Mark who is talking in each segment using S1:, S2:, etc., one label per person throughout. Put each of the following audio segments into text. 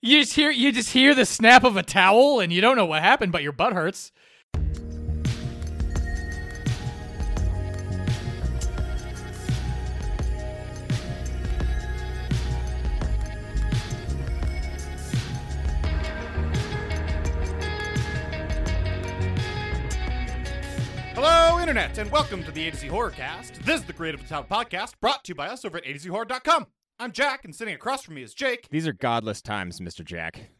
S1: You just hear you just hear the snap of a towel, and you don't know what happened, but your butt hurts.
S2: Hello, Internet, and welcome to the A to Z Horrorcast. This is the Creative Town podcast brought to you by us over at A to Z Horror.com. I'm Jack, and sitting across from me is Jake.
S3: These are godless times, Mr. Jack.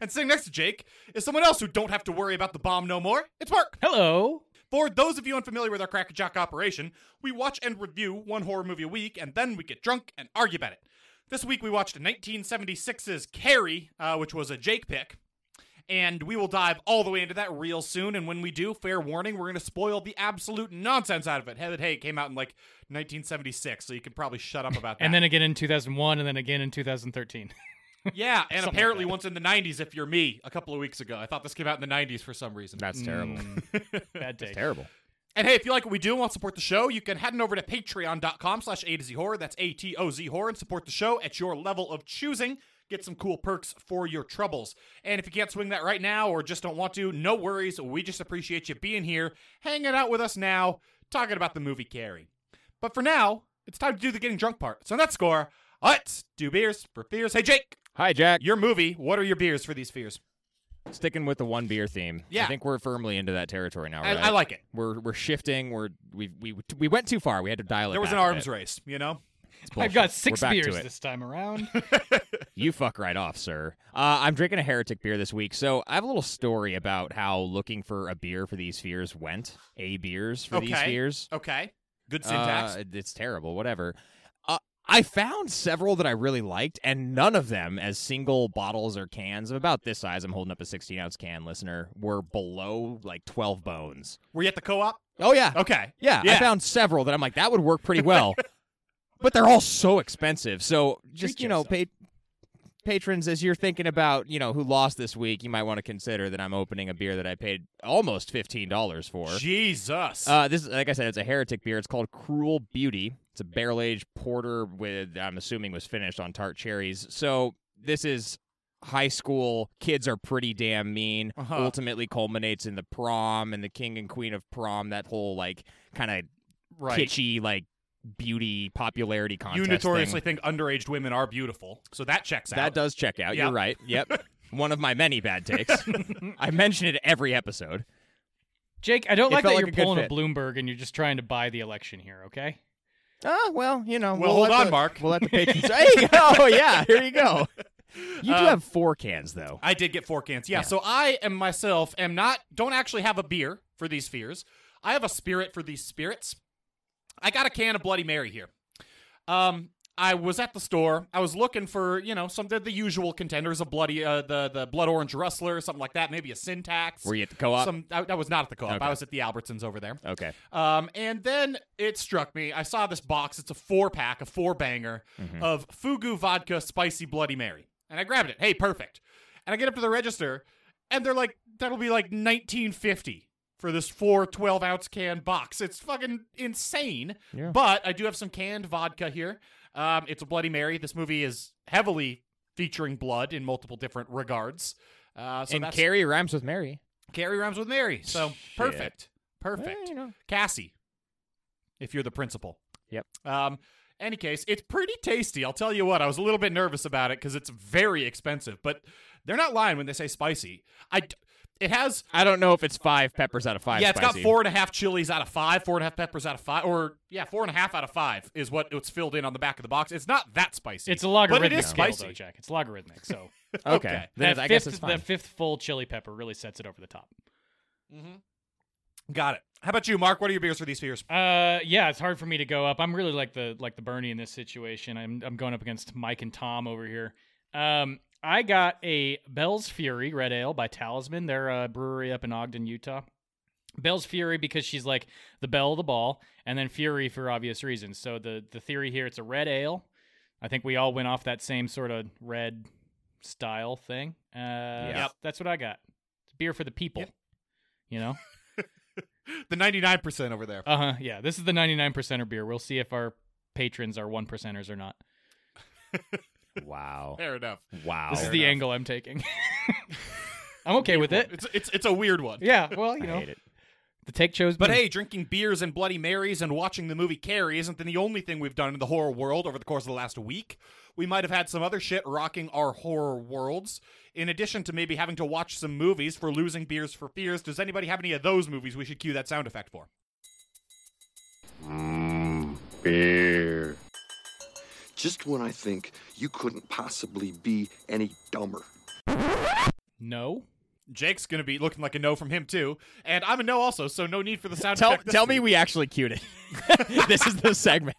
S2: And sitting next to Jake is someone else who don't have to worry about the bomb no more. It's Mark.
S1: Hello.
S2: For those of you unfamiliar with our Cracker Jack operation, we watch and review one horror movie a week, and then we get drunk and argue about it. This week we watched 1976's Carrie, uh, which was a Jake pick, and we will dive all the way into that real soon. And when we do, fair warning, we're going to spoil the absolute nonsense out of it. Hey, hey, it came out in like 1976, so you can probably shut up about that.
S1: And then again in 2001, and then again in 2013.
S2: yeah, and
S1: like
S2: apparently
S1: that.
S2: once in the 90s, if you're me, a couple of weeks ago. I thought this came out in the 90s for some reason.
S3: That's terrible.
S2: Mm,
S1: Bad take.
S3: terrible.
S2: And hey, if you like what we do and want to support the show, you can head on over to patreon.com slash A to Z horror. That's A T O Z horror and support the show at your level of choosing. Get some cool perks for your troubles. And if you can't swing that right now or just don't want to, no worries. We just appreciate you being here, hanging out with us now, talking about the movie Carrie. But for now, it's time to do the getting drunk part. So on that score, let's do beers for fears. Hey, Jake,
S3: Hi, Jack.
S2: your movie. What are your beers for these fears?
S3: Sticking with the one beer theme.
S2: Yeah.
S3: I think we're firmly into that territory now.
S2: I,
S3: Right?
S2: I like it.
S3: We're we're shifting. We're we we we went too far. We had to dial it.
S2: There was an arms race, you know?
S1: I've got 6
S3: we
S1: beers this time around.
S3: You fuck right off, sir. Uh, I'm drinking a heretic beer this week, so I have a little story about how looking for a beer for these fears went. A beers for these
S2: Okay.
S3: fears.
S2: Okay. Good syntax.
S3: Uh, it's terrible. Whatever. Uh, I found several that I really liked, and none of them, as single bottles or cans of about this size, I'm holding up a 16 ounce can, listener, were below like 12 bones.
S2: Were you at the co op?
S3: Oh yeah,
S2: Okay.
S3: yeah.
S2: Yeah.
S3: I found several that I'm like that would work pretty well, but they're all so expensive. So just
S1: Treat
S3: you know,
S1: yourself.
S3: pa- patrons, as you're thinking about you know who lost this week, you might want to consider that I'm opening a beer that I paid almost fifteen dollars for.
S2: Jesus.
S3: Uh, this, is like I said, it's a heretic beer. It's called Cruel Beauty. It's a barrel aged porter with, I'm assuming, was finished on tart cherries. So this is high school. Kids are pretty damn mean.
S2: Uh-huh.
S3: Ultimately, culminates in the prom and the king and queen of prom. That whole like kind of
S2: right.
S3: kitschy like beauty popularity
S2: You
S3: contest.
S2: notoriously
S3: thing.
S2: think underage women are beautiful, so that checks out.
S3: that does check out.
S2: Yeah.
S3: You're right. Yep. One of my many bad takes. I mention it every episode.
S1: Jake, I don't
S3: It
S1: like that
S3: felt like
S1: you're
S3: a good
S1: pulling a
S3: fit.
S1: Bloomberg and you're just trying to buy the election here. Okay.
S3: Ah, well, you know.
S2: Well, hold
S3: let
S2: on,
S3: the-
S2: Mark.
S3: We'll let the patrons. hey, oh yeah, here you go. You do
S2: Uh,
S3: have four cans though.
S2: I did get four cans. Yeah, So I am myself am not don't actually have a beer for these fears. I have a spirit for these spirits. I got a can of Bloody Mary here. Um, I was at the store. I was looking for you know some of the usual contenders, a bloody uh, the the blood orange rustler, something like that. Maybe a syntax.
S3: Were you at the co-op?
S2: Some I, I was not at the co-op.
S3: Okay.
S2: I was at the Albertsons over there.
S3: okay.
S2: Um, and then it struck me. I saw this box. It's a four pack, a four banger
S3: Mm-hmm.
S2: of Fugu vodka spicy Bloody Mary, and I grabbed it. Hey, perfect. And I get up to the register, and they're like, "That'll be like 1950 for this four 12 ounce can box. It's fucking insane."
S3: Yeah.
S2: But I do have some canned vodka here. Um, it's a Bloody Mary. This movie is heavily featuring blood in multiple different regards. Uh, so
S3: and
S2: that's
S3: Carrie rhymes with Mary.
S2: Carrie rhymes with Mary. So
S3: Shit.
S2: perfect, perfect.
S3: Well, you know.
S2: Cassie, if you're the principal.
S3: Yep.
S2: Um, any case, it's pretty tasty. I'll tell you what, I was a little bit nervous about it because it's very expensive, but they're not lying when they say spicy. I, d- it has,
S3: I don't know if it's five peppers out of five.
S2: yeah, it's got
S3: spicy.
S2: four and a half chilies out of five, four and a half peppers out of five, or yeah, four and a half out of five is what it's filled in on the back of the box. It's not that spicy.
S1: It's a logarithmic
S2: But it is
S1: scale,
S2: spicy.
S1: though, Jack. It's logarithmic. So
S3: Okay.
S2: okay.
S3: Then
S1: that fifth,
S3: I guess it's fine.
S1: that fifth full chili pepper really sets it over the top.
S2: Mm-hmm. Got it. How about you, Mark? What are your beers for these beers?
S1: Uh, yeah, it's hard for me to go up. I'm really like the like the Bernie in this situation. I'm I'm going up against Mike and Tom over here. Um, I got a Bell's Fury Red Ale by Talisman. They're a brewery up in Ogden, Utah. Bell's Fury because she's like the belle of the ball, and then Fury for obvious reasons. So the the theory here, it's a red ale. I think we all went off that same sort of red style thing. Uh,
S2: Yep.
S1: that's what I got. It's beer for the people. You know.
S2: The 99% over there.
S1: Uh huh. Yeah, this is the 99 percenter beer. We'll see if our patrons are one percenters or not.
S3: Wow.
S2: Fair enough.
S3: Wow.
S1: This is
S2: Fair
S1: the
S2: enough.
S1: angle I'm taking. I'm okay with it.
S2: It's it's it's a weird one.
S1: Yeah, well, you
S3: I
S1: know,
S3: hate it.
S1: the take chose.
S2: But
S3: Hmm.
S1: me.
S2: hey, drinking beers and Bloody Marys and watching the movie Carrie isn't the only thing we've done in the horror world over the course of the last week. We might have had some other shit rocking our horror worlds. In addition to maybe having to watch some movies for losing beers for fears, does anybody have any of those movies we should cue that sound effect for?
S4: Mmm, beer.
S5: Just when I think you couldn't possibly be any dumber.
S1: no,
S2: Jake's gonna be looking like a no from him too, and I'm a no also, so no need for the sound
S3: Tell
S2: effect. this
S3: tell me
S2: week.
S3: we actually cued it. this is the segment.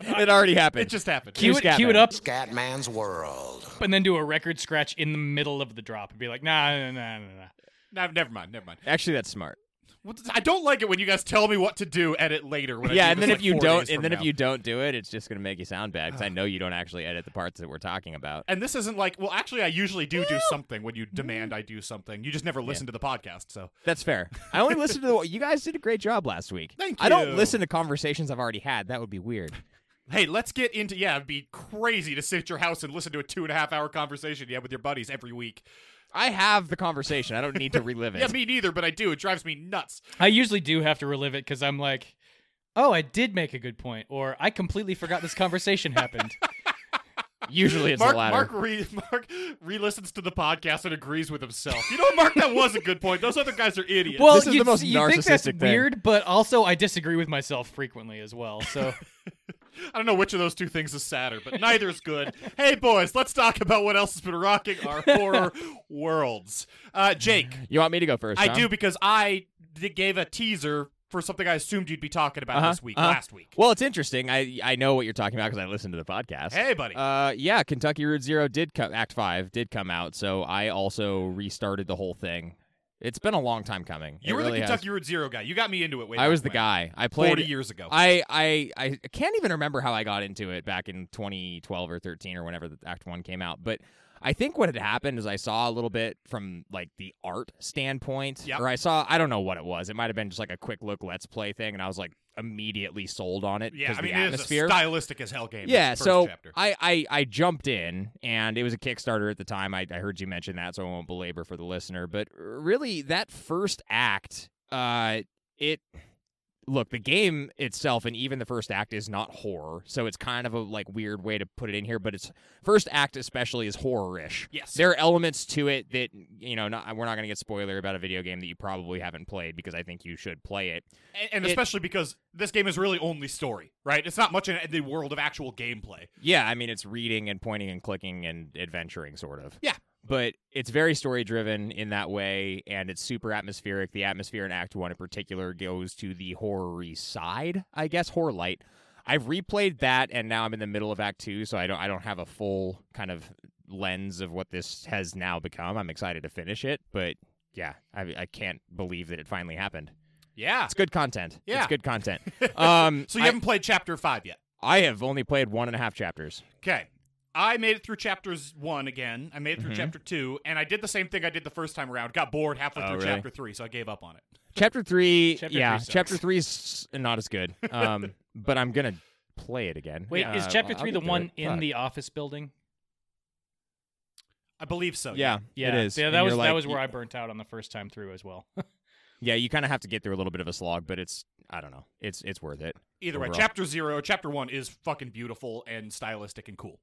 S3: It already happened.
S2: it just happened.
S1: cue
S3: Who's
S1: it,
S3: got
S1: cue it
S3: that?
S1: up,
S4: Scatman's World.
S1: and then do a record scratch in the middle of the drop and be like, nah, nah, nah, nah, nah.
S2: No, never mind, never mind.
S3: Actually, that's smart.
S2: What does- I don't like it when you guys tell me what to do. Edit later. When I
S3: yeah,
S2: do
S3: and
S2: this,
S3: then
S2: like,
S3: if you
S2: four
S3: don't,
S2: days
S3: and
S2: from
S3: then if
S2: now.
S3: you don't do it, it's just gonna make you sound bad because I know you don't actually edit the parts that we're talking about.
S2: And this isn't like, well, actually, I usually do do something when
S3: mm-hmm.
S2: you demand I do something. You just never listen to the podcast, so
S3: That's fair. I only listened to the. You guys did a great job last week.
S2: Thank
S3: I
S2: you.
S3: don't listen to conversations I've already had. That would be weird.
S2: hey, let's get into. Yeah, it'd be crazy to sit at your house and listen to a two and a half hour conversation you have with your buddies every week.
S3: I have the conversation. I don't need to relive it.
S2: Yeah, me neither, but I do. It drives me nuts.
S1: I usually do have to relive it because I'm like, oh, I did make a good point, or I completely forgot this conversation happened.
S3: Usually it's
S2: Mark
S3: the latter.
S2: Mark re Mark re-listens to the podcast and agrees with himself. You know, Mark, that was a good point. Those other guys are idiots.
S1: Well,
S3: This is the
S1: you'd-
S3: most
S1: you think that's
S3: narcissistic thing.
S1: weird, but also I disagree with myself frequently as well. So
S2: I don't know which of those two things is sadder, but neither is good. hey, boys, let's talk about what else has been rocking our horror worlds. Uh, Jake,
S3: you want me to go first?
S2: I
S3: Tom?
S2: do because I d- gave a teaser for something I assumed you'd be talking about
S3: Uh-huh,
S2: this week,
S3: uh-huh.
S2: last week.
S3: Well, it's interesting. I I know what you're talking about because I listened to the podcast.
S2: Hey, buddy.
S3: Uh, yeah, Kentucky Route Zero did come, Act Five did come out, so I also restarted the whole thing. It's been a long time coming.
S2: you
S3: It
S2: were
S3: really
S2: the
S3: has.
S2: Kentucky Route Zero guy. You got me into it. Way
S3: I
S2: back
S3: was the
S2: when.
S3: guy. I
S2: Forty
S3: played.
S2: years ago.
S3: I, I I can't even remember how I got into it back in 2012 or 13 or whenever the Act One came out, but. I think what had happened is I saw a little bit from like the art standpoint,
S2: Yep.
S3: or I saw I don't know what it was. It might have been just like a quick look let's play thing, and I was like immediately sold on it.
S2: yeah,
S3: 'cause
S2: I
S3: of
S2: mean,
S3: the
S2: it is
S3: atmosphere.
S2: a stylistic as hell game.
S3: Yeah,
S2: First
S3: so
S2: chapter.
S3: I, I I jumped in, and it was a Kickstarter at the time. I, I heard you mention that, so I won't belabor for the listener. But really, that first act, uh, it look the game itself, and even the first act is not horror, so it's kind of a like weird way to put it in here. But it's first act especially is horror-ish.
S2: yes,
S3: There are elements to it that you know not, we're not going to get spoiler about a video game that you probably haven't played because I think you should play it.
S2: and, and
S3: it-
S2: especially because this game is really only story, right? It's not much in the world of actual gameplay.
S3: Yeah, I mean it's reading and pointing and clicking and adventuring sort of.
S2: Yeah.
S3: But it's very story driven in that way and it's super atmospheric. The atmosphere in Act 1 in particular goes to the horror side, I guess, horror light. I've replayed that and now I'm in the middle of Act 2, so I don't I don't have a full kind of lens of what this has now become. I'm excited to finish it, but yeah, I, I can't believe that it finally happened.
S2: Yeah.
S3: It's good content.
S2: Yeah.
S3: It's good content. Um,
S2: So you
S3: I,
S2: haven't played chapter five yet.
S3: I have only played one and a half chapters.
S2: Okay. I made it through chapters one again. I made it through
S3: Mhm.
S2: chapter two, and I did the same thing I did the first time around. Got bored halfway
S3: Oh,
S2: through
S3: really?
S2: chapter three, so I gave up on it.
S3: Chapter three,
S1: Chapter
S3: yeah,
S1: three sucks.
S3: chapter three is not as good. Um, but I'm gonna play it again.
S1: wait,
S3: Uh,
S1: is chapter
S3: I'll
S1: three
S3: get
S1: the
S3: through
S1: one
S3: it.
S1: in
S3: Fuck.
S1: the office building?
S2: I believe so.
S3: Yeah,
S1: Yeah,
S3: it is.
S1: Yeah,
S3: And
S1: that
S3: you're
S1: was that
S3: like-
S1: was where I burnt out on the first time through as well.
S3: Yeah, you kind of have to get through a little bit of a slog, but it's I don't know. It's it's worth it.
S2: Either way,
S3: Overall.
S2: chapter zero, chapter one is fucking beautiful and stylistic and cool.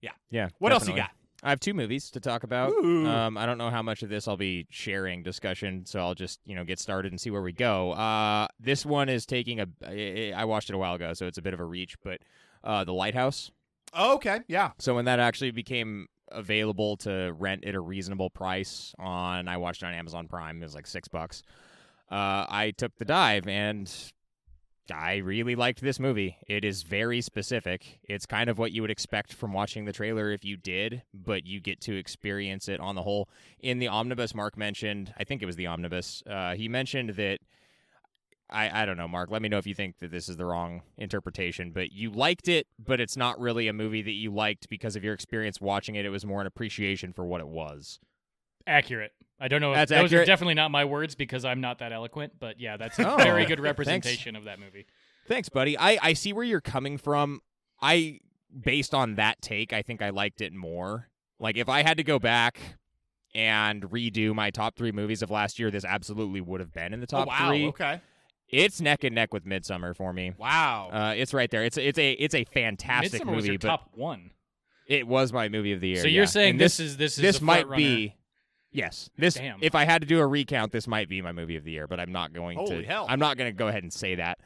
S3: Yeah.
S2: What else you
S3: definitely.
S2: got?
S3: I have two movies to talk about.
S2: Ooh.
S3: Um, I don't know how much of this I'll be sharing discussion, so I'll just you know get started and see where we go. Uh, this one is taking a. I- I I watched it a while ago, so it's a bit of a reach, but uh, the Lighthouse.
S2: Oh, okay. Yeah.
S3: So when that actually became available to rent at a reasonable price on, I watched it on Amazon Prime. It was like six bucks. Uh, I took the dive and I really liked this movie. It is very specific. It's kind of what you would expect from watching the trailer if you did, but you get to experience it on the whole. In the omnibus, Mark mentioned, I think it was the omnibus, uh, he mentioned that. I, I don't know, Mark. Let me know if you think that this is the wrong interpretation, but you liked it, but it's not really a movie that you liked because of your experience watching it. It was more an appreciation for what it was.
S1: accurate. I don't know. If,
S3: That's
S1: those are
S3: accurate.
S1: definitely not my words because I'm not that eloquent. But yeah, that's a
S3: Oh,
S1: very good
S3: thanks.
S1: representation of that movie.
S3: Thanks, buddy. I, I see where you're coming from. I based on that take, I think I liked it more. Like if I had to go back and redo my top three movies of last year, this absolutely would have been in the
S2: Oh,
S3: top
S2: wow.
S3: three.
S2: Okay.
S3: It's neck and neck with Midsummer for me.
S2: Wow.
S3: Uh, it's right there. It's it's a it's a fantastic
S1: Midsummer was
S3: movie,
S1: your
S3: but
S1: top one.
S3: it was my movie of the year.
S1: So you're
S3: yeah.
S1: saying
S3: And
S1: this, is this is
S3: this
S1: the
S3: might
S1: front runner.
S3: be yes this
S1: Damn.
S3: if i had to do a recount this might be my movie of the year but i'm not going
S2: Holy
S3: to
S2: hell.
S3: i'm not going to go ahead and say that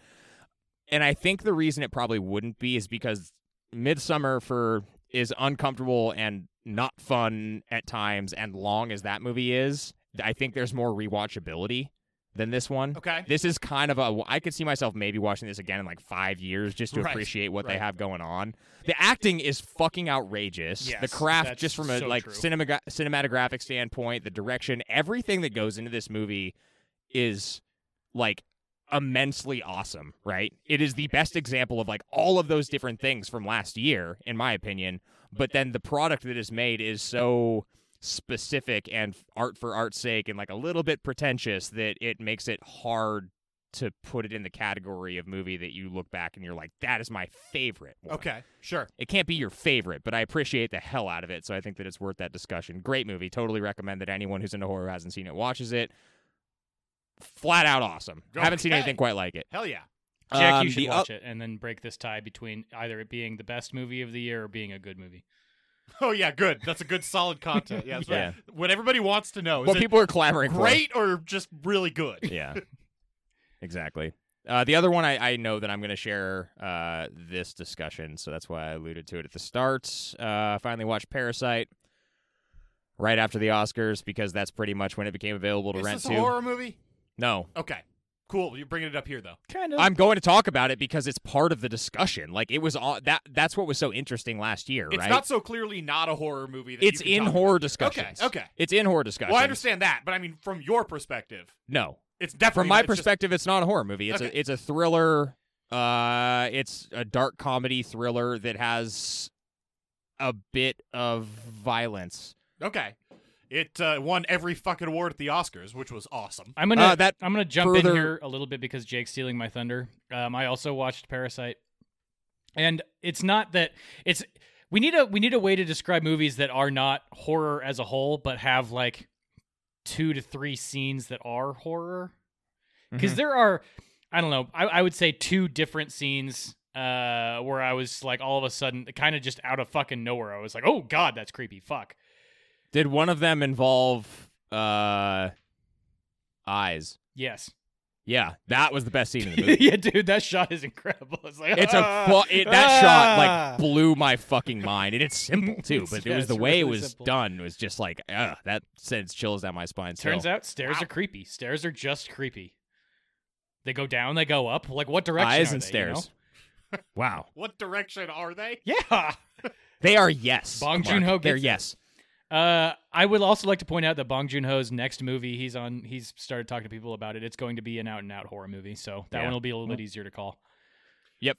S3: and i think the reason it probably wouldn't be is because midsummer for is uncomfortable and not fun at times and long as that movie is i think there's more rewatchability than this one
S2: okay.
S3: this is kind of a i could see myself maybe watching this again in like five years just to
S2: Right,
S3: appreciate what they
S2: right.
S3: have going on the acting is fucking outrageous the
S1: Yes,
S3: craft
S1: that's
S3: just from a
S1: so
S3: like
S1: true.
S3: cinemaga- cinematographic standpoint the direction everything that goes into this movie is like immensely awesome right it is the best example of like all of those different things from last year in my opinion but then the product that is made is so specific and f- art for art's sake and like a little bit pretentious that it makes it hard to put it in the category of movie that you look back and you're like that is my favorite one.
S2: Okay. Sure.
S3: it can't be your favorite but i appreciate the hell out of it so i think that it's worth that discussion great movie totally recommend that anyone who's into horror who hasn't seen it watches it flat out awesome haven't seen
S2: Okay.
S3: anything quite like it
S2: Hell yeah.
S1: Jack,
S3: Um,
S1: you should
S3: the
S1: watch it and then break this tie between either it being the best movie of the year or being a good movie.
S2: Oh yeah. Good. That's a good solid content. Yeah. that's what-
S3: Yeah.
S2: What, everybody wants to know is
S3: what
S2: it
S3: people are clamoring for
S2: great or just really good.
S3: yeah exactly uh, the other one I, I know that I'm going to share uh, this discussion, so that's why I alluded to it at the start. Uh, finally watched Parasite right after the Oscars because that's pretty much when it became available to
S2: Is
S3: rent
S2: this a
S3: to.
S2: horror movie?
S3: No,
S2: Okay. Cool. You're bringing it up here though.
S1: Kind of.
S3: I'm going to talk about it because it's part of the discussion. Like it was all, that that's what was so interesting last year,
S2: It's
S3: right?
S2: not so clearly not a horror movie. That
S3: it's
S2: you can
S3: in
S2: talk
S3: horror
S2: about.
S3: discussions.
S2: Okay. Okay.
S3: It's in horror discussions.
S2: Well, I understand that, but I mean, from your perspective,
S3: No,
S2: it's definitely
S3: from my
S2: it's just-
S3: perspective, it's not a horror movie. It's
S2: Okay.
S3: a it's a thriller. Uh, it's a dark comedy thriller that has a bit of violence.
S2: okay. It uh, won every fucking award at the Oscars, which was awesome.
S1: I'm gonna
S3: Uh, that
S1: I'm gonna jump in
S3: further-
S1: here a little bit because Jake's stealing my thunder. Um, I also watched Parasite, and it's not that it's we need a we need a way to describe movies that are not horror as a whole, but have like two to three scenes that are horror. Because
S3: Mhm.
S1: there are, I don't know, I, I would say two different scenes uh, where I was like all of a sudden, kind of just out of fucking nowhere, I was like, oh god, that's creepy. Fuck.
S3: Did one of them involve uh eyes?
S1: Yes.
S3: Yeah, that was the best scene in the movie.
S1: yeah, dude, that shot is incredible. It's like
S3: It's a
S1: "Ah."
S3: fu- it, that shot
S1: Ah.
S3: like blew my fucking mind, and it's simple too.
S1: It's-
S3: But it
S1: yeah,
S3: was the
S1: it's
S3: way it
S1: really
S3: was
S1: simple.
S3: done was just like ugh, that sends chills down my spine. still.
S1: Turns out stairs
S2: Wow.
S1: are creepy. Stairs are just creepy. They go down, they go up. Like what direction?
S3: eyes
S1: are
S3: and
S1: they, you know?
S3: stairs. Wow,
S2: What direction are they?
S1: Yeah.
S3: they are yes.
S1: Bong
S3: Mark.
S1: Joon-ho
S3: they're
S1: gets it.
S3: yes.
S1: Uh, I would also like to point out that Bong Joon Ho's next movie, he's on. He's started talking to people about it. It's going to be an out and out horror movie, so that
S3: Yeah.
S1: one will be a little bit easier to call.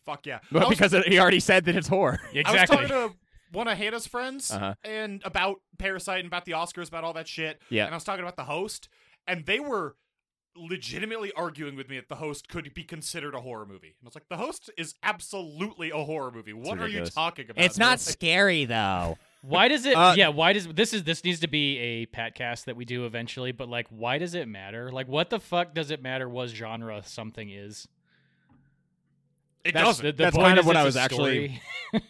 S2: Fuck yeah. I
S3: Well,
S2: was,
S3: because he already said that it's horror.
S1: Exactly.
S2: I was talking to one of Hannah's friends
S3: Uh-huh.
S2: and about Parasite and about the Oscars, about all that shit.
S3: Yeah.
S2: And I was talking about the host, and they were legitimately arguing with me that the host could be considered a horror movie. And I was like, the host is absolutely a horror movie. What are you
S3: ridiculous.
S2: talking about? They're like,
S3: scary though.
S1: why does it?
S3: Uh,
S1: yeah. Why does this is this needs to be a podcast that we do eventually? But like, why does it matter? Like, what the fuck does it matter? What genre something is?
S2: It
S3: That's-
S2: doesn't.
S1: The, the
S3: That's
S1: point
S3: kind of
S1: is
S3: what
S1: it's
S3: I
S1: a
S3: was actually-
S1: story.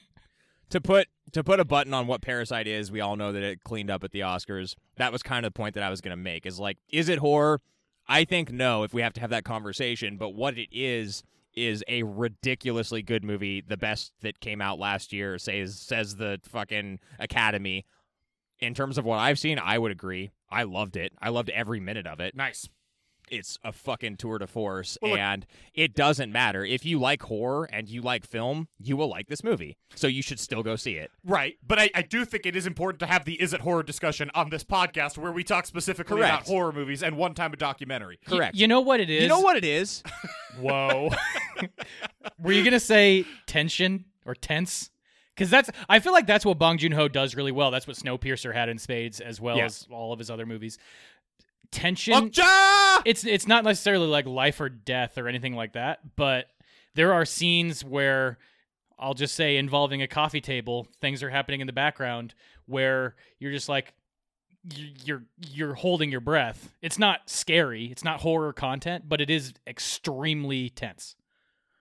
S3: To put to put a button on what Parasite is, we all know that it cleaned up at the Oscars. That was kind of the point that I was going to make. Is like, is it horror? I think no. If we have to have that conversation, but what it is is a ridiculously good movie, the best that came out last year. Says says the fucking Academy. In terms of what I've seen, I would agree. I loved it. I loved every minute of it.
S2: nice.
S3: it's a fucking tour de force
S2: Well, look-
S3: and it doesn't matter if you like horror and you like film you will like this movie so you should still go see it
S2: Right, but I, I do think it is important to have the is it horror discussion on this podcast where we talk specifically about
S3: Correct.
S2: horror movies and one time a documentary.
S1: Y-
S3: correct
S1: You know what it is.
S3: You know what it is
S1: Whoa. Were you gonna say tension or tense? Because that's I feel like that's what Bong Joon Ho does really well. That's what Snowpiercer had in spades, as well
S3: Yeah.
S1: as all of his other movies. Tension.
S2: Okja!
S1: It's it's not necessarily like life or death or anything like that, but there are scenes where I'll just say involving a coffee table, things are happening in the background where you're just like y- you're you're holding your breath. It's not scary, it's not horror content, but it is extremely tense.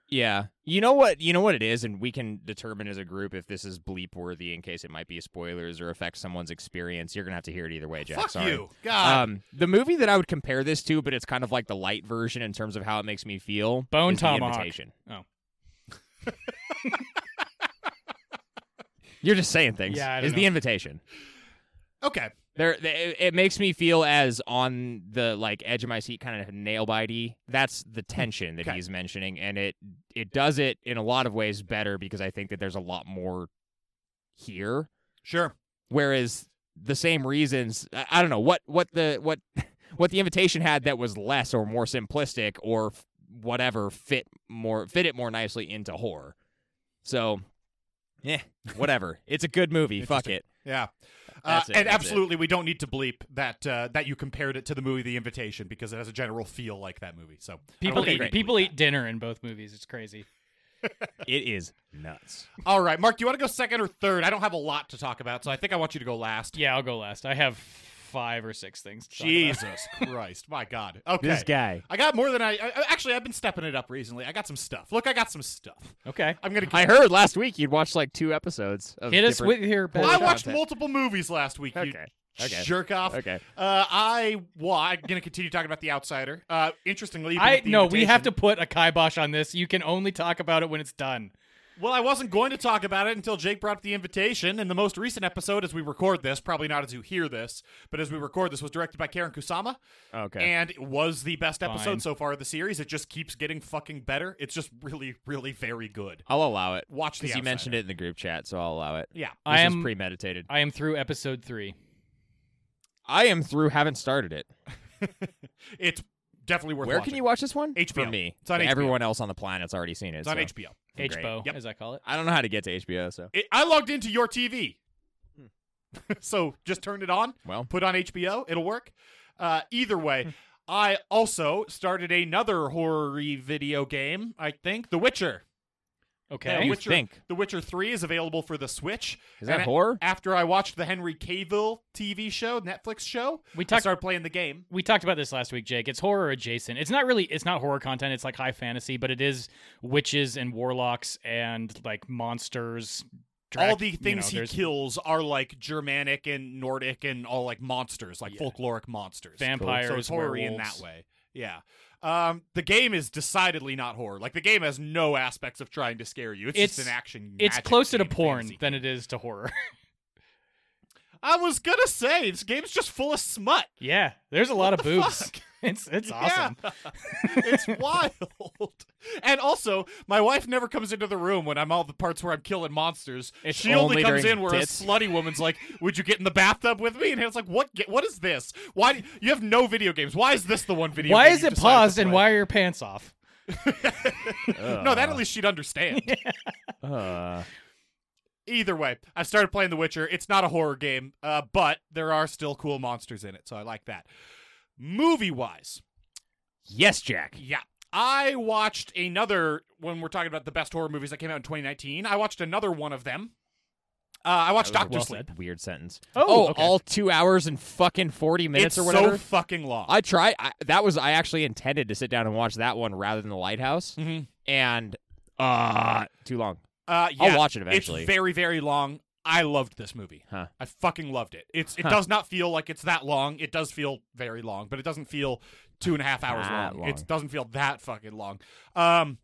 S3: Yeah. You know what you know what it is, and we can determine as a group if this is bleep worthy in case it might be spoilers or affect someone's experience. You're gonna have to hear it either way, Jack.
S2: Fuck
S3: Sorry.
S2: you.
S1: Uh,
S2: God.
S3: Um, the movie that I would compare this to, but it's kind of like the light version in terms of how it makes me feel.
S1: Bone
S3: is The
S1: Tomahawk.
S3: Invitation.
S1: Oh.
S3: You're just saying things.
S1: Yeah, I don't
S3: is
S1: know.
S3: the invitation.
S2: okay.
S3: There, th- it- it makes me feel as on the like edge of my seat, kind of nail bitey. That's the tension that
S2: Okay.
S3: he's mentioning, and it it does it in a lot of ways better because I think that there's a lot more here.
S2: Sure.
S3: Whereas the same reasons, I, I don't know what what the what what the invitation had that was less or more simplistic or f- whatever fit more fit it more nicely into horror. So, yeah, whatever. it's a good movie. Fuck it.
S2: Yeah. Uh,
S3: That's it,
S2: and
S3: that's it.
S2: absolutely, we don't need to bleep that uh, that you compared it to the movie The Invitation because it has a general feel like that movie. So I don't
S1: People
S2: think we
S1: eat
S2: need to
S1: people
S2: bleep
S1: eat dinner in both movies. It's crazy.
S3: It is nuts.
S2: that. All right, Mark, do you want to go second or third? I don't have a lot to talk about, so I think I want you to go last.
S1: Yeah, I'll go last. I have five or six things. to talk about.
S2: Jesus Christ, my God. Okay.
S3: guy.
S2: I got more than I, I actually. I've been stepping it up recently. I got some stuff. Look, I got some stuff.
S1: Okay.
S2: I'm gonna.
S3: I heard last week you'd watched like two episodes. Of
S1: Hit us
S3: different-
S1: with your best.
S2: I watched
S3: content.
S2: multiple movies last week. you
S3: Okay. Okay.
S2: Jerk off.
S3: Okay.
S2: Uh, I well, I'm gonna continue talking about The Outsider. Uh, interestingly, even
S1: I
S2: with The
S1: no, we have
S2: Invitation-
S1: to put a kibosh on this. You can only talk about it when it's done.
S2: Well, I wasn't going to talk about it until Jake brought up the invitation. And the most recent episode, as we record this, probably not as you hear this, but as we record this, was directed by Karen Kusama.
S3: Okay.
S2: And it was the best episode
S1: Fine.
S2: so far of the series. It just keeps getting fucking better. It's just really, really very good.
S3: I'll allow it
S2: Watch the
S3: because you mentioned it in the group chat, so I'll allow it.
S2: Yeah.
S1: I
S3: This
S1: am-
S3: is premeditated.
S1: I am through episode three.
S3: I am through. Haven't started it.
S2: It's definitely worth
S3: Where
S2: watching.
S3: can you watch this one?
S2: HBO.
S3: For me.
S2: It's on HBO.
S3: Everyone else on the planet's already seen it.
S2: It's on
S3: so.
S2: HBO.
S3: Great.
S1: HBO,
S2: Yep.
S1: as I call it.
S3: I don't know how to get to HBO, so
S2: It, I logged into your TV. so just turn it on.
S3: well.
S2: put on HBO. It'll work. Uh, either way, I also started another horror video game. I think The Witcher.
S1: Okay.
S2: The
S3: You
S2: Witcher,
S3: think.
S2: The Witcher Three is available for the Switch.
S3: Is that
S2: And a-
S3: horror?
S2: After I watched the Henry Cavill TV show, Netflix show,
S1: We
S2: I
S1: talked-
S2: started playing the game.
S1: we talked about this last week, Jake. It's horror adjacent. It's not really it's not horror content, it's like high fantasy, but it is witches and warlocks and like monsters. Drac-
S2: all the
S1: you know,
S2: things
S1: there's
S2: he kills are like Germanic and Nordic and all like monsters,
S1: Yeah.
S2: like folkloric monsters.
S1: vampires,
S2: so it's horror in that
S1: werewolves.
S2: way. Yeah. Um, the game is decidedly not horror. Like the game has no aspects of trying to scare you. It's,
S1: It's-
S2: just an action.
S1: It's
S2: magic
S1: closer to
S2: game,
S1: porn
S2: fantasy
S1: than
S2: game.
S1: it is to horror.
S2: I was gonna say this game's just full of smut.
S1: yeah, there's a lot of
S2: the
S1: boobs.
S2: fuck?
S1: It's it's awesome.
S2: Yeah. it's wild. And also, my wife never comes into the room when I'm all the parts where I'm killing monsters.
S3: It's
S2: she only,
S3: only
S2: comes
S3: during
S2: in where
S3: tits.
S2: a slutty woman's like, "Would you get in the bathtub with me?" And it's like, "What? ge- What is this? Why do- you have no video games? Why is this the one video?
S1: Why
S2: game
S1: is
S2: you
S1: it
S2: decided to
S1: paused and
S2: play?
S1: why are your pants off?
S2: No, that at least she'd understand.
S3: Uh,
S2: Either way, I started playing The Witcher. It's not a horror game, uh, but there are still cool monsters in it, so I like that. Movie wise,
S3: yes, Jack.
S2: Yeah. I watched another when we're talking about the best horror movies that came out in 2019. I watched another one of them. Uh, I watched
S3: That was a
S2: Doctor
S3: well
S2: Sleep.
S3: said Weird sentence.
S1: Oh, okay.
S3: all two hours and fucking forty minutes
S2: It's
S3: or whatever.
S2: so fucking long.
S3: I tried. I, that was I actually intended to sit down and watch that one rather than the Lighthouse,
S2: Mhm.
S3: and uh, too long.
S2: Uh,
S3: I'll
S2: yeah,
S3: watch it eventually.
S2: It's very very long. I loved this movie.
S3: Huh.
S2: I fucking loved it. It's it
S3: Huh.
S2: does not feel like it's that long. It does feel very long, but it doesn't feel two and a half hours
S3: That long.
S2: It doesn't feel that fucking long. Um,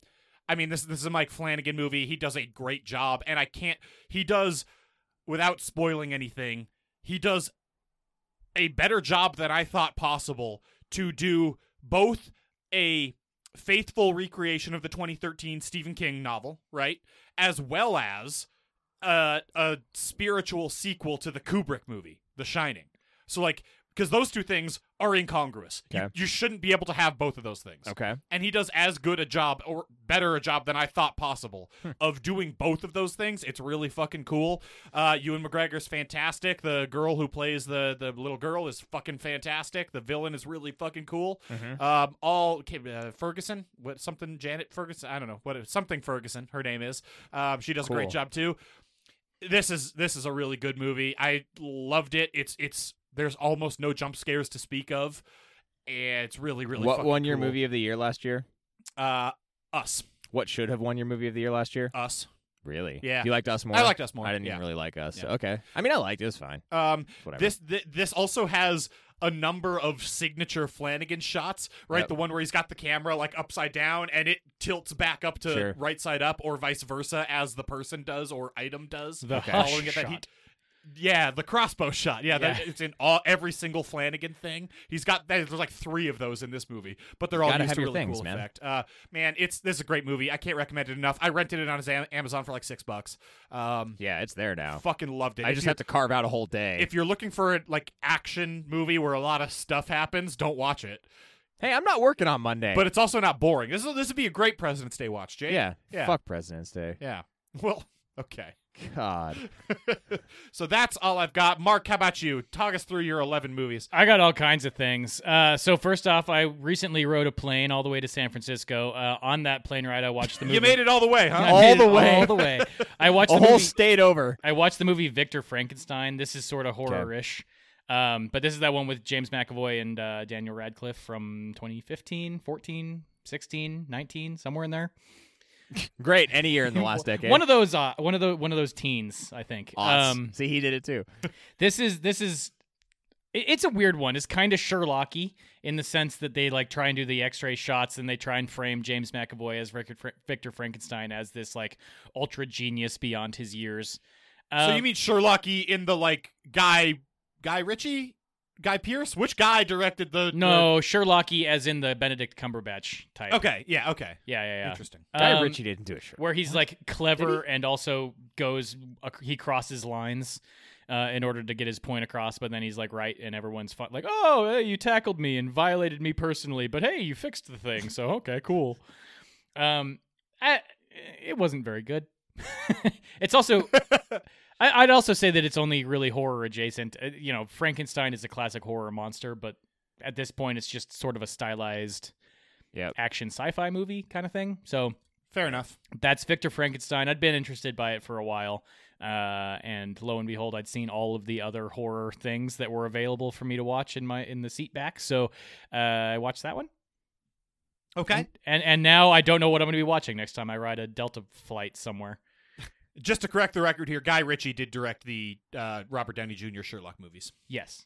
S2: I mean this this is a Mike Flanagan movie. He does a great job, and I can't. He does without spoiling anything. He does a better job than I thought possible to do both a faithful recreation of the 2013 Stephen King novel, right? As well as uh, a spiritual sequel to the Kubrick movie, The Shining. So, like, because those two things are incongruous. You-
S3: Okay.
S2: You, shouldn't be able to have both of those things.
S3: Okay.
S2: And he does as good a job or better a job than I thought possible of doing both of those things. It's really fucking cool. Uh, Ewan McGregor's fantastic. The girl who plays the the little girl is fucking fantastic. The villain is really fucking cool.
S3: Mm-hmm.
S2: Um, all okay, uh, Ferguson, what something Janet Ferguson. I don't know what it- something Ferguson. Her name is. Um, she does a great
S3: Cool.
S2: job too this is this is a really good movie. I loved it. It's it's there's almost no jump scares to speak of. And it's really really
S3: what
S2: fucking
S3: won your
S2: cool.
S3: movie of the year last year?
S2: Uh, Us,
S3: What should have won your movie of the year last year?
S2: Us.
S3: Really?
S2: yeah.
S3: You liked us more.
S2: I liked Us more.
S3: I didn't
S2: yeah.
S3: even really like us.
S2: Yeah.
S3: Okay. I mean, I liked it. It was fine.
S2: Um,
S3: Whatever.
S2: this th- this also has a number of signature Flanagan shots, right?
S3: Yep.
S2: The one where he's got the camera like upside down and it tilts back up to
S3: Sure.
S2: right side up, or vice versa, as the person does or item does.
S1: The
S3: Okay.
S1: hush
S2: following it that he
S1: shot.
S2: yeah the crossbow shot yeah,
S1: Yeah.
S2: That, it's in all every single flanagan thing he's got there's like three of those in this movie but they're all
S3: Gotta
S2: used
S3: have
S2: to
S3: your
S2: really
S3: things,
S2: cool
S3: man.
S2: effect uh man it's this is a great movie i can't recommend it enough i rented it on Am- amazon for like six bucks um
S3: Yeah, it's there now.
S2: fucking loved it
S3: Oh. I
S2: If
S3: just
S2: you-
S3: have to carve out a whole day.
S2: if you're looking for a like action movie where a lot of stuff happens don't watch it
S3: hey, I'm not working on Monday.
S2: but it's also not boring this will this would be a great president's day watch jake
S3: yeah,
S2: yeah
S3: fuck President's Day.
S2: yeah well okay
S3: God.
S2: so that's all i've got mark how about you talk us through your 11 movies
S1: I got all kinds of things. Uh, so first off, I recently rode a plane all the way to San Francisco. Uh, on that plane ride, I watched the movie.
S2: You made it all the way, huh?
S1: I
S3: all
S1: made
S3: the
S1: it
S3: way.
S1: All the way. I watched
S3: a
S1: the
S3: whole
S1: movie.
S3: state over.
S1: I watched the movie Victor Frankenstein. This is sort of horror-ish. Um, but this is that one with James McAvoy and uh, Daniel Radcliffe from 2015, 14, 16, 19, somewhere in there.
S3: Great. Any year in the last decade.
S1: One of those uh, one of the one of those teens, I think. Um,
S3: Odds. See, he did it too.
S1: this is this is it- it's a weird one. It's kind of Sherlocky in the sense that they like try and do the X-ray shots, and they try and frame James McAvoy as Rick- Fr- Victor Frankenstein as this like ultra genius beyond his years.
S2: So
S1: Um,
S2: you mean Sherlocky in the like guy Guy Ritchie? Guy Pierce? Which guy directed the
S1: no Sherlocky as in the Benedict Cumberbatch type?
S2: the- okay, yeah, okay.
S1: yeah, yeah, yeah.
S2: Interesting.
S3: Guy
S1: Um,
S3: Ritchie didn't do it. Sure.
S1: where he's like clever and also goes ac- he crosses lines uh, in order to get his point across but then he's like right and everyone's fun like oh hey, you tackled me and violated me personally but hey you fixed the thing so okay cool um I, it wasn't very good it's also I, i'd also say that it's only really horror adjacent Uh, you know frankenstein is a classic horror monster but at this point it's just sort of a stylized
S3: Yep.
S1: action sci-fi movie kind of thing so
S2: Fair enough.
S1: that's Victor Frankenstein. I'd been interested by it for a while. Uh, and lo and behold, I'd seen all of the other horror things that were available for me to watch in my in the seat back. So uh, I watched that one,
S2: Okay.
S1: and and now I don't know what I'm going to be watching next time I ride a Delta flight somewhere.
S2: Just to correct the record here, Guy Ritchie did direct the uh, Robert Downey Jr. Sherlock movies.
S1: Yes,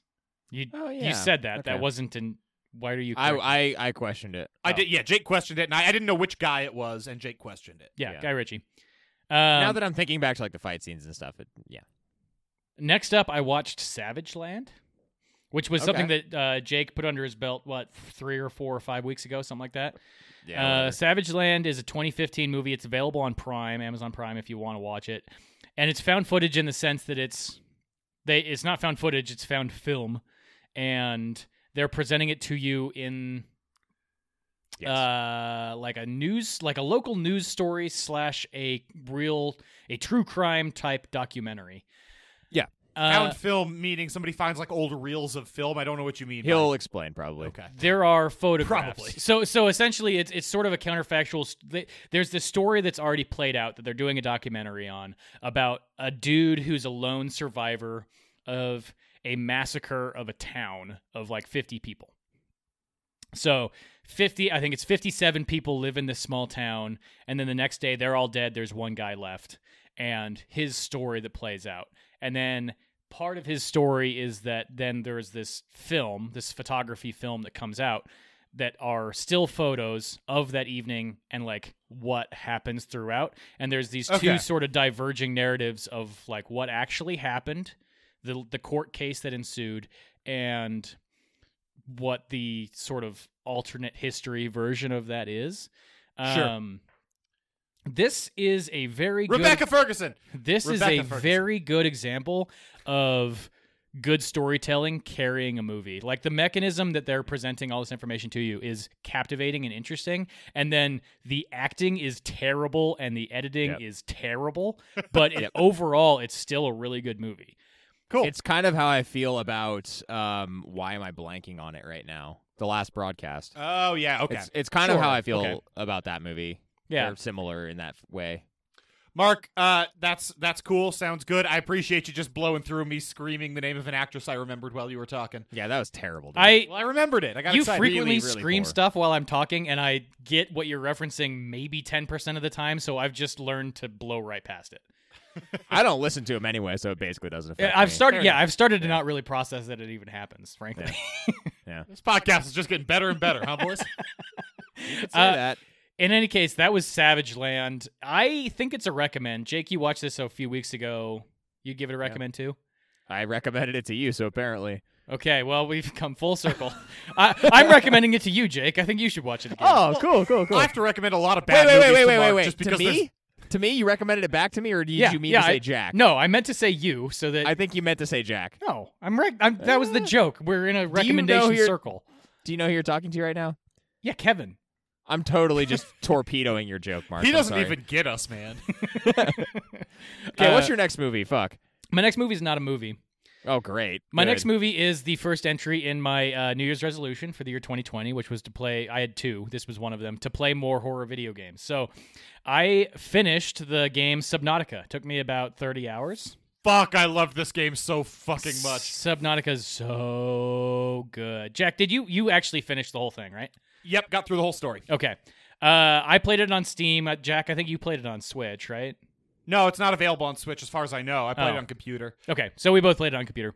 S1: you
S3: Oh, yeah.
S1: you said that. That
S3: Okay.
S1: wasn't in. Why are you?
S3: I,
S1: correcting-
S3: I I questioned it.
S2: I
S3: Oh.
S2: did. Yeah, Jake questioned it, and I, I didn't know which guy it was, and Jake questioned it.
S1: yeah,
S3: yeah.
S1: Guy Ritchie. Um,
S3: now that I'm thinking back to like the fight scenes and stuff, it, yeah.
S1: Next up, I watched Savage Land, which was something that uh, Jake put under his belt. What three or four or five weeks ago, something like that.
S3: Yeah.
S1: uh, Savage Land is a 2015 movie. It's available on Prime, Amazon Prime, if you want to watch it. And it's found footage in the sense that it's they it's not found footage. It's found film, and they're presenting it to you in
S3: Yes.
S1: uh, like a news, like a local news story slash a real a true crime type documentary.
S3: Yeah.
S1: Uh,
S2: Found film meaning somebody finds like old reels of film. I don't know what you mean. by-
S3: He'll explain probably.
S2: okay.
S1: There are photographs.
S2: Probably.
S1: So so essentially, it's it's sort of a counterfactual. s- th- There's this story that's already played out that they're doing a documentary on about a dude who's a lone survivor of a massacre of a town of like 50 people. So 50, I think it's 57 people live in this small town, and then the next day they're all dead. There's one guy left, and his story that plays out, and then part of his story is that then there's this film, this photography film that comes out that are still photos of that evening and like what happens throughout and there's these two
S2: Okay.
S1: sort of diverging narratives of like what actually happened the the court case that ensued and what the sort of alternate history version of that is.
S2: Sure.
S1: Um, this is a very
S2: Rebecca
S1: good,
S2: Ferguson.
S1: this
S2: Rebecca
S1: is a
S2: Ferguson.
S1: very good example of good storytelling carrying a movie. Like the mechanism that they're presenting all this information to you is captivating and interesting, and then the acting is terrible and the editing
S3: Yep.
S1: is terrible, but it, overall it's still a really good movie.
S2: Cool.
S3: It's kind of how I feel about um why am I blanking on it right now? The last broadcast.
S2: oh yeah. Okay.
S3: It's it's kind of
S2: Sure.
S3: how I feel
S2: Okay.
S3: about that movie.
S1: Yeah.
S3: They're similar in that f- way.
S2: Mark, uh, that's that's cool. Sounds good. I appreciate you just blowing through me screaming the name of an actress I remembered while you were talking.
S3: Yeah, that was terrible. Dude.
S1: I
S2: Well, I remembered it. I got
S1: you
S2: excited.
S1: frequently
S3: Really, really
S1: scream
S3: poor.
S1: stuff while I'm talking, and I get what you're referencing maybe 10% of the time, so I've just learned to blow right past it.
S3: I don't listen to him anyway, so it basically doesn't affect.
S1: I've
S3: me.
S1: started,
S2: Fair
S1: yeah,
S2: enough.
S1: I've started to not really process that it even happens, frankly.
S2: This podcast is just getting better and better, huh, boys?
S3: You could say
S1: uh,
S3: that.
S1: In any case, that was Savage Land. I think it's a recommend. Jake, you watched this a few weeks ago. You give it a recommend too?
S3: I recommended it to you, so apparently.
S1: Okay, well, we've come full circle. I, I'm recommending it to you, Jake. I think you should watch it again.
S3: Oh, cool, cool,
S2: I have to recommend a lot of
S3: Wait,
S2: bad
S3: wait, wait,
S2: movies
S3: wait,
S2: to
S3: wait, wait,
S2: Mark
S3: wait.
S2: Just
S3: To
S2: because
S3: me, to me, you recommended it back to me, or did
S1: Yeah,
S3: you mean
S1: yeah,
S3: to say
S1: I-
S3: Jack?
S1: No, I meant to say you so that.
S3: I think you meant to say Jack.
S1: no, I'm, rec- I'm that was the joke. We're in a recommendation
S3: who you're-
S1: circle.
S3: Do you know who you're talking to right now?
S1: Yeah, Kevin.
S3: I'm totally just torpedoing your joke, Mark.
S2: There's, he
S3: I'm
S2: doesn't
S3: sorry.
S2: even get us, man.
S3: Okay,
S1: Uh,
S3: what's your next movie? Fuck.
S1: My next movie is not a movie.
S3: Oh, great.
S1: My
S3: Good.
S1: next movie is the first entry in my uh, New Year's resolution for the year 2020, which was to play. I had two. This was one of them to play more horror video games. So I finished the game Subnautica. took me about 30 hours.
S2: Fuck, I love this game so fucking much.
S1: Subnautica is so good. Jack, did you you actually finish the whole thing, right?
S2: Yep, got through the whole story.
S1: Okay. Uh, I played it on Steam. Uh, Jack, I think you played it on Switch, right?
S2: No, it's not available on Switch as far as I know. I played
S1: Oh.
S2: it on computer.
S1: Okay, so we both played it on computer.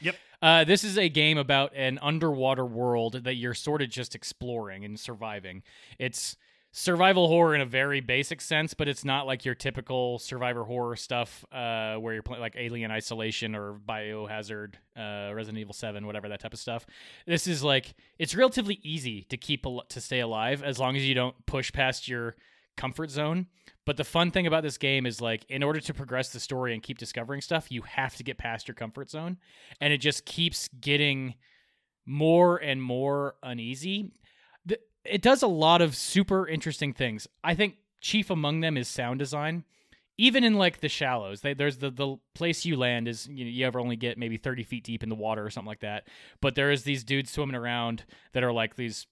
S2: Yep.
S1: Uh, this is a game about an underwater world that you're sort of just exploring and surviving. It's survival horror in a very basic sense, but it's not like your typical survivor horror stuff uh, where you're playing like Alien Isolation or Biohazard, uh, Resident Evil Seven, whatever that type of stuff. This is like it's relatively easy to keep al- to stay alive as long as you don't push past your comfort zone. But the fun thing about this game is like in order to progress the story and keep discovering stuff, you have to get past your comfort zone. And it just keeps getting more and more uneasy. Th- It does a lot of super interesting things. I think chief among them is sound design. Even in like the shallows, they, there's the the place you land is you know, you ever only get maybe thirty feet deep in the water or something like that. But there is these dudes swimming around that are like these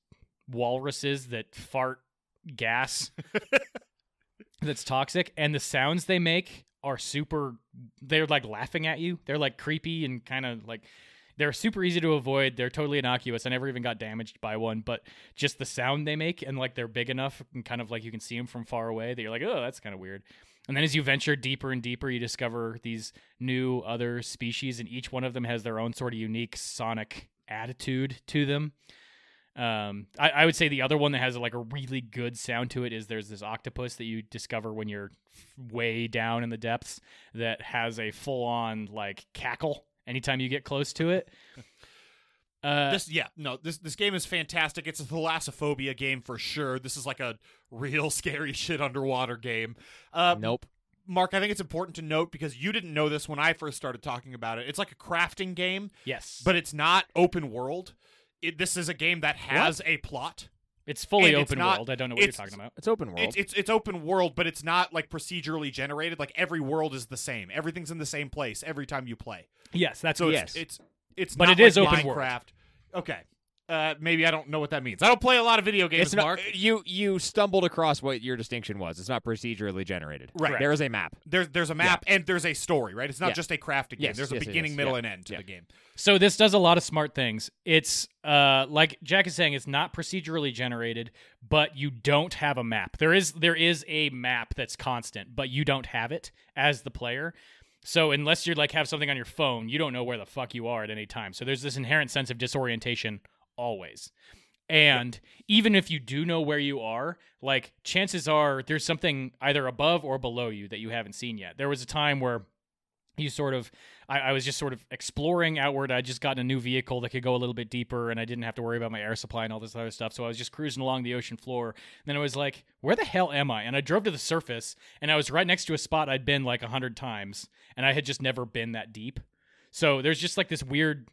S1: walruses that fart gas that's toxic and the sounds they make are super they're like laughing at you they're like creepy and kind of like they're super easy to avoid they're totally innocuous i never even got damaged by one but just the sound they make and like they're big enough and kind of like you can see them from far away that you're like oh that's kind of weird and then as you venture deeper and deeper you discover these new other species and each one of them has their own sort of unique sonic attitude to them um, I, I would say the other one that has like a really good sound to it is there's this octopus that you discover when you're way down in the depths that has a full on like cackle anytime you get close to it. Uh,
S2: This yeah, no, this this game is fantastic. It's a thalassophobia game for sure. This is like a real scary shit underwater game. Uh,
S3: Nope.
S2: Mark, I think it's important to note because you didn't know this when I first started talking about it. It's like a crafting game,
S1: yes,
S2: but it's not open world. It, this is a game that has a plot.
S1: it's fully
S2: and
S1: open
S2: it's not-
S1: world. I don't know what you're
S2: it's-
S1: talking about.
S3: It's open world.
S2: It's, it's it's open world, but it's not like procedurally generated. Like every world is the same. Everything's in the same place every time you play.
S1: Yes, that's
S2: So
S1: what
S2: it's it's it's
S1: But
S2: not
S1: it is
S2: like
S1: open world.
S2: Minecraft. Okay. Uh, maybe I don't know what that means. I don't play a lot of video games,
S3: It's
S2: Mark.
S3: not uh, you. You stumbled across what your distinction was. It's not procedurally generated.
S2: Right.
S3: There is a map.
S2: There's there's a map and there's a story, right? It's not
S3: Yeah.
S2: just a crafting game.
S3: Yes,
S2: There's a
S3: yes, it
S2: beginning,
S3: is.
S2: middle,
S3: Yeah.
S2: and end to
S3: Yeah.
S2: the game.
S1: So this does a lot of smart things. It's uh like Jack is saying, it's not procedurally generated, but you don't have a map. There is there is a map that's constant, but you don't have it as the player. So unless you're like have something on your phone, you don't know where the fuck you are at any time. So there's this inherent sense of disorientation always. And even if you do know where you are, like chances are there's something either above or below you that you haven't seen yet. There was a time where you sort of I, I was just sort of exploring outward. I just gotten a new vehicle that could go a little bit deeper, and I didn't have to worry about my air supply and all this other stuff. So I was just cruising along the ocean floor. And then I was like, "Where the hell am I?" And I drove to the surface, and I was right next to a spot I'd been like a hundred times, and I had just never been that deep. So there's just like this weird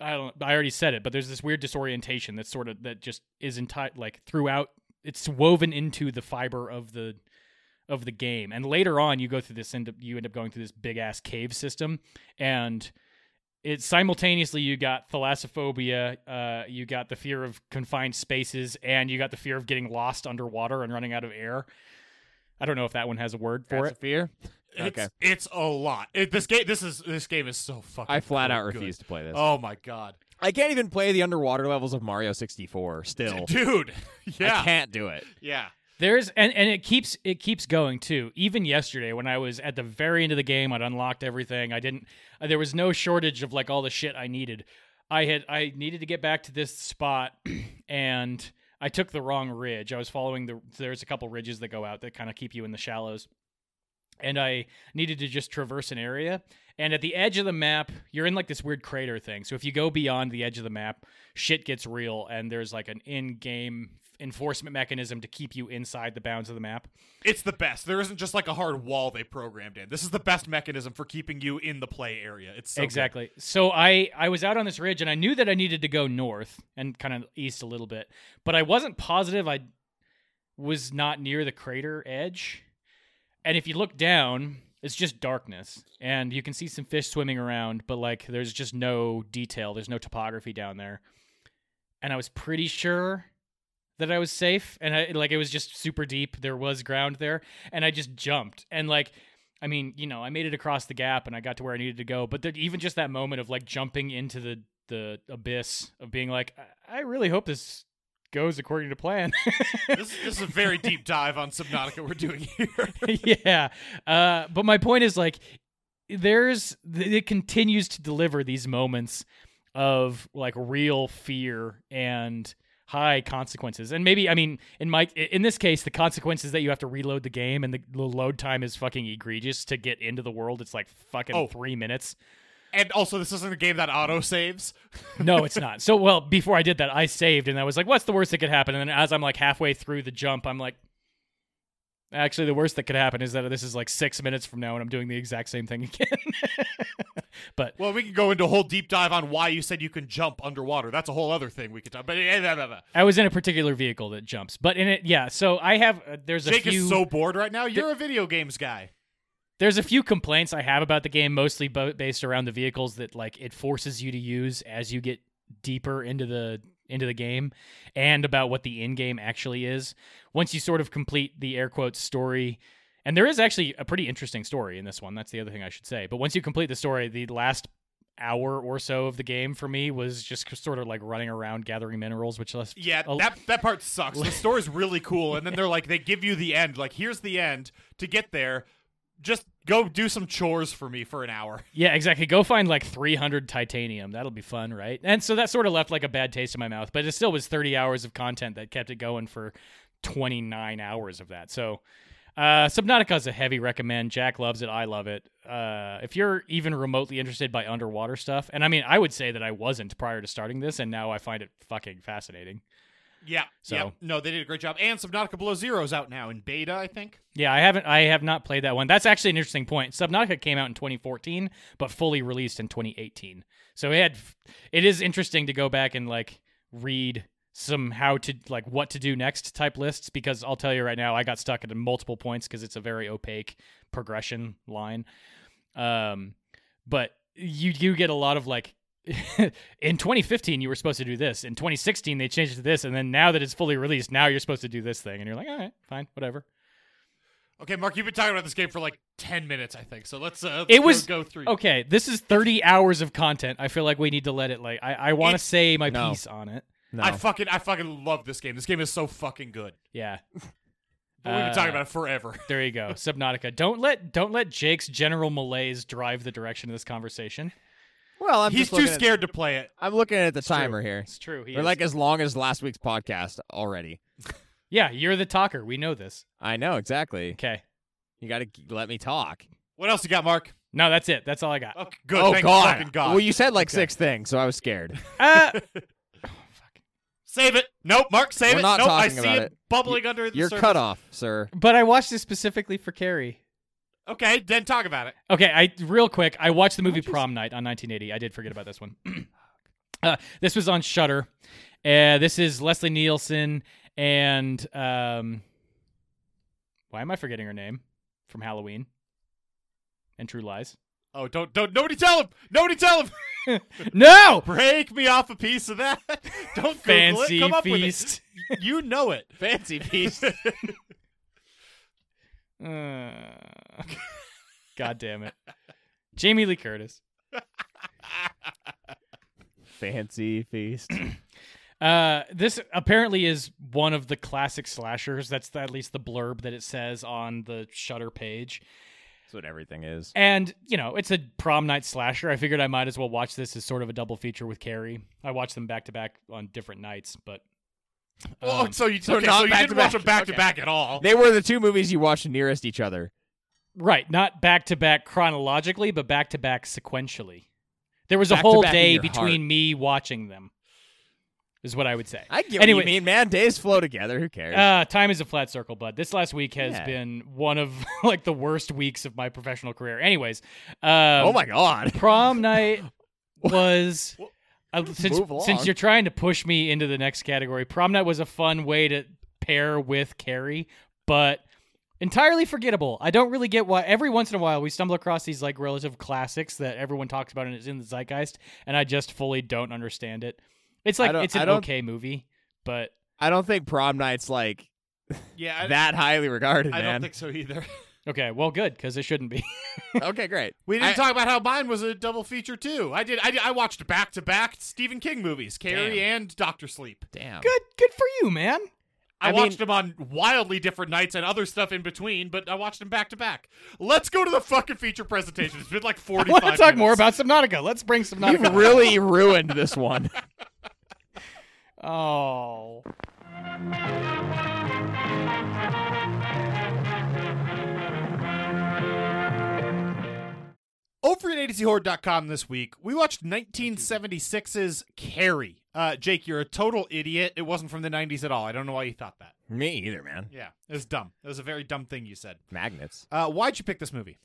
S1: I don't I already said it, but there's this weird disorientation that's sort of that just is enti- like throughout it's woven into the fiber of the of the game. And later on you go through this end up you end up going through this big ass cave system and it's simultaneously you got thalassophobia, uh, you got the fear of confined spaces, and you got the fear of getting lost underwater and running out of air. I don't know if that one has a word for
S3: That's
S1: it.
S3: a fear.
S2: It's,
S3: Okay.
S2: it's a lot. It, this game, this is this game is so fucking.
S3: I flat out
S2: good.
S3: refuse to play this.
S2: Oh my god,
S3: I can't even play the underwater levels of Mario 64 still.
S2: dude.
S3: I
S2: Yeah,
S3: can't do it.
S2: yeah.
S1: There's and, and it keeps it keeps going too. Even yesterday when I was at the very end of the game, I'd unlocked everything. I didn't uh, there was no shortage of like all the shit I needed. I had I needed to get back to this spot and I took the wrong ridge. I was following the there's a couple ridges that go out that kind of keep you in the shallows. And I needed to just traverse an area. And at the edge of the map, you're in like this weird crater thing. So if you go beyond the edge of the map, shit gets real and there's like an in-game enforcement mechanism to keep you inside the bounds of the map.
S2: It's the best. There isn't just like a hard wall they programmed in. This is the best mechanism for keeping you in the play area. It's so good.
S1: exactly. So I I was out on this ridge and I knew that I needed to go north and kind of east a little bit, but I wasn't positive I was not near the crater edge. And if you look down, it's just darkness and you can see some fish swimming around, but like there's just no detail, there's no topography down there. And I was pretty sure that I was safe and I like it was just super deep. There was ground there and I just jumped and like I mean, you know, I made it across the gap and I got to where I needed to go, but there, even just that moment of like jumping into the the abyss of being like "I- I really hope this goes according to plan.
S2: this, this is a very deep dive on Subnautica we're doing here.
S1: yeah. Uh, but my point is like, there's th- it continues to deliver these moments of like real fear and high consequences. And maybe I mean in my in this case the consequences that you have to reload the game and the the load time is fucking egregious to get into the world. It's like fucking
S2: Oh.
S1: 3 minutes.
S2: And also, this isn't a game that auto saves.
S1: No, it's not. So well, before I did that I saved and I was like what's the worst that could happen? And then as I'm like halfway through the jump I'm like Actually, the worst that could happen is that this is like six minutes from now, and I'm doing the exact same thing again. but
S2: Well, we can go into a whole deep dive on why you said you can jump underwater. That's a whole other thing we could talk. But eh, blah, blah, blah.
S1: I was in a particular vehicle that jumps. But in it, yeah. So I have uh, there's a
S2: Jake
S1: few
S2: is so bored right now. You're a video games guy.
S1: there's a few complaints I have about the game, mostly bo- based around the vehicles that like it forces you to use as you get deeper into the into the game, and about what the end game actually is. Once you sort of complete the air quotes story, and there is actually a pretty interesting story in this one. That's the other thing I should say. But once you complete the story, the last hour or so of the game for me was just sort of like running around gathering minerals, which left
S2: Yeah,
S1: a-
S2: that that part sucks. The story's really cool, and then they're like, they give you the end. Like, here's the end. To get there, just go do some chores for me for an hour.
S1: Yeah, exactly. Go find like 300 titanium. That'll be fun, right? And so that sort of left like a bad taste in my mouth, but it still was 30 hours of content that kept it going for 29 hours of that. So uh, Subnautica is a heavy recommend. Jack loves it. I love it. Uh, if you're even remotely interested by underwater stuff, and I mean, I would say that I wasn't prior to starting this, and now I find it fucking fascinating.
S2: Yeah.
S1: So-
S2: yeah. No, they did a great job. And Subnautica Below Zero is out now in beta, I think.
S1: Yeah, I haven't. I have not played that one. That's actually an interesting point. Subnautica came out in 2014, but fully released in 2018. So it had. It is interesting to go back and like read some how to like what to do next type lists because I'll tell you right now, I got stuck at multiple points because it's a very opaque progression line. Um, but you do get a lot of like. in 2015 you were supposed to do this in 2016 they changed it to this and then now that it's fully released now you're supposed to do this thing and you're like all right fine whatever
S2: Okay, Mark, you've been talking about this game for like ten minutes, I think. So let's uh, let's
S1: It
S2: go-
S1: was-
S2: go through.
S1: Okay, this is 30 hours of content. I feel like we need to let it like I, I want to
S2: It's-
S1: say my
S3: No.
S1: piece on it.
S3: No.
S2: I fucking I fucking love this game. This game is so fucking good.
S1: Yeah.
S2: But we've been talking
S1: Uh,
S2: about it forever.
S1: There you go. Subnautica. Don't let don't let Jake's general malaise drive the direction of this conversation.
S3: well, I'm
S2: He's
S3: just
S2: too
S3: looking at-
S2: scared to play it.
S3: I'm looking at the timer
S1: true.
S3: here.
S1: It's true. He
S3: We're
S1: is-
S3: like as long as last week's podcast already.
S1: yeah, you're the talker. We know this.
S3: I know exactly.
S1: Okay.
S3: You got to let me talk.
S2: What else you got, Mark?
S1: No, that's it. That's all I got.
S2: Okay, good.
S3: oh
S2: thank
S3: God.
S2: fucking God.
S3: Well, you said like six things, so I was scared.
S1: Uh,
S2: Save it. Nope, Mark, save
S3: We're
S2: it.
S3: not
S2: nope, I see
S3: talking about
S2: it
S3: it.
S2: bubbling under the
S3: You're
S2: surface.
S3: cut off, sir.
S1: but I watched this specifically for Carrie.
S2: Okay, then talk about it.
S1: Okay, I real quick, I watched the movie Prom Night on 1980. I did forget about this one. uh, this was on Shutter. Uh, this is Leslie Nielsen and um, why am I forgetting her name from Halloween and True Lies?
S2: Oh, don't don't nobody tell him. Nobody tell him.
S1: No,
S2: Break me off a piece of that. Don't Google it.
S1: Fancy
S2: Come up
S1: Feast.
S2: with it. You know it.
S3: Fancy piece.
S1: Uh, God damn it, Jamie Lee Curtis.
S3: Fancy feast.
S1: Uh, this apparently is one of the classic slashers. That's the, at least the blurb that it says on the Shutter page.
S3: That's what everything is.
S1: And, you know, it's a prom night slasher. I figured I might as well watch this as sort of a double feature with Carrie. I watched them back to back on different nights, but.
S2: Oh,
S1: um,
S2: so you,
S3: so
S2: okay,
S3: not
S2: so you
S3: back
S2: didn't
S3: to
S2: watch
S3: back.
S2: them back to
S3: Okay.
S2: back at all.
S3: They were the two movies you watched nearest each other.
S1: right, not back to back chronologically, but back to back sequentially. There was a
S3: Back to
S1: whole
S3: back in
S1: day
S3: your
S1: between
S3: heart.
S1: me watching them, is what I would say.
S3: I get
S1: anyway,
S3: what you mean, man. Days flow together. Who cares?
S1: Uh, time is a flat circle, bud. This last week has
S3: Yeah.
S1: been one of like the worst weeks of my professional career. Anyways, um,
S3: oh my god.
S1: prom night was uh, since
S3: Move along.
S1: since you're trying to push me into the next category. Prom night was a fun way to pair with Carrie, but entirely forgettable. I don't really get why. Every once in a while, we stumble across these like relative classics that everyone talks about and is in the zeitgeist, and I just fully don't understand it. It's
S3: I
S1: like
S3: don't-
S1: it's
S3: I
S1: an
S3: don't-
S1: okay movie, but
S3: I don't think prom night's like
S2: yeah, I,
S3: that highly regarded,
S2: I
S3: man.
S2: don't think so either.
S1: okay, well, good because it shouldn't be.
S3: okay, great.
S2: We didn't
S3: I-
S2: talk about how mine was a double feature too. I did. I, did- I watched back to back Stephen King movies, Carrie and Doctor Sleep.
S3: Damn.
S1: good, good for you, man.
S2: I,
S3: I mean-
S2: watched them on wildly different nights and other stuff in between, but I watched them back to back. Let's go to the fucking feature presentation. It's been like
S1: I
S2: forty.
S1: want to talk more about Subnautica. Let's bring Subnautica.
S3: You've really ruined this one.
S1: Oh.
S2: Over at ADCHorror.com this week, we watched 1976's Carrie. Uh, Jake, you're a total idiot. It wasn't from the 90s at all. I don't know why you thought that.
S3: Me either, man.
S2: Yeah, it was dumb. It was a very dumb thing you said.
S3: Magnets.
S2: Uh, why'd you pick this movie?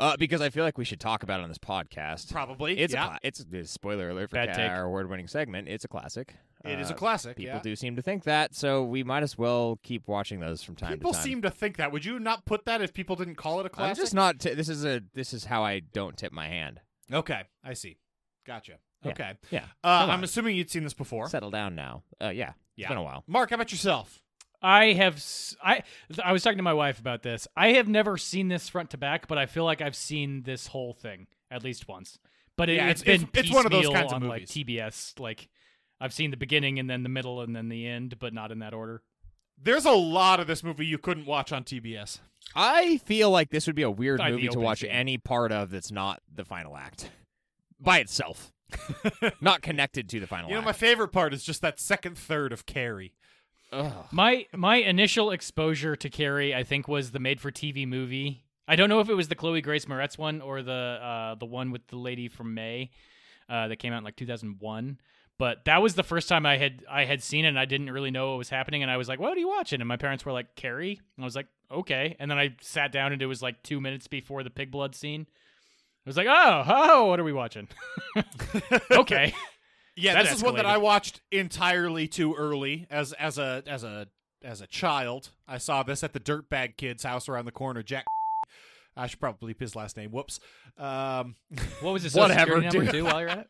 S3: Uh, because I feel like we should talk about it on this podcast.
S2: Probably.
S3: It's
S2: yeah.
S3: a cla- it's a spoiler alert for
S1: Bad take.
S3: our award-winning segment. It's a classic.
S2: It is a
S3: Uh,
S2: classic.
S3: People
S2: yeah.
S3: do seem to think that, so we might as well keep watching those from time
S2: People
S3: to time.
S2: seem to think that. Would you not put that if people didn't call it a
S3: I'm
S2: classic?
S3: just not. T- this is a. This is how I don't tip my hand.
S2: Okay, I see. Gotcha.
S3: Yeah.
S2: Okay.
S3: Yeah.
S2: Uh,
S3: Come
S2: I'm
S3: on.
S2: assuming you'd seen this before.
S3: Settle down now. Uh, yeah.
S2: Yeah.
S3: It's been a while.
S2: Mark, how about yourself?
S1: I have s- I th- I was talking to my wife about this. I have never seen this front to back, but I feel like I've seen this whole thing at least once. But it,
S2: Yeah,
S1: has
S2: it's-
S1: been
S2: it's- it's one of those
S1: piecemeal
S2: kinds of
S1: on like
S2: movies.
S1: TBS. Like I've seen the beginning and then the middle and then the end, but not in that order.
S2: There's a lot of this movie you couldn't watch on TBS.
S3: I feel like this would be a weird
S1: Like the
S3: movie to
S1: opening
S3: watch
S1: scene.
S3: any part of that's not the final act by itself, not connected to the final
S2: You know, my
S3: act.
S2: favorite part is just that second third of Carrie.
S3: Ugh.
S1: My my initial exposure to Carrie, I think, was the made for TV movie. I don't know if it was the Chloe Grace Moretz one or the uh, the one with the lady from May uh, that came out in like 2001. But that was the first time I had I had seen it, and I didn't really know what was happening. And I was like, "What are you watching?" And my parents were like, "Carrie," and I was like, "Okay." And then I sat down, and it was like two minutes before the pig blood scene. I was like, "Oh, oh, what are we watching?" okay.
S2: Yeah,
S1: That
S2: this is one that
S1: escalated.
S2: I watched entirely too early as as a as a as a child. I saw this at the dirtbag kid's house around the corner. Jack, I should probably bleep his last name. Whoops. Um,
S1: What was this?
S3: Whatever,
S1: number
S3: dude.
S1: two while you're at it?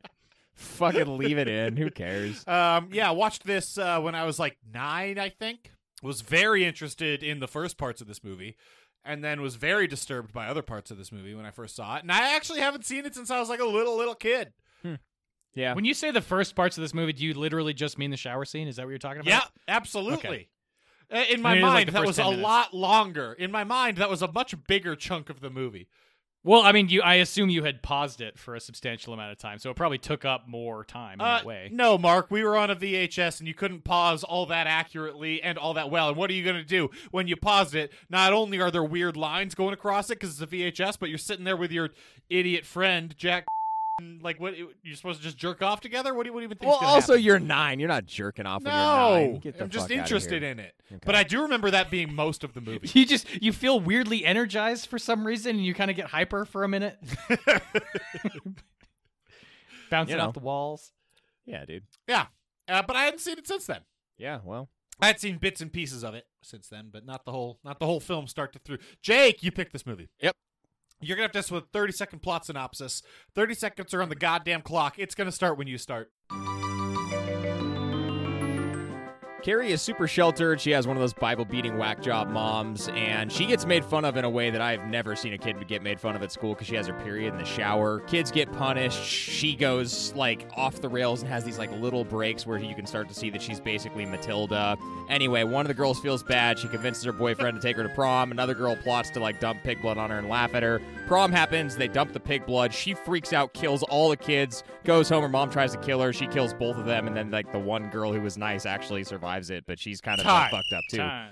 S3: Fucking leave it in. Who cares?
S2: Um, yeah, I watched this uh, when I was like nine, I think. Was very interested in the first parts of this movie, and then was very disturbed by other parts of this movie when I first saw it. And I actually haven't seen it since I was like a little little kid.
S3: Yeah.
S1: When you say the first parts of this movie, do you literally just mean the shower scene? Is that what you're talking about?
S2: Yeah, absolutely. Uh, In my
S1: I mean, like,
S2: mind,
S1: the
S2: that
S1: first
S2: was
S1: 10
S2: a
S1: minutes.
S2: lot longer. In my mind, that was a much bigger chunk of the movie.
S1: Well, I mean, you. I assume you had paused it for a substantial amount of time, so it probably took up more time in
S2: Uh,
S1: that way.
S2: no, Mark, we were on a VHS and you couldn't pause all that accurately and all that well. And what are you going to do when you paused it? Not only are there weird lines going across it because it's a VHS, but you're sitting there with your idiot friend, Jack, like what you're supposed to just jerk off together? What do you, what do you even think?
S3: Well, also you're nine. You're not jerking off when you're
S2: no,
S3: nine. Get the
S2: I'm just
S3: fuck outta
S2: interested
S3: here.
S2: in it. But I do remember that being most of the movie.
S1: You just you feel weirdly energized for some reason, and you kind of get hyper for a minute, bouncing
S3: You know.
S1: off the walls.
S3: Yeah, dude.
S2: yeah, uh, but I hadn't seen it since then.
S3: Yeah, well,
S2: I had seen bits and pieces of it since then, but not the whole not the whole film start to through. Jake, you picked this movie.
S3: Yep.
S2: You're gonna have to us with a 30 second plot synopsis. 30 seconds are on the goddamn clock. It's gonna start when you start.
S3: Carrie is super sheltered. She has one of those Bible beating whack job moms, and she gets made fun of in a way that I've never seen a kid get made fun of at school because she has her period in the shower. Kids get punished. She goes like off the rails and has these like little breaks where you can start to see that she's basically Matilda. Anyway, one of the girls feels bad. She convinces her boyfriend to take her to prom. Another girl plots to like dump pig blood on her and laugh at her. Prom happens. They dump the pig blood. She freaks out, kills all the kids, goes home. Her mom tries to kill her. She kills both of them, and then like the one girl who was nice actually survives it, but she's kind of
S2: Time.
S3: fucked up too.
S1: Time.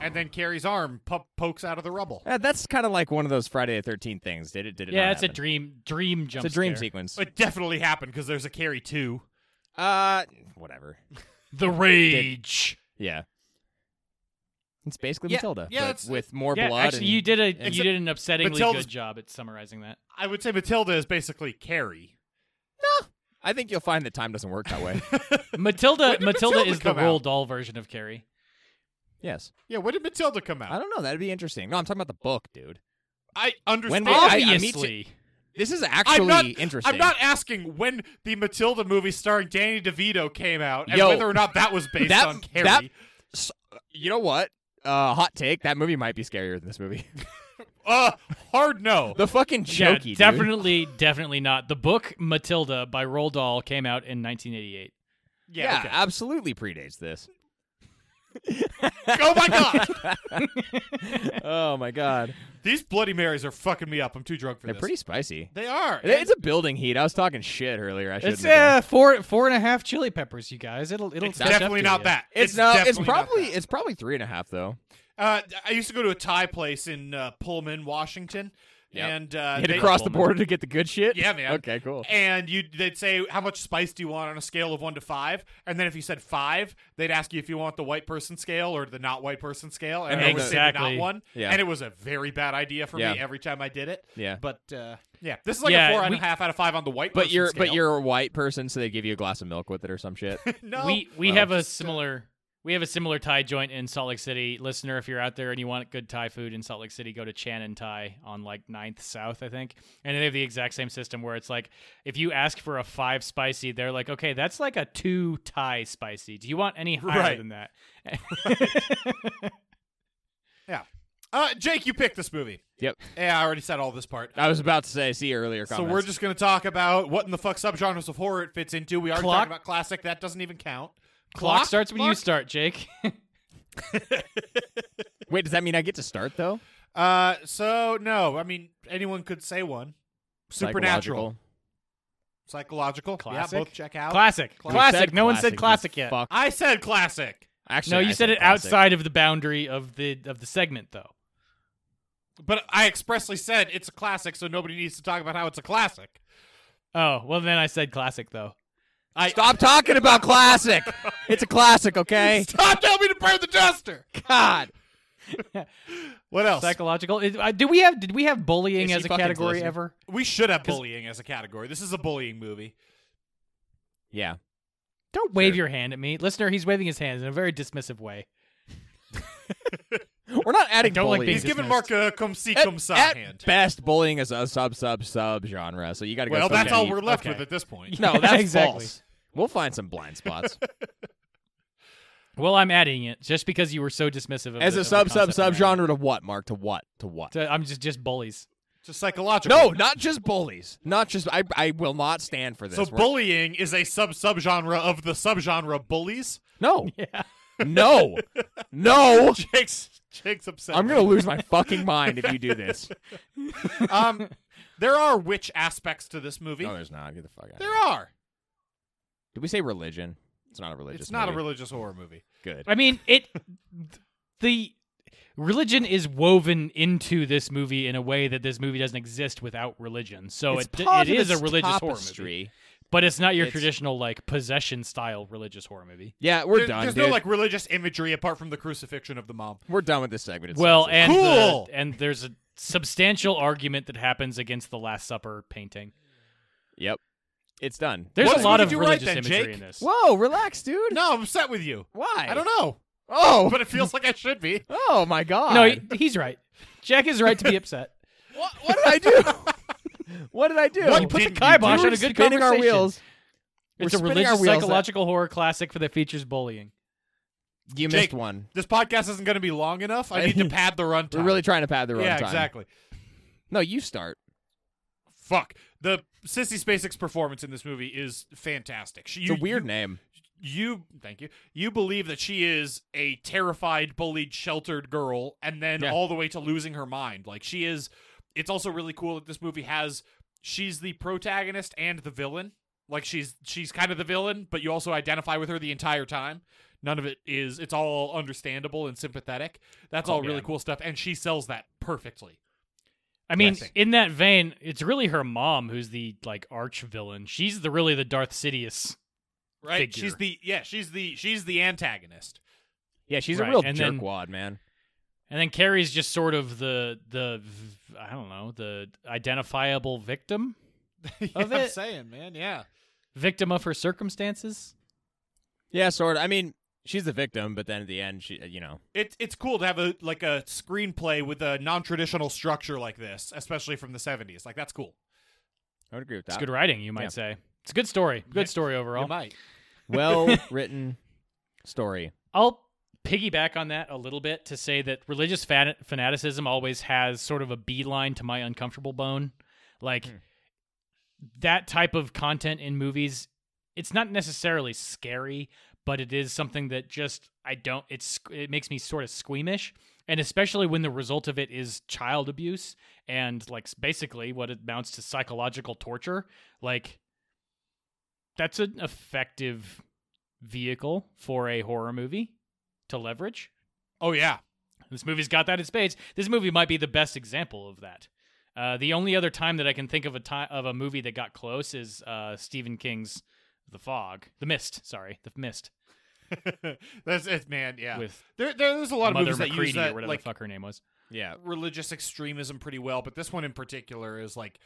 S2: And then Carrie's arm pu- pokes out of the rubble.
S3: Uh, that's kind of like one of those Friday the Thirteenth things. Did it? Did it?
S1: Yeah,
S3: not
S1: it's a
S3: happen?
S1: dream dream jump.
S3: It's a dream
S1: scare.
S3: sequence.
S2: It definitely happened because there's a Carrie too.
S3: Uh, whatever.
S1: The rage.
S3: Yeah. It's basically
S2: Yeah,
S3: Matilda,
S2: yeah,
S3: but
S2: it's-
S3: with more
S1: yeah,
S3: blood.
S1: actually,
S3: and-
S1: you did a
S3: and-
S1: you did an upsettingly
S2: Matilda's-
S1: good job at summarizing that.
S2: I would say Matilda is basically Carrie.
S3: I think you'll find that time doesn't work that way.
S1: Matilda
S2: did
S1: Matilda
S2: Matilda
S1: is the
S2: come out?
S1: Roald doll version of Carrie.
S3: yes.
S2: Yeah, when did Matilda come
S3: I
S2: out?
S3: don't know. That'd be interesting. No, I'm talking about the book, dude.
S2: I, understand.
S3: When did- I- I- me too.
S1: Obviously,
S3: This is
S2: I'm
S3: actually
S2: not
S3: interesting.
S2: I'm not asking when the Matilda movie starring Danny DeVito came out and
S3: Yo,
S2: whether or not that was based
S3: that-
S2: on Carrie.
S3: that- You know what? Uh, hot take. That movie might be scarier than this movie.
S2: Uh, hard no.
S3: the fucking
S1: yeah,
S3: jokey. dude.
S1: definitely, definitely not. The book Matilda by Roald Dahl came out in 1988.
S3: Yeah,
S2: okay.
S3: absolutely predates this.
S2: oh my god,
S3: oh my god,
S2: these Bloody Marys are fucking me up. I'm too drunk for
S3: they're
S2: this.
S3: pretty spicy.
S2: They are.
S3: It's a building heat. I was talking shit earlier. I shouldn't.
S1: It's
S3: have been.
S1: uh, four four and a half chili peppers, you guys. It'll it'll
S2: It's
S1: catch up
S2: definitely
S1: to
S2: not
S1: you.
S2: that.
S3: It's, no. It's
S2: uh, definitely not
S3: probably
S2: that.
S3: it's probably three and a half though.
S2: Uh, I used to go to a Thai place in uh, Pullman, Washington,
S3: Yep.
S2: and uh,
S3: Hit
S2: they-
S3: across the border to get the good shit.
S2: Yeah, man.
S3: Okay, cool.
S2: And you, they'd say, "How much spice do you want on a scale of one to five? And then if you said five, they'd ask you if you want the white person scale or the not white person scale. And,
S3: And
S2: I always said the
S1: exactly.
S2: not one.
S3: Yeah.
S2: And it was a very bad idea for
S3: Yeah.
S2: me every time I did it.
S3: Yeah.
S2: But uh, yeah, this is like
S1: Yeah,
S2: a four and a half
S1: we-
S2: out of five on the white.
S3: But
S2: person
S3: you're
S2: scale.
S3: but you're a white person, so they give you a glass of milk with it or some shit.
S2: no.
S1: we we
S3: well,
S1: have a similar we have a similar Thai joint in Salt Lake City. Listener, if you're out there and you want good Thai food in Salt Lake City, go to Chan and Thai on like 9th South, I think. And they have the exact same system where it's like if you ask for a five spicy, they're like, okay, that's like a two Thai spicy. Do you want any higher
S2: Right.
S1: than that?
S2: uh, Jake, you picked this movie.
S3: yep.
S2: Yeah, I already said all this part.
S3: I was about to say see earlier
S2: So
S3: comments.
S2: we're just going to talk about what in the fuck subgenres of horror it fits into. We already
S1: Clock?
S2: talked about classic. That doesn't even count.
S1: Clock, starts when you
S2: Clock?
S1: start, Jake.
S3: wait. Does that mean I get to start though?
S2: Uh, so no, I mean anyone could say one. Supernatural, psychological,
S3: Psychological.
S1: Classic?
S2: yeah, both check out.
S1: classic.
S2: We
S1: Classic.
S3: said
S1: No one
S3: classic,
S1: said
S3: you
S1: classic yet.
S3: fuck.
S2: I said classic,
S3: Actually,
S1: No, you
S3: I
S1: said, it
S3: classic.
S1: outside of the boundary of the of the segment though.
S2: but I expressly said it's a classic, so nobody needs to talk about how it's a classic.
S1: Oh, well then I said classic though.
S2: I
S3: Stop talking about classic. it's a classic, okay?
S2: Stop telling me to burn the duster.
S3: God.
S2: What else?
S1: Psychological. Is, uh, do we have did we have bullying
S3: Is
S1: as
S3: he
S1: a
S3: fucking
S1: category
S3: listening?
S1: ever?
S2: we should have
S1: 'Cause-
S2: bullying as a category. This is a bullying movie.
S3: Yeah.
S1: Don't wave your hand at me, listener. He's waving his hands in a very dismissive way.
S3: We're not adding
S1: don't like
S3: bullying.
S1: being
S2: He's giving Mark
S1: dismissed.
S2: a come see
S3: at,
S2: come saw
S3: at
S2: hand.
S3: best, bullying is a sub sub sub genre. So you got to go.
S2: Well, that's
S3: somewhere
S2: all
S3: deep.
S2: we're left
S1: Okay.
S2: with at this point.
S3: No, that's
S1: Exactly.
S3: false. We'll find some blind spots.
S1: Well, I'm adding it just because you were so dismissive. Of
S3: As
S1: the, of
S3: a
S1: the
S3: sub sub
S1: concept
S3: sub
S1: of that.
S3: genre to what, Mark? To what? To what?
S1: So I'm just just bullies.
S2: Just psychological.
S3: no, not just bullies. Not just. I I will not stand for this.
S2: So
S3: We're-
S2: bullying is a sub subgenre of the subgenre bullies.
S3: no,
S1: Yeah.
S3: no, no.
S2: Jake's Jake's upset.
S3: I'm gonna lose my fucking mind if you do this.
S2: Um, there are witch aspects to this movie.
S3: No, there's not. Get the fuck out.
S2: there are.
S3: Did we say religion? It's not a religious.
S2: It's not a
S3: movie.
S2: religious horror movie.
S3: good.
S1: I mean it. The religion is woven into this movie in a way that this movie doesn't exist without religion. So
S3: It's
S1: it,
S3: part
S1: it
S3: of
S1: is a
S3: its
S1: religious horror movie,
S3: tapestry.
S1: but it's not your
S3: It's-
S1: traditional like possession style religious horror movie.
S3: Yeah, we're
S2: There-
S3: done,
S2: There's
S3: dude.
S2: no like religious imagery apart from the crucifixion of the mom.
S3: we're done with this segment. It's
S1: Well,
S3: censored.
S1: and the-
S2: Cool.
S1: and there's a substantial argument that happens against the Last Supper painting.
S3: yep, it's done.
S1: There's
S2: What
S1: a lot
S2: did
S1: of
S2: you write
S1: religious
S2: then,
S1: imagery
S2: Jake?
S1: in this.
S3: Whoa, relax, dude.
S2: No, I'm upset with you.
S3: Why?
S2: I don't know,
S3: Oh,
S2: but it feels like I should be.
S3: oh my god.
S1: No, he, he's right. Jack is right to be upset.
S3: what, what did I do? what did I do?
S2: What
S1: You put the
S2: didn't you
S1: kibosh
S3: We
S1: on
S3: were
S1: a good
S3: spinning
S1: conversation.
S3: our wheels. We're
S1: It's a
S3: spinning our
S1: religious
S3: wheels.
S1: psychological horror classic for that features bullying.
S3: You
S2: Jake,
S3: missed one.
S2: This podcast isn't going to be long enough. I need to pad the runtime.
S3: We're really trying to pad the runtime.
S2: yeah, exactly.
S3: No, you start.
S2: Fuck the Sissy Spacek's performance in this movie is fantastic. She,
S3: It's
S2: you,
S3: a weird
S2: you-
S3: name.
S2: you thank you you believe that she is a terrified bullied sheltered girl and then
S3: Yeah.
S2: all the way to losing her mind like she is it's also really cool that this movie has she's the protagonist and the villain like she's she's kind of the villain but you also identify with her the entire time none of it is it's all understandable and sympathetic that's all really
S3: Oh, yeah.
S2: cool stuff and she sells that perfectly
S1: I mean,
S2: Classic.
S1: in that vein, it's really her mom who's the like arch villain. She's the really the Darth Sidious.
S2: right
S1: Figure.
S2: she's the yeah she's the she's the antagonist
S3: Yeah, she's
S1: Right,
S3: a real
S1: and then-
S3: jerkwad, man.
S1: And then Carrie's just sort of the the v- I don't know, the identifiable victim, Of
S2: i'm
S1: it.
S2: saying man yeah
S1: victim of her circumstances.
S3: Yeah, sort of. I mean, she's the victim, but then at the end, she, you know,
S2: It's it's cool to have a like a screenplay with a non-traditional structure like this, especially from the 70s. Like that's cool.
S3: I would agree with
S1: It's
S3: that.
S1: good writing, you might
S3: Yeah.
S1: say. It's a good story. Good
S2: Yeah.
S1: story overall.
S2: might.
S3: well written story.
S1: I'll piggyback on that a little bit to say that religious fan- fanaticism always has sort of a beeline to my uncomfortable bone. Like that type of content in movies, it's not necessarily scary, but it is something that just I don't. It's it makes me sort of squeamish, and especially when the result of it is child abuse and like s- basically what it amounts to psychological torture. Like that's an effective vehicle for a horror movie to leverage.
S2: Oh yeah.
S1: This movie's got that in spades. This movie might be the best example of that. Uh, the only other time that I can think of a time of a movie that got close is uh, Stephen King's The Fog, The Mist. Sorry, The Mist
S2: that's it, man, yeah.
S1: with
S2: there, there- there's a lot of
S1: Mother
S2: movies that
S1: McCready
S2: use that
S1: or whatever
S2: like
S1: the fuck her name was.
S3: Yeah.
S2: religious extremism pretty well, but this one in particular is like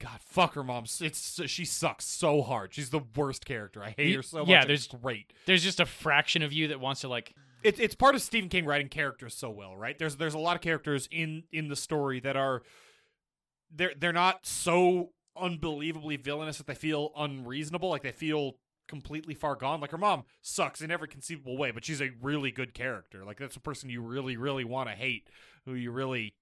S2: God, fuck her mom. It's she sucks so hard. She's the worst character. I hate
S1: Y-
S2: her so much.
S1: yeah,
S2: It's
S1: there's-
S2: great.
S1: There's just a fraction of you that wants to like.
S2: It's it's part of Stephen King writing characters so well, right? There's there's a lot of characters in in the story that are they're they're not so unbelievably villainous that they feel unreasonable, like they feel completely far gone. Like her mom sucks in every conceivable way, but she's a really good character. Like that's a person you really really want to hate, who you really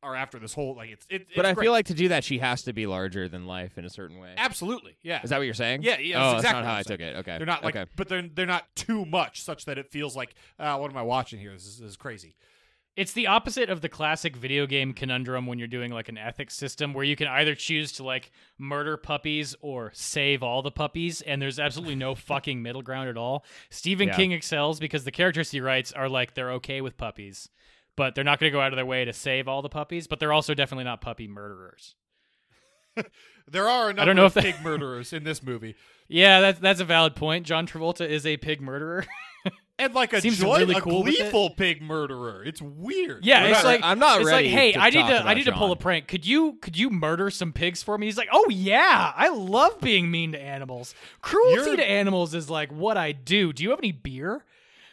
S2: are after this whole like it's it, it's
S3: But I
S2: great.
S3: feel like to do that, she has to be larger than life in a certain way.
S2: absolutely yeah
S3: Is that what you're saying?
S2: Yeah, yeah,
S3: Oh,
S2: that's
S3: that's
S2: exactly
S3: not how
S2: what
S3: I
S2: I'm
S3: took it. Okay.
S2: they're not like
S3: Okay.
S2: but they're they're not too much such that it feels like uh, what am I watching here? This is, this is crazy.
S1: It's the opposite of the classic video game conundrum when you're doing like an ethics system where you can either choose to like murder puppies or save all the puppies, and there's absolutely no fucking middle ground at all. Stephen
S3: Yeah.
S1: King excels because the characters he writes are like they're okay with puppies, but they're not going to go out of their way to save all the puppies, but they're also definitely not puppy murderers.
S2: There are a number
S1: don't know
S2: of
S1: if that-
S2: pig murderers in this movie.
S1: Yeah, that's that's a valid point. John Travolta is a pig murderer.
S2: and like a
S1: Seems
S2: joy,
S1: really
S2: a
S1: cool with it.
S2: gleeful pig murderer. It's weird.
S1: Yeah,
S3: We're
S1: it's
S3: not-
S1: like
S3: I'm not
S1: it's
S3: ready
S1: Like, hey,
S3: to
S1: I need
S3: talk
S1: to I
S3: about
S1: need to pull a
S3: John."
S1: prank. Could you could you murder some pigs for me? He's like, oh yeah, I love being mean to animals. Cruelty
S2: You're-
S1: to animals is like what I do. Do you have any beer?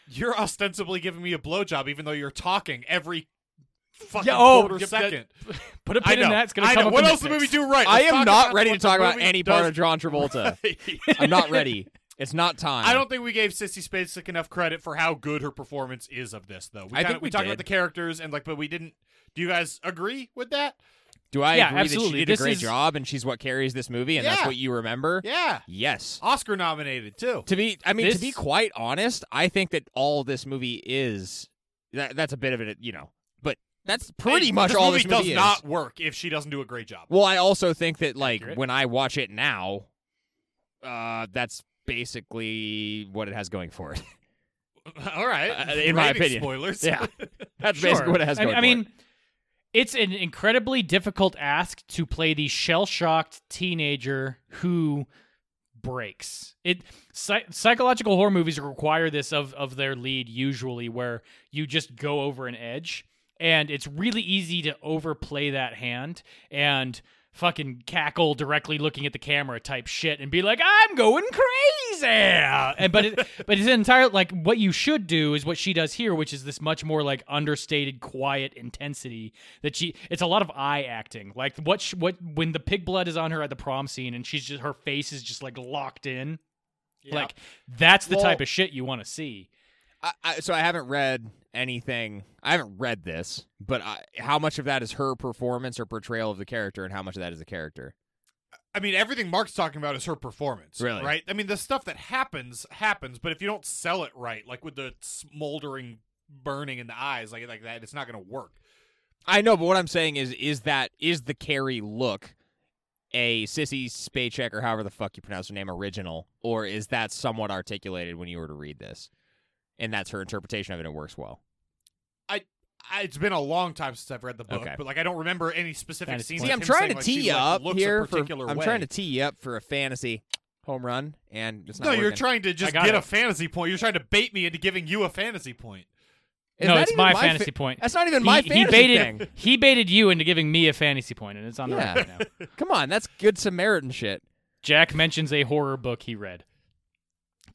S2: you're ostensibly giving me a blowjob, even though you're talking every fucking
S1: Yeah, oh,
S2: quarter
S1: yep, that-
S2: second.
S1: Put a
S2: I
S1: pin
S2: know.
S1: in that. It's gonna
S2: I
S1: come
S2: know.
S1: up
S2: What
S1: in
S2: else
S1: the
S2: did the movie
S1: fix.
S2: do right?
S3: I
S2: Let's
S3: am
S2: talk
S3: not
S2: about
S3: ready to
S2: what
S3: talk
S2: the
S3: about
S2: movie
S3: any
S2: does.
S3: part of John Travolta. I'm not ready. It's not time.
S2: I don't think we gave Sissy Spacek enough credit for how good her performance is of this, though. We
S3: I
S2: kinda-
S3: think
S2: we
S3: we
S2: talked
S3: did.
S2: about the characters and like, but we didn't. Do you guys agree with that?
S3: Do I
S1: Yeah,
S3: agree that
S1: absolutely.
S3: she did
S1: This
S3: a great
S1: is-
S3: job and she's what carries this movie and that's
S2: Yeah.
S3: what you remember?
S2: Yeah,
S3: Yes.
S2: Oscar nominated too.
S3: To be, I mean,
S1: This-
S3: to be quite honest, I think that all this movie is that, that's a bit of it, you know, but that's pretty
S2: Hey,
S3: much
S2: this
S3: all
S2: movie
S3: this movie
S2: does
S3: is.
S2: not work if she doesn't do a great job.
S3: Well, I also think that like
S1: Accurate.
S3: when I watch it now, uh, that's basically what it has going for it.
S2: All right,
S3: Uh, in my
S2: Rating
S3: opinion.
S2: spoilers.
S3: yeah, That's basically what it has
S1: I,
S3: going
S1: I
S3: for
S1: mean,
S3: it.
S1: it's an incredibly difficult ask to play the shell shocked teenager who breaks. It psy- psychological horror movies require this of of their lead usually, where you just go over an edge, and it's really easy to overplay that hand and fucking cackle directly looking at the camera type shit and be like i'm going crazy and but it, but it's an entire like what you should do is what she does here which is this much more like understated quiet intensity that she it's a lot of eye acting like what sh what when the pig blood is on her at the prom scene and she's just her face is just like locked in like that's the
S3: Well-
S1: type of shit you want to see
S3: I, I, so I haven't read anything. I haven't read this, but I, how much of that is her performance or portrayal of the character, and how much of that is the character?
S2: I mean, everything Mark's talking about is her performance,
S3: Really?
S2: right? I mean, the stuff that happens happens, but if you don't sell it right, like with the smoldering burning in the eyes, like like that, it's not going to work.
S3: I know, but what I'm saying is, is that is the Carrie look a sissy Spacek or however the fuck you pronounce her name original, or is that somewhat articulated when you were to read this, and that's her interpretation of it, and it works well.
S2: I, it's been a long time since I've read the book,
S3: Okay.
S2: but like I don't remember any specific
S1: That is
S2: scenes.
S1: funny.
S3: See,
S2: of
S3: I'm
S2: him
S3: trying
S2: saying,
S3: to
S2: like,
S3: tee
S2: she,
S3: you
S2: like,
S3: up
S2: looks a
S3: here. For,
S2: particular
S3: I'm
S2: way.
S3: trying to tee you up for a fantasy home run, and it's not
S2: no, you're
S3: working.
S2: trying to just
S1: got
S2: get
S1: it.
S2: a fantasy point. You're trying to bait me into giving you a fantasy point.
S3: Is
S1: no
S3: that
S1: it's
S3: even
S1: my,
S3: fa-
S1: fantasy point
S3: That's not even my
S1: he,
S3: fantasy
S1: he baited
S3: thing.
S1: he baited you into giving me a fantasy point and it's on the
S3: Yeah.
S1: record now
S3: Come on, that's good Samaritan shit.
S1: Jack mentions a horror book he read.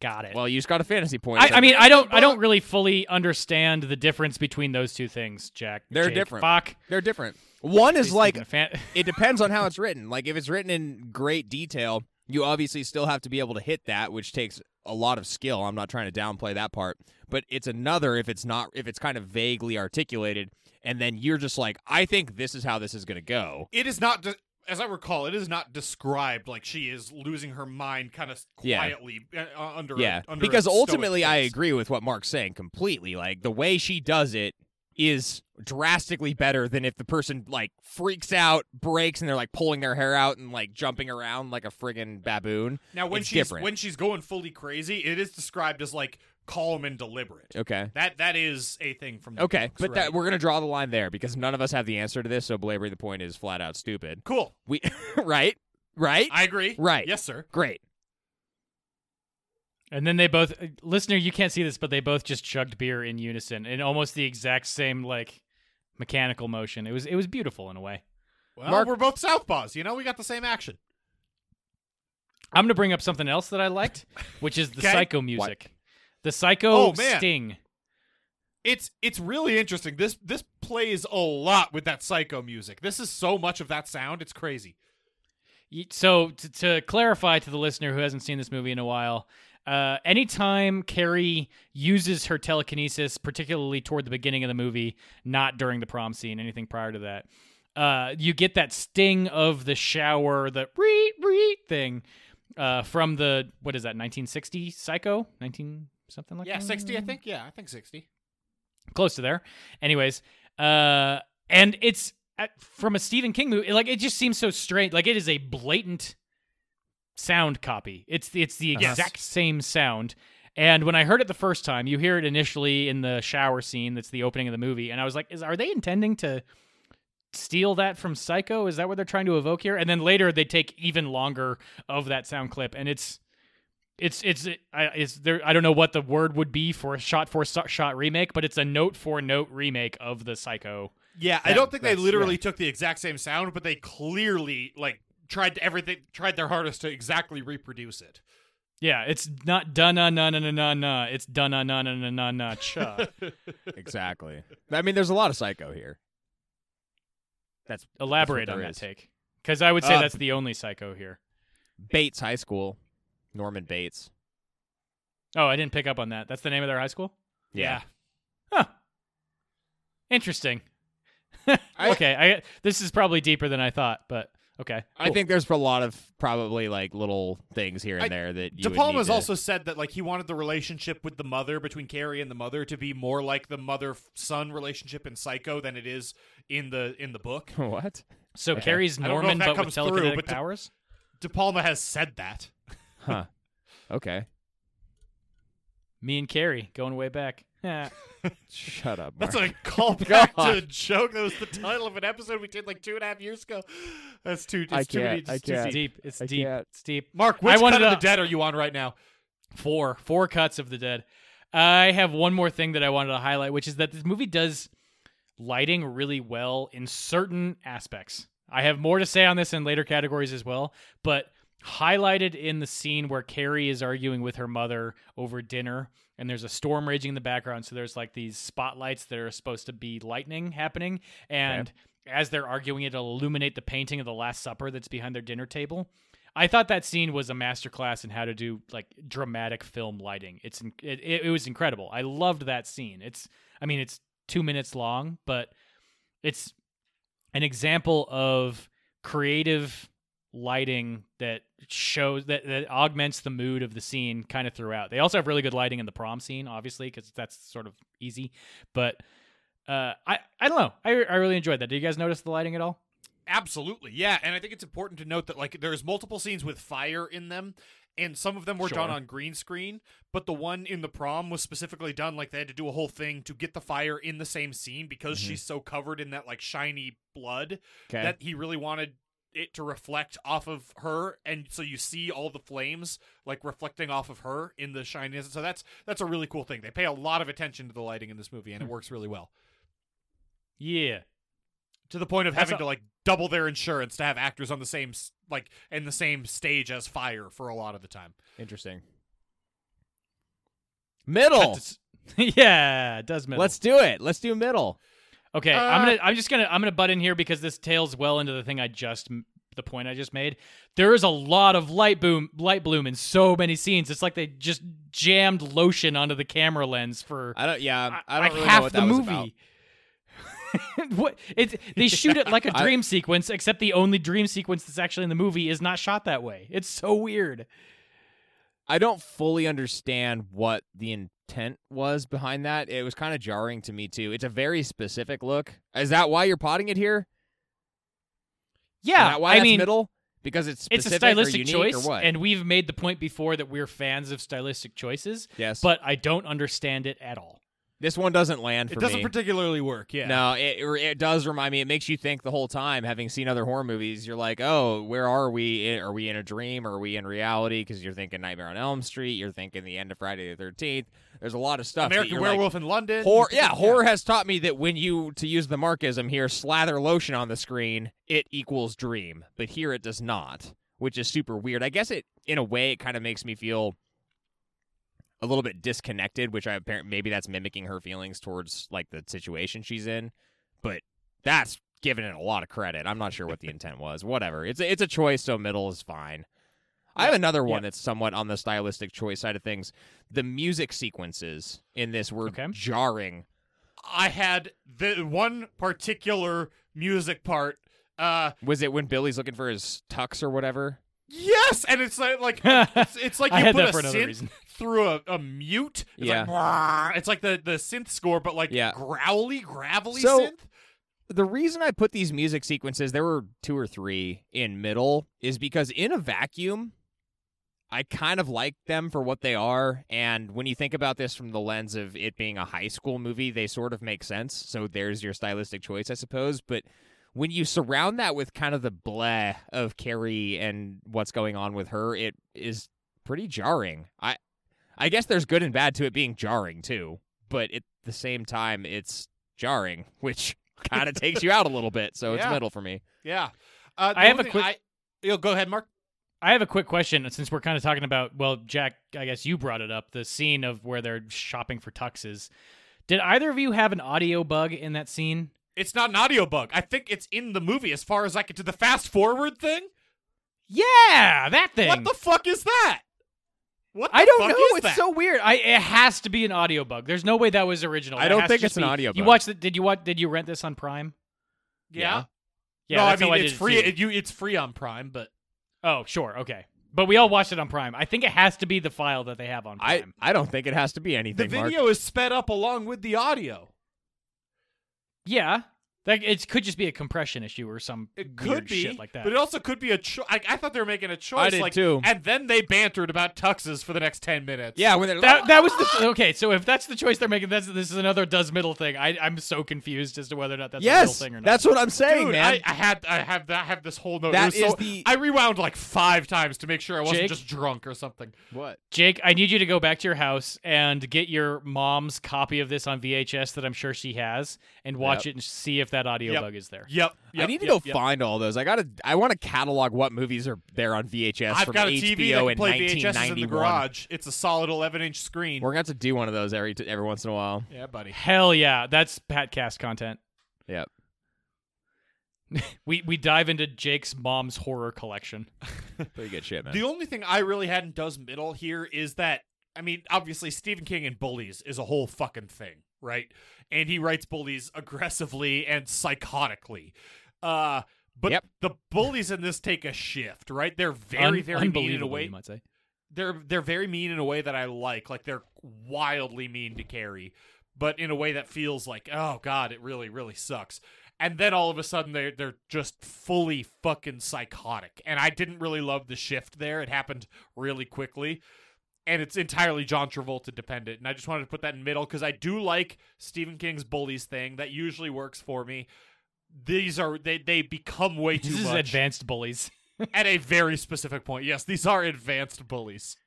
S1: Got it.
S3: Well, you just got a fantasy point.
S1: I,
S3: so-
S1: I mean, I don't, I don't really fully understand the difference between those two things, Jack.
S3: They're
S1: Jake.
S3: different.
S1: Fuck.
S3: they're different. One is
S1: Please
S3: like
S1: speak in a fan-
S3: it depends on how it's written. Like if it's written in great detail, you obviously still have to be able to hit that, which takes a lot of skill. I'm not trying to downplay that part, but it's another if it's not if it's kind of vaguely articulated, and then you're just like, I think this is how this is gonna go.
S2: It is not, de- as I recall, it is not described like she is losing her mind, kind of
S3: Yeah.
S2: quietly uh, uh, under. a-
S3: yeah,
S2: under a
S3: because
S2: stoic
S3: ultimately I
S2: face.
S3: agree with what Mark's saying completely. Like the way she does it is drastically better than if the person like freaks out, breaks, and they're like pulling their hair out and like jumping around like a friggin' baboon.
S2: Now when
S3: It's
S2: she's
S3: different.
S2: when she's going fully crazy, it is described as like calm and deliberate.
S3: Okay.
S2: That that is a thing from the
S3: Okay,
S2: books,
S3: but that
S2: right?
S3: we're gonna draw the line there because none of us have the answer to this. So belaboring the point is flat out stupid.
S2: cool.
S3: We right, right,
S2: I agree.
S3: Right.
S2: Yes, sir.
S3: great.
S1: and then they both, listener, you can't see this, but they both just chugged beer in unison in almost the exact same like mechanical motion. It was, it was beautiful in a way.
S2: Well,
S3: Mark-
S2: we're both southpaws. You know, we got the same action.
S1: I'm gonna bring up something else that I liked, which is the
S2: Okay.
S1: psycho music, the psycho
S2: Oh, man.
S1: sting.
S2: It's it's really interesting. This this plays a lot with that psycho music. This is so much of that sound. It's crazy.
S1: Y- So to, to clarify to the listener who hasn't seen this movie in a while, uh, anytime Carrie uses her telekinesis, particularly toward the beginning of the movie, not during the prom scene, anything prior to that, uh, you get that sting of the shower, the reet reet thing uh, from the what is that 1960 Psycho 19 something like
S2: Yeah,
S1: that?
S2: sixty. I think. Yeah, I think sixty.
S1: close to there. Anyways, uh, and it's uh, from a Stephen King movie. Like it just seems so strange. Like it is a blatant sound copy. It's the- it's the
S2: Yes.
S1: exact same sound. And when I heard it the first time, you hear it initially in the shower scene. That's the opening of the movie, and I was like, "Is are they intending to?" steal that from psycho is that what they're trying to evoke here and then later they take even longer of that sound clip and it's it's it's I it's there I don't know what the word would be for a shot for so- shot remake, but it's a note for note remake of the Psycho.
S2: Yeah, I
S1: That-
S2: don't think they
S1: that's-
S2: literally took the exact same sound, but they clearly like tried to everything tried their hardest to exactly reproduce it.
S1: Yeah, it's not dun na na na na na na. It's dun na na na na na na cha.
S3: Exactly. I mean, there's a lot of psycho here. That's
S1: Elaborate
S3: That's what
S1: on
S3: there
S1: that
S3: is.
S1: take, because I would say
S3: Uh,
S1: that's the only Psycho here.
S3: Bates High School, Norman Bates.
S1: Oh, I didn't pick up on that. That's the name of their high school. Huh. Interesting. okay, I this is probably deeper than I thought, but okay.
S3: I think there's a lot of probably like little things here and
S2: I-
S3: there that you
S2: De
S3: would
S2: Palma's
S3: need to-
S2: also said that like he wanted the relationship with the mother between Carrie and the mother to be more like the mother son relationship in Psycho than it is in the in the book.
S3: what?
S1: So Carrie's
S2: I don't know if
S1: Norman,
S2: that
S1: but with
S2: comes through,
S1: telekinetic
S2: but to-
S1: powers.
S2: De Palma has said that.
S3: Huh. Okay.
S1: Me and Carrie going way back. Yeah.
S3: Shut up.
S2: That's
S3: Mark.
S2: a callback to
S3: God.
S2: a joke. That was the title of an episode we did like two and a half years ago. That's too. It's
S3: I
S2: too many.
S3: can't, I
S2: it's too
S3: can't.
S2: deep.
S1: deep. It's
S3: I
S1: deep.
S3: can't.
S1: It's deep.
S2: Mark,
S1: I
S2: which
S1: wanted
S2: cut of the
S1: to-
S2: dead are you on right now?
S1: Four. Four cuts of the dead. I have one more thing that I wanted to highlight, which is that this movie does lighting really well in certain aspects. I have more to say on this in later categories as well, but highlighted in the scene where Carrie is arguing with her mother over dinner and there's a storm raging in the background so there's like these spotlights that are supposed to be lightning happening and as they're arguing it'll illuminate the painting of the last supper that's behind their dinner table. I thought that scene was a masterclass in how to do like dramatic film lighting. It's in- it, it, it was incredible. I loved that scene. It's I mean it's 2 minutes long, but it's an example of creative lighting that shows that, that augments the mood of the scene kind of throughout. They also have really good lighting in the prom scene, obviously, because that's sort of easy. But uh, I I don't know. I I really enjoyed that. Did you guys notice the lighting at all?
S2: Absolutely, yeah. And I think it's important to note that like there's multiple scenes with fire in them, and some of them were done
S1: Sure.
S2: on green screen, but the one in the prom was specifically done like they had to do a whole thing to get the fire in the same scene because
S3: Mhm.
S2: she's so covered in that like shiny blood
S3: okay.
S2: that he really wanted it to reflect off of her and so you see all the flames like reflecting off of her in the shininess so that's that's a really cool thing they pay a lot of attention to the lighting in this movie and it works really well
S1: Yeah.
S2: to the point of
S1: That's
S2: having
S1: a-
S2: to like double their insurance to have actors on the same s- like in the same stage as fire for a lot of the time
S3: Interesting. Middle.
S2: That's-
S1: yeah, it does middle.
S3: Let's do it. Let's do middle.
S1: Okay,
S2: Uh,
S1: I'm gonna. I'm just gonna. I'm gonna butt in here because this tails well into the thing I just. The point I just made. There is a lot of light boom, light bloom in so many scenes. It's like they just jammed lotion onto the camera lens for
S3: I don't. Yeah, I don't
S1: like
S3: really
S1: half
S3: know what
S1: the
S3: that was about.
S1: movie. what it's they shoot it like a
S3: I-
S1: dream sequence, except the only dream sequence that's actually in the movie is not shot that way. It's so weird.
S3: I don't fully understand what the intent was behind that. It was kind of jarring to me too. It's a very specific look. Is that why you're potting it here? Is
S1: Yeah,
S3: that why
S1: I
S3: that's
S1: mean,
S3: middle? Because it's
S1: it's
S3: specific
S1: a
S3: or
S1: stylistic
S3: unique
S1: choice,
S3: or what?
S1: and we've made the point before that we're fans of stylistic choices.
S3: yes,
S1: but I don't understand it at all.
S3: this one doesn't land for
S2: it doesn't
S3: me.
S2: particularly work yeah
S3: No, it it does remind me. It makes you think the whole time. Having seen other horror movies, you're like, oh, where are we? Are we in a dream? Are we in reality? Because you're thinking Nightmare on Elm Street. You're thinking the end of Friday the Thirteenth. There's a lot of stuff. that
S2: american
S3: you're like,
S2: werewolf in london
S3: Horror, yeah, horror has taught me that when you, to use the Markism here, slather lotion on the screen, it equals dream. But here it does not, which is super weird. I guess it, in a way, it kind of makes me feel a little bit disconnected, which I apparent maybe that's mimicking her feelings towards like the situation she's in. But that's giving it a lot of credit. I'm not sure what the intent was. Whatever. It's a, it's a choice, so middle is fine. I have another one
S1: Yeah.
S3: that's somewhat on the stylistic choice side of things. The music sequences in this were
S1: Okay.
S3: jarring.
S2: i had the one particular music part uh
S3: Was it when Billy's looking for his tux or whatever?
S2: Yes, and it's like, like it's, it's like you
S1: I had
S2: put
S1: that
S2: a
S1: for another
S2: synth
S1: reason.
S2: through a, a mute. It's
S3: Yeah.
S2: like "Brrr." it's like the the synth score, but like
S3: Yeah.
S2: growly, gravelly
S3: So-
S2: synth.
S3: The reason I put these music sequences, there were two or three in middle, is because in a vacuum, I kind of like them for what they are. And when you think about this from the lens of it being a high school movie, they sort of make sense. So there's your stylistic choice, I suppose. But when you surround that with kind of the bleh of Carrie and what's going on with her, it is pretty jarring. I I guess there's good and bad to it being jarring too, but at the same time it's jarring, which kind of takes you out a little bit, so it's
S2: Yeah.
S3: middle for me.
S2: Yeah, uh, the
S1: I have
S2: only
S1: a
S2: thing
S1: quick-
S2: I, Yo, go ahead, Mark.
S1: I have a quick question since we're kind of talking about well, Jack, I guess you brought it up, the scene of where they're shopping for tuxes. Did either of you have an audio bug in that scene?
S2: It's not an audio bug. I think it's in the movie. As far as I could, to the fast forward thing.
S1: Yeah, that thing.
S2: What the fuck is that? What the
S1: I don't
S2: fuck
S1: know.
S2: is
S1: It's
S2: that?
S1: so weird. I it has to be an audio bug. There's no way that was original.
S3: I
S1: That
S3: don't
S1: has to
S3: think
S1: just
S3: it's an
S1: be-
S3: audio
S1: You
S3: bug.
S1: watched it? Did you watch? Did you rent this on Prime?
S2: yeah.
S1: Yeah,
S2: no, I
S1: that's
S2: mean
S1: how I did
S2: it's
S1: it
S2: free.
S1: too.
S2: It, you, it's free on Prime, but
S1: Oh, sure, okay. But we all watched it on Prime. I think it has to be the file that they have on
S3: I,
S1: Prime.
S3: I don't think it has to be
S2: the
S3: anything, Mark.
S2: video is sped up along with the audio.
S1: yeah, Like it could just be a compression issue or some
S2: It
S1: weird
S2: could be,
S1: shit like that.
S2: but it also could be a choice. I, I thought they were making a choice.
S3: did
S2: like,
S3: too.
S2: And then they bantered about tuxes for the next ten minutes.
S3: Yeah, when they're
S1: that that was the okay. So if that's the choice they're making, that's this is another does middle thing. I I'm so confused as to whether or not that's a middle
S3: yes,
S1: thing or not.
S3: that's what I'm saying,
S2: Dude,
S3: man.
S2: I, I had I have that I have this whole note. It
S3: That
S2: was so-
S3: is the-
S2: I rewound like five times to make sure I wasn't
S1: Jake?
S2: just drunk or something.
S3: what?
S1: Jake, I need you to go back to your house and get your mom's copy of this on VHS that I'm sure she has and watch it and see if that audio
S2: Yep.
S1: bug is there.
S2: Yep.
S3: I
S2: yep,
S3: need to
S2: yep,
S3: go
S2: yep.
S3: find all those. I gotta. I want to catalog what movies are there on VHS
S2: I've
S3: from
S2: got a
S3: HBO
S2: TV that
S3: in
S2: can play VHS
S3: 1991.
S2: in the garage. It's a solid 11 inch screen.
S3: We're gonna have to do one of those every every once in a while.
S2: yeah, buddy.
S1: Hell yeah, that's Patcast content.
S3: Yep.
S1: We we dive into Jake's mom's horror collection.
S3: Pretty good shit, man.
S2: The only thing I really had in Does Middle here is that, I mean, obviously, Stephen King and bullies is a whole fucking thing, right? And he writes bullies aggressively and psychotically. Uh, but
S3: Yep.
S2: the bullies in this take a shift, right? They're very,
S1: Un-
S2: very mean in a
S1: unbelievable,
S2: way.
S1: you might say.
S2: They're they're very mean in a way that I like. Like they're wildly mean to Carrie, but in a way that feels like, oh god, it really, really sucks. And then all of a sudden they're they're just fully fucking psychotic. And I didn't really love the shift there. It happened really quickly. And it's entirely John Travolta dependent. And I just wanted to put that in middle because I do like Stephen King's bullies thing. That usually works for me. These are they they become way too
S1: This is
S2: much
S1: advanced bullies.
S2: at a very specific point. Yes, these are advanced bullies.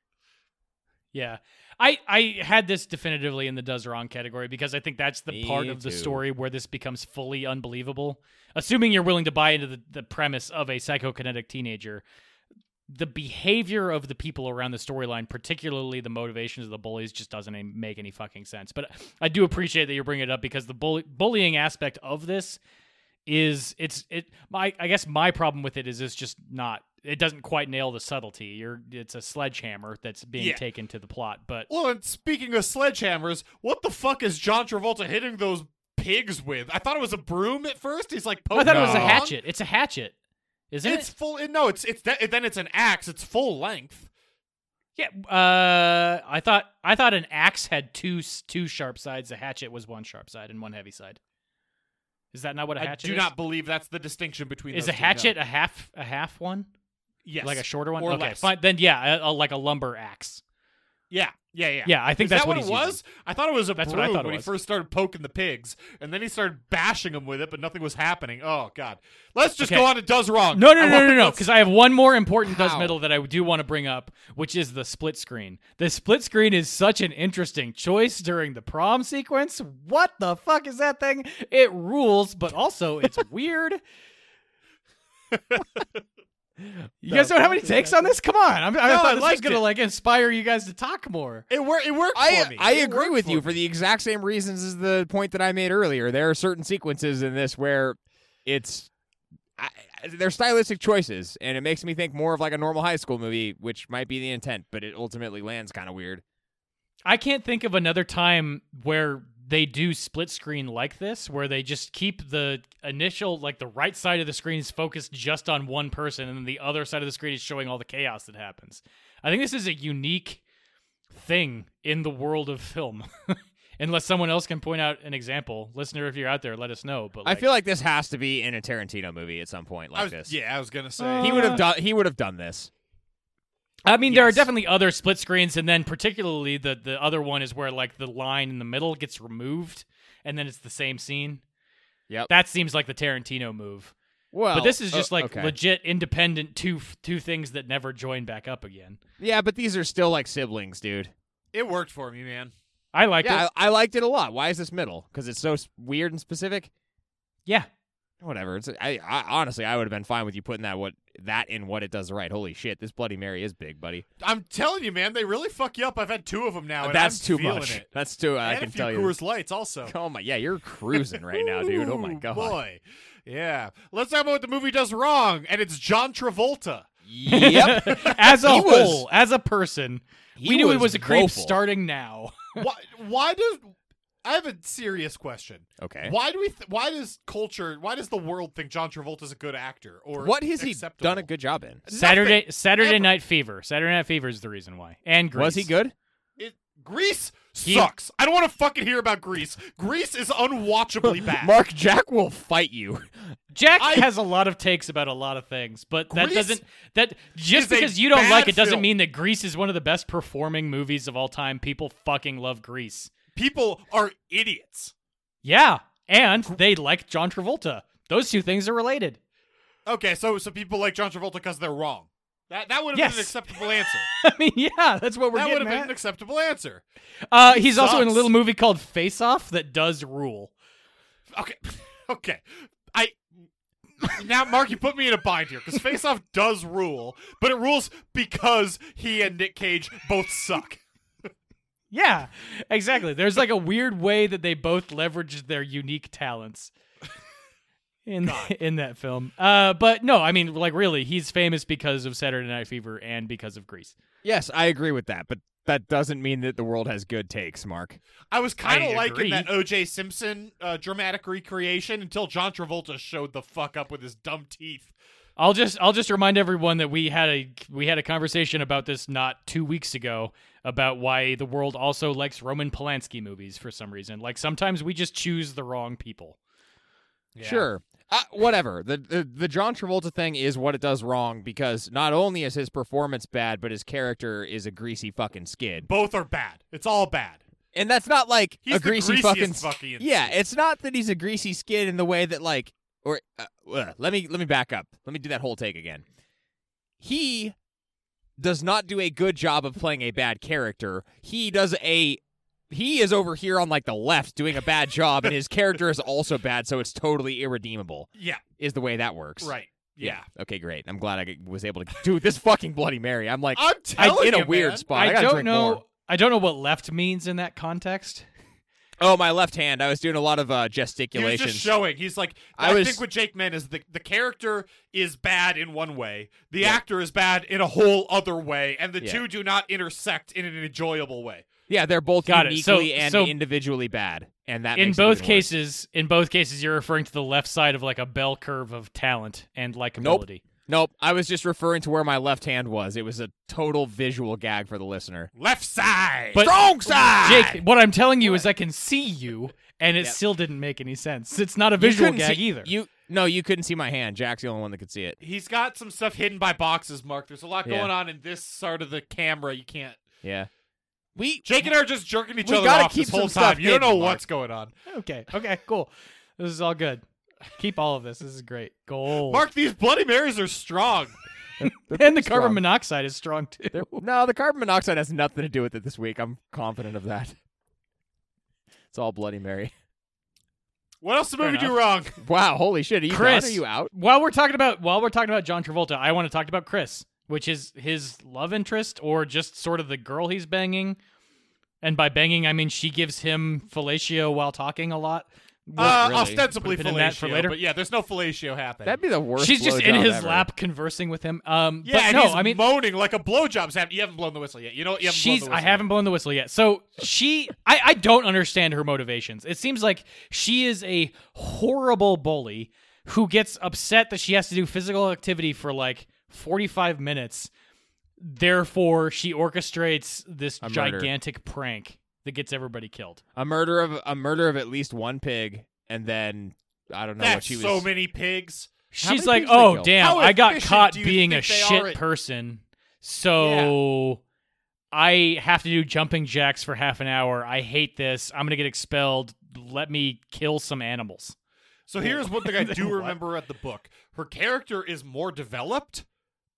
S1: Yeah. I, I had this definitively in the does wrong category because I think that's the
S3: Me
S1: part of the
S3: too.
S1: story where this becomes fully unbelievable. Assuming you're willing to buy into the, the premise of a psychokinetic teenager, the behavior of the people around the storyline, particularly the motivations of the bullies, just doesn't any- make any fucking sense. But I do appreciate that you're bringing it up because the bully, bullying aspect of this is it's it my I guess my problem with it is it's just not it doesn't quite nail the subtlety. You're it's a sledgehammer that's being
S2: Yeah.
S1: taken to the plot, but
S2: Well, and speaking of sledgehammers, what the fuck is John Travolta hitting those pigs with? I thought it was a broom at first. He's like poking.
S1: I thought it was a
S2: along.
S1: hatchet. It's a hatchet, isn't
S2: It's
S1: it?
S2: full. No, it's it's that, then it's an axe. It's full length.
S1: Yeah. Uh, I thought I thought an axe had two s- two sharp sides. A hatchet was one sharp side and one heavy side. Is that not what a
S2: I
S1: hatchet
S2: do
S1: is?
S2: not believe that's the distinction between.
S1: Is
S2: those
S1: a
S2: two,
S1: hatchet
S2: no.
S1: a half a half one?
S2: Yes,
S1: Like a shorter one?
S2: or
S1: okay,
S2: less.
S1: fine. Then yeah, a, a- like a lumber axe.
S2: Yeah, yeah, yeah.
S1: Yeah, I think
S2: Is
S1: that's
S2: that
S1: what
S2: what, it
S1: he's
S2: was?
S1: using.
S2: I thought it was a
S1: That's what I
S2: broom
S1: thought it
S2: when
S1: was.
S2: he first started poking the pigs, and then he started bashing them with it, but nothing was happening. Oh God, let's just
S1: Okay.
S2: go on. to does wrong.
S1: No, no,
S2: I
S1: no,
S2: want-
S1: no, no, no. Because I have one more important does
S3: How?
S1: middle that I do want to bring up, which is the split screen. The split screen is such an interesting choice during the prom sequence. What the fuck is that thing? It rules, but also it's weird. you guys don't have any takes on this? Come on! I'm, I
S2: No, I
S1: thought this was
S2: liked
S1: gonna
S2: it.
S1: like inspire you guys to talk more.
S2: It worked. It worked for
S3: I
S2: me.
S3: I
S2: It
S3: agree
S2: worked
S3: with you
S2: me.
S3: for the exact same reasons as the point that I made earlier. There are certain sequences in this where it's I, I- they're stylistic choices, and it makes me think more of like a normal high school movie, which might be the intent, but it ultimately lands kind of weird.
S1: I can't think of another time where they do split screen like this, where they just keep the initial, like the right side of the screen is focused just on one person, and then the other side of the screen is showing all the chaos that happens. I think this is a unique thing in the world of film. Unless someone else can point out an example, listener, if you're out there, let us know. But
S3: I feel like this has to be in a Tarantino movie at some point like
S2: I was,
S3: this.
S2: Yeah, I was gonna say
S1: Uh,
S3: He would have done. He would have done this.
S1: I mean, there are
S2: Yes.
S1: definitely other split screens, and then particularly the the other one is where like the line in the middle gets removed, and then it's the same scene.
S3: Yep.
S1: that seems like the Tarantino move.
S3: Well,
S1: but this is
S3: uh,
S1: just like
S3: okay.
S1: legit independent two two things that never join back up again.
S3: Yeah, but these are still like siblings, dude.
S2: It worked for me, man.
S1: I liked
S3: yeah,
S1: it.
S3: I, I liked it a lot. Why is this middle? Because it's so s- weird and specific.
S1: Yeah,
S3: Whatever. It's I, I honestly I would have been fine with you putting that what that in what it does right. Holy shit, this Bloody Mary is big, buddy.
S2: I'm telling you, man, they really fuck you up. I've had two of them now. And
S3: That's
S2: I'm
S3: too
S2: feeling
S3: much.
S2: It.
S3: That's too. I
S2: and
S3: can
S2: a few
S3: tell you.
S2: Coors Lights also.
S3: Oh my, yeah, you're cruising right now, dude. Oh my
S2: Ooh,
S3: god.
S2: boy, yeah. Let's talk about what the movie does wrong, and it's John Travolta.
S3: Yep.
S1: as a
S3: He was-
S1: whole, as a person, we
S3: He
S1: knew it
S3: was
S1: was a creep
S3: woeful.
S1: starting now.
S2: why? Why does? I have a serious question.
S3: Okay.
S2: Why do we? Th- why does culture? Why does the world think John Travolta's a good actor? Or
S3: What has he
S2: acceptable?
S3: done a good job in?
S1: Saturday Saturday
S2: ever.
S1: Night Fever. Saturday Night Fever is the reason why. And Grease.
S3: Was he good?
S2: It, Greece
S3: He-
S2: sucks. I don't want to fucking hear about Greece. Greece is unwatchably bad.
S3: Mark Jack will fight you.
S1: Jack
S2: I-
S1: has a lot of takes about a lot of things, but that
S2: Grease
S1: doesn't that just
S2: is a
S1: because you don't
S2: bad
S1: like it doesn't
S2: film.
S1: mean that Grease is one of the best performing movies of all time. People fucking love Grease.
S2: People are idiots.
S1: Yeah, and they like John Travolta. Those two things are related.
S2: Okay, so so people like John Travolta because they're wrong. That that would have been an
S1: Yes.
S2: acceptable answer.
S1: I mean, yeah, that's what we're
S2: that would
S1: getting
S2: have been
S1: at.
S2: an acceptable answer.
S1: uh, he's also in a
S2: sucks.
S1: little movie called Face Off that does rule.
S2: Okay, okay. I now Mark, you put me in a bind here because Face Off does rule, but it rules because he and Nick Cage both suck.
S1: Yeah, exactly. There's like a weird way that they both leverage their unique talents in in that film. Uh, but no, I mean, like really, he's famous because of Saturday Night Fever and because of Grease.
S3: Yes, I agree with that, but that doesn't mean that the world has good takes, Mark.
S2: I was kind
S1: I
S2: of liking
S1: agree.
S2: that O.J. Simpson uh, dramatic recreation until John Travolta showed the fuck up with his dumb teeth.
S1: I'll just I'll just remind everyone that we had a we had a conversation about this not two weeks ago about why the world also likes Roman Polanski movies for some reason. Like sometimes we just choose the wrong people.
S3: Sure. Uh, whatever. The, the the John Travolta thing is what it does wrong because not only is his performance bad, but his character is a greasy fucking skid.
S2: Both are bad. It's all bad.
S3: And that's not like
S2: He's
S3: a
S2: the
S3: greasy
S2: greasiest
S3: fucking
S2: fucking
S3: Yeah, it's not that he's a greasy skid in the way that like or uh, uh, let me let me back up. Let me do that whole take again. He does not do a good job of playing a bad character. He does a he is over here on like the left doing a bad job and his character is also bad so it's totally irredeemable
S2: Yeah.
S3: is the way that works.
S2: Right. Yeah.
S3: Okay, great. I'm glad I was able to do this fucking Bloody Mary. I'm like
S2: I'm
S3: I-
S2: telling
S3: in a
S2: you,
S3: weird
S2: man.
S3: spot. I, gotta
S1: don't
S3: drink
S1: know.
S3: more.
S1: I don't know what left means in that context.
S3: Oh, my left hand. I was doing a lot of uh,
S2: He was
S3: gesticulations.
S2: just showing. He's like,
S3: I
S2: I,
S3: was-
S2: think what Jake meant is the the character is bad in one way, the actor is bad in a whole other way, and the
S3: Yeah.
S2: two do not intersect in an enjoyable way.
S3: Yeah, they're both
S1: Got it. So-
S3: uniquely and
S1: so-
S3: individually bad, and that
S1: in
S3: makes it
S1: both
S3: even worse.
S1: cases, in both cases, you're referring to the left side of like a bell curve of talent and likability.
S3: Nope, I was just referring to where my left hand was. It was a total visual gag for the listener.
S2: Left side,
S1: But-
S3: Strong side.
S1: Jake, what I'm telling you is I can see you, and it
S3: Yep.
S1: still didn't make any sense. It's not a
S3: You
S1: visual
S3: couldn't
S1: gag
S3: see-
S1: either.
S3: You no, you couldn't see my hand. Jack's the only one that could see it.
S2: he's got some stuff hidden by boxes. Mark, there's a lot
S3: Yeah.
S2: going on in this side of the camera. You can't.
S3: Yeah, we
S2: Jake and I are just jerking each
S3: We
S2: other
S3: gotta
S2: off
S3: keep
S2: this whole
S3: some stuff
S2: time. You don't know
S3: hidden, Mark.
S2: what's going on.
S1: okay, okay, cool. This is all good. Keep all of this. This is great. Gold.
S2: Mark, these Bloody Marys are strong.
S1: and the
S3: strong.
S1: carbon monoxide is strong too.
S3: no, the carbon monoxide has nothing to do with it this week. I'm confident of that. It's all Bloody Mary.
S2: What else did the
S1: Fair
S2: movie do wrong?
S3: Wow, holy shit! Are you done?
S1: Chris,
S3: Are you out?
S1: While we're talking about while we're talking about John Travolta, I want to talk about Chris, which is his love interest or just sort of the girl he's banging. And by banging, I mean she gives him fellatio while talking a lot.
S2: Uh,
S3: really.
S2: Ostensibly
S1: Put it in that
S2: fellatio,
S1: for later.
S2: but yeah, there's no fellatio happening.
S3: That'd be the worst.
S1: She's just in
S3: blowjob
S1: his
S3: ever.
S1: lap conversing with him. Um,
S2: yeah,
S1: but
S2: and
S1: no,
S2: he's
S1: I mean
S2: moaning like a blowjob's happening. You haven't blown the whistle yet. You know, you haven't blown
S1: she's
S2: the
S1: I
S2: whistle
S1: haven't blown the whistle yet. So she I, I don't understand her motivations. It seems like she is a horrible bully who gets upset that she has to do physical activity for like 45 minutes. Therefore, she orchestrates this
S3: A murder.
S1: gigantic prank that gets everybody killed.
S3: A murder of a murder of at least one pig, and then I don't know
S2: That's
S3: what she was.
S2: so many pigs.
S1: She's
S3: many
S1: like,
S3: pigs they
S1: "Oh,
S3: kill?
S1: damn,
S2: How
S1: I got
S2: efficient
S1: caught
S2: do you
S1: being a
S2: think they are
S1: shit
S2: at-
S1: person. So I have to do jumping jacks for half an hour. I hate this. I'm going to get expelled. Let me kill some animals."
S2: So here's one thing I do remember at the book. Her character is more developed,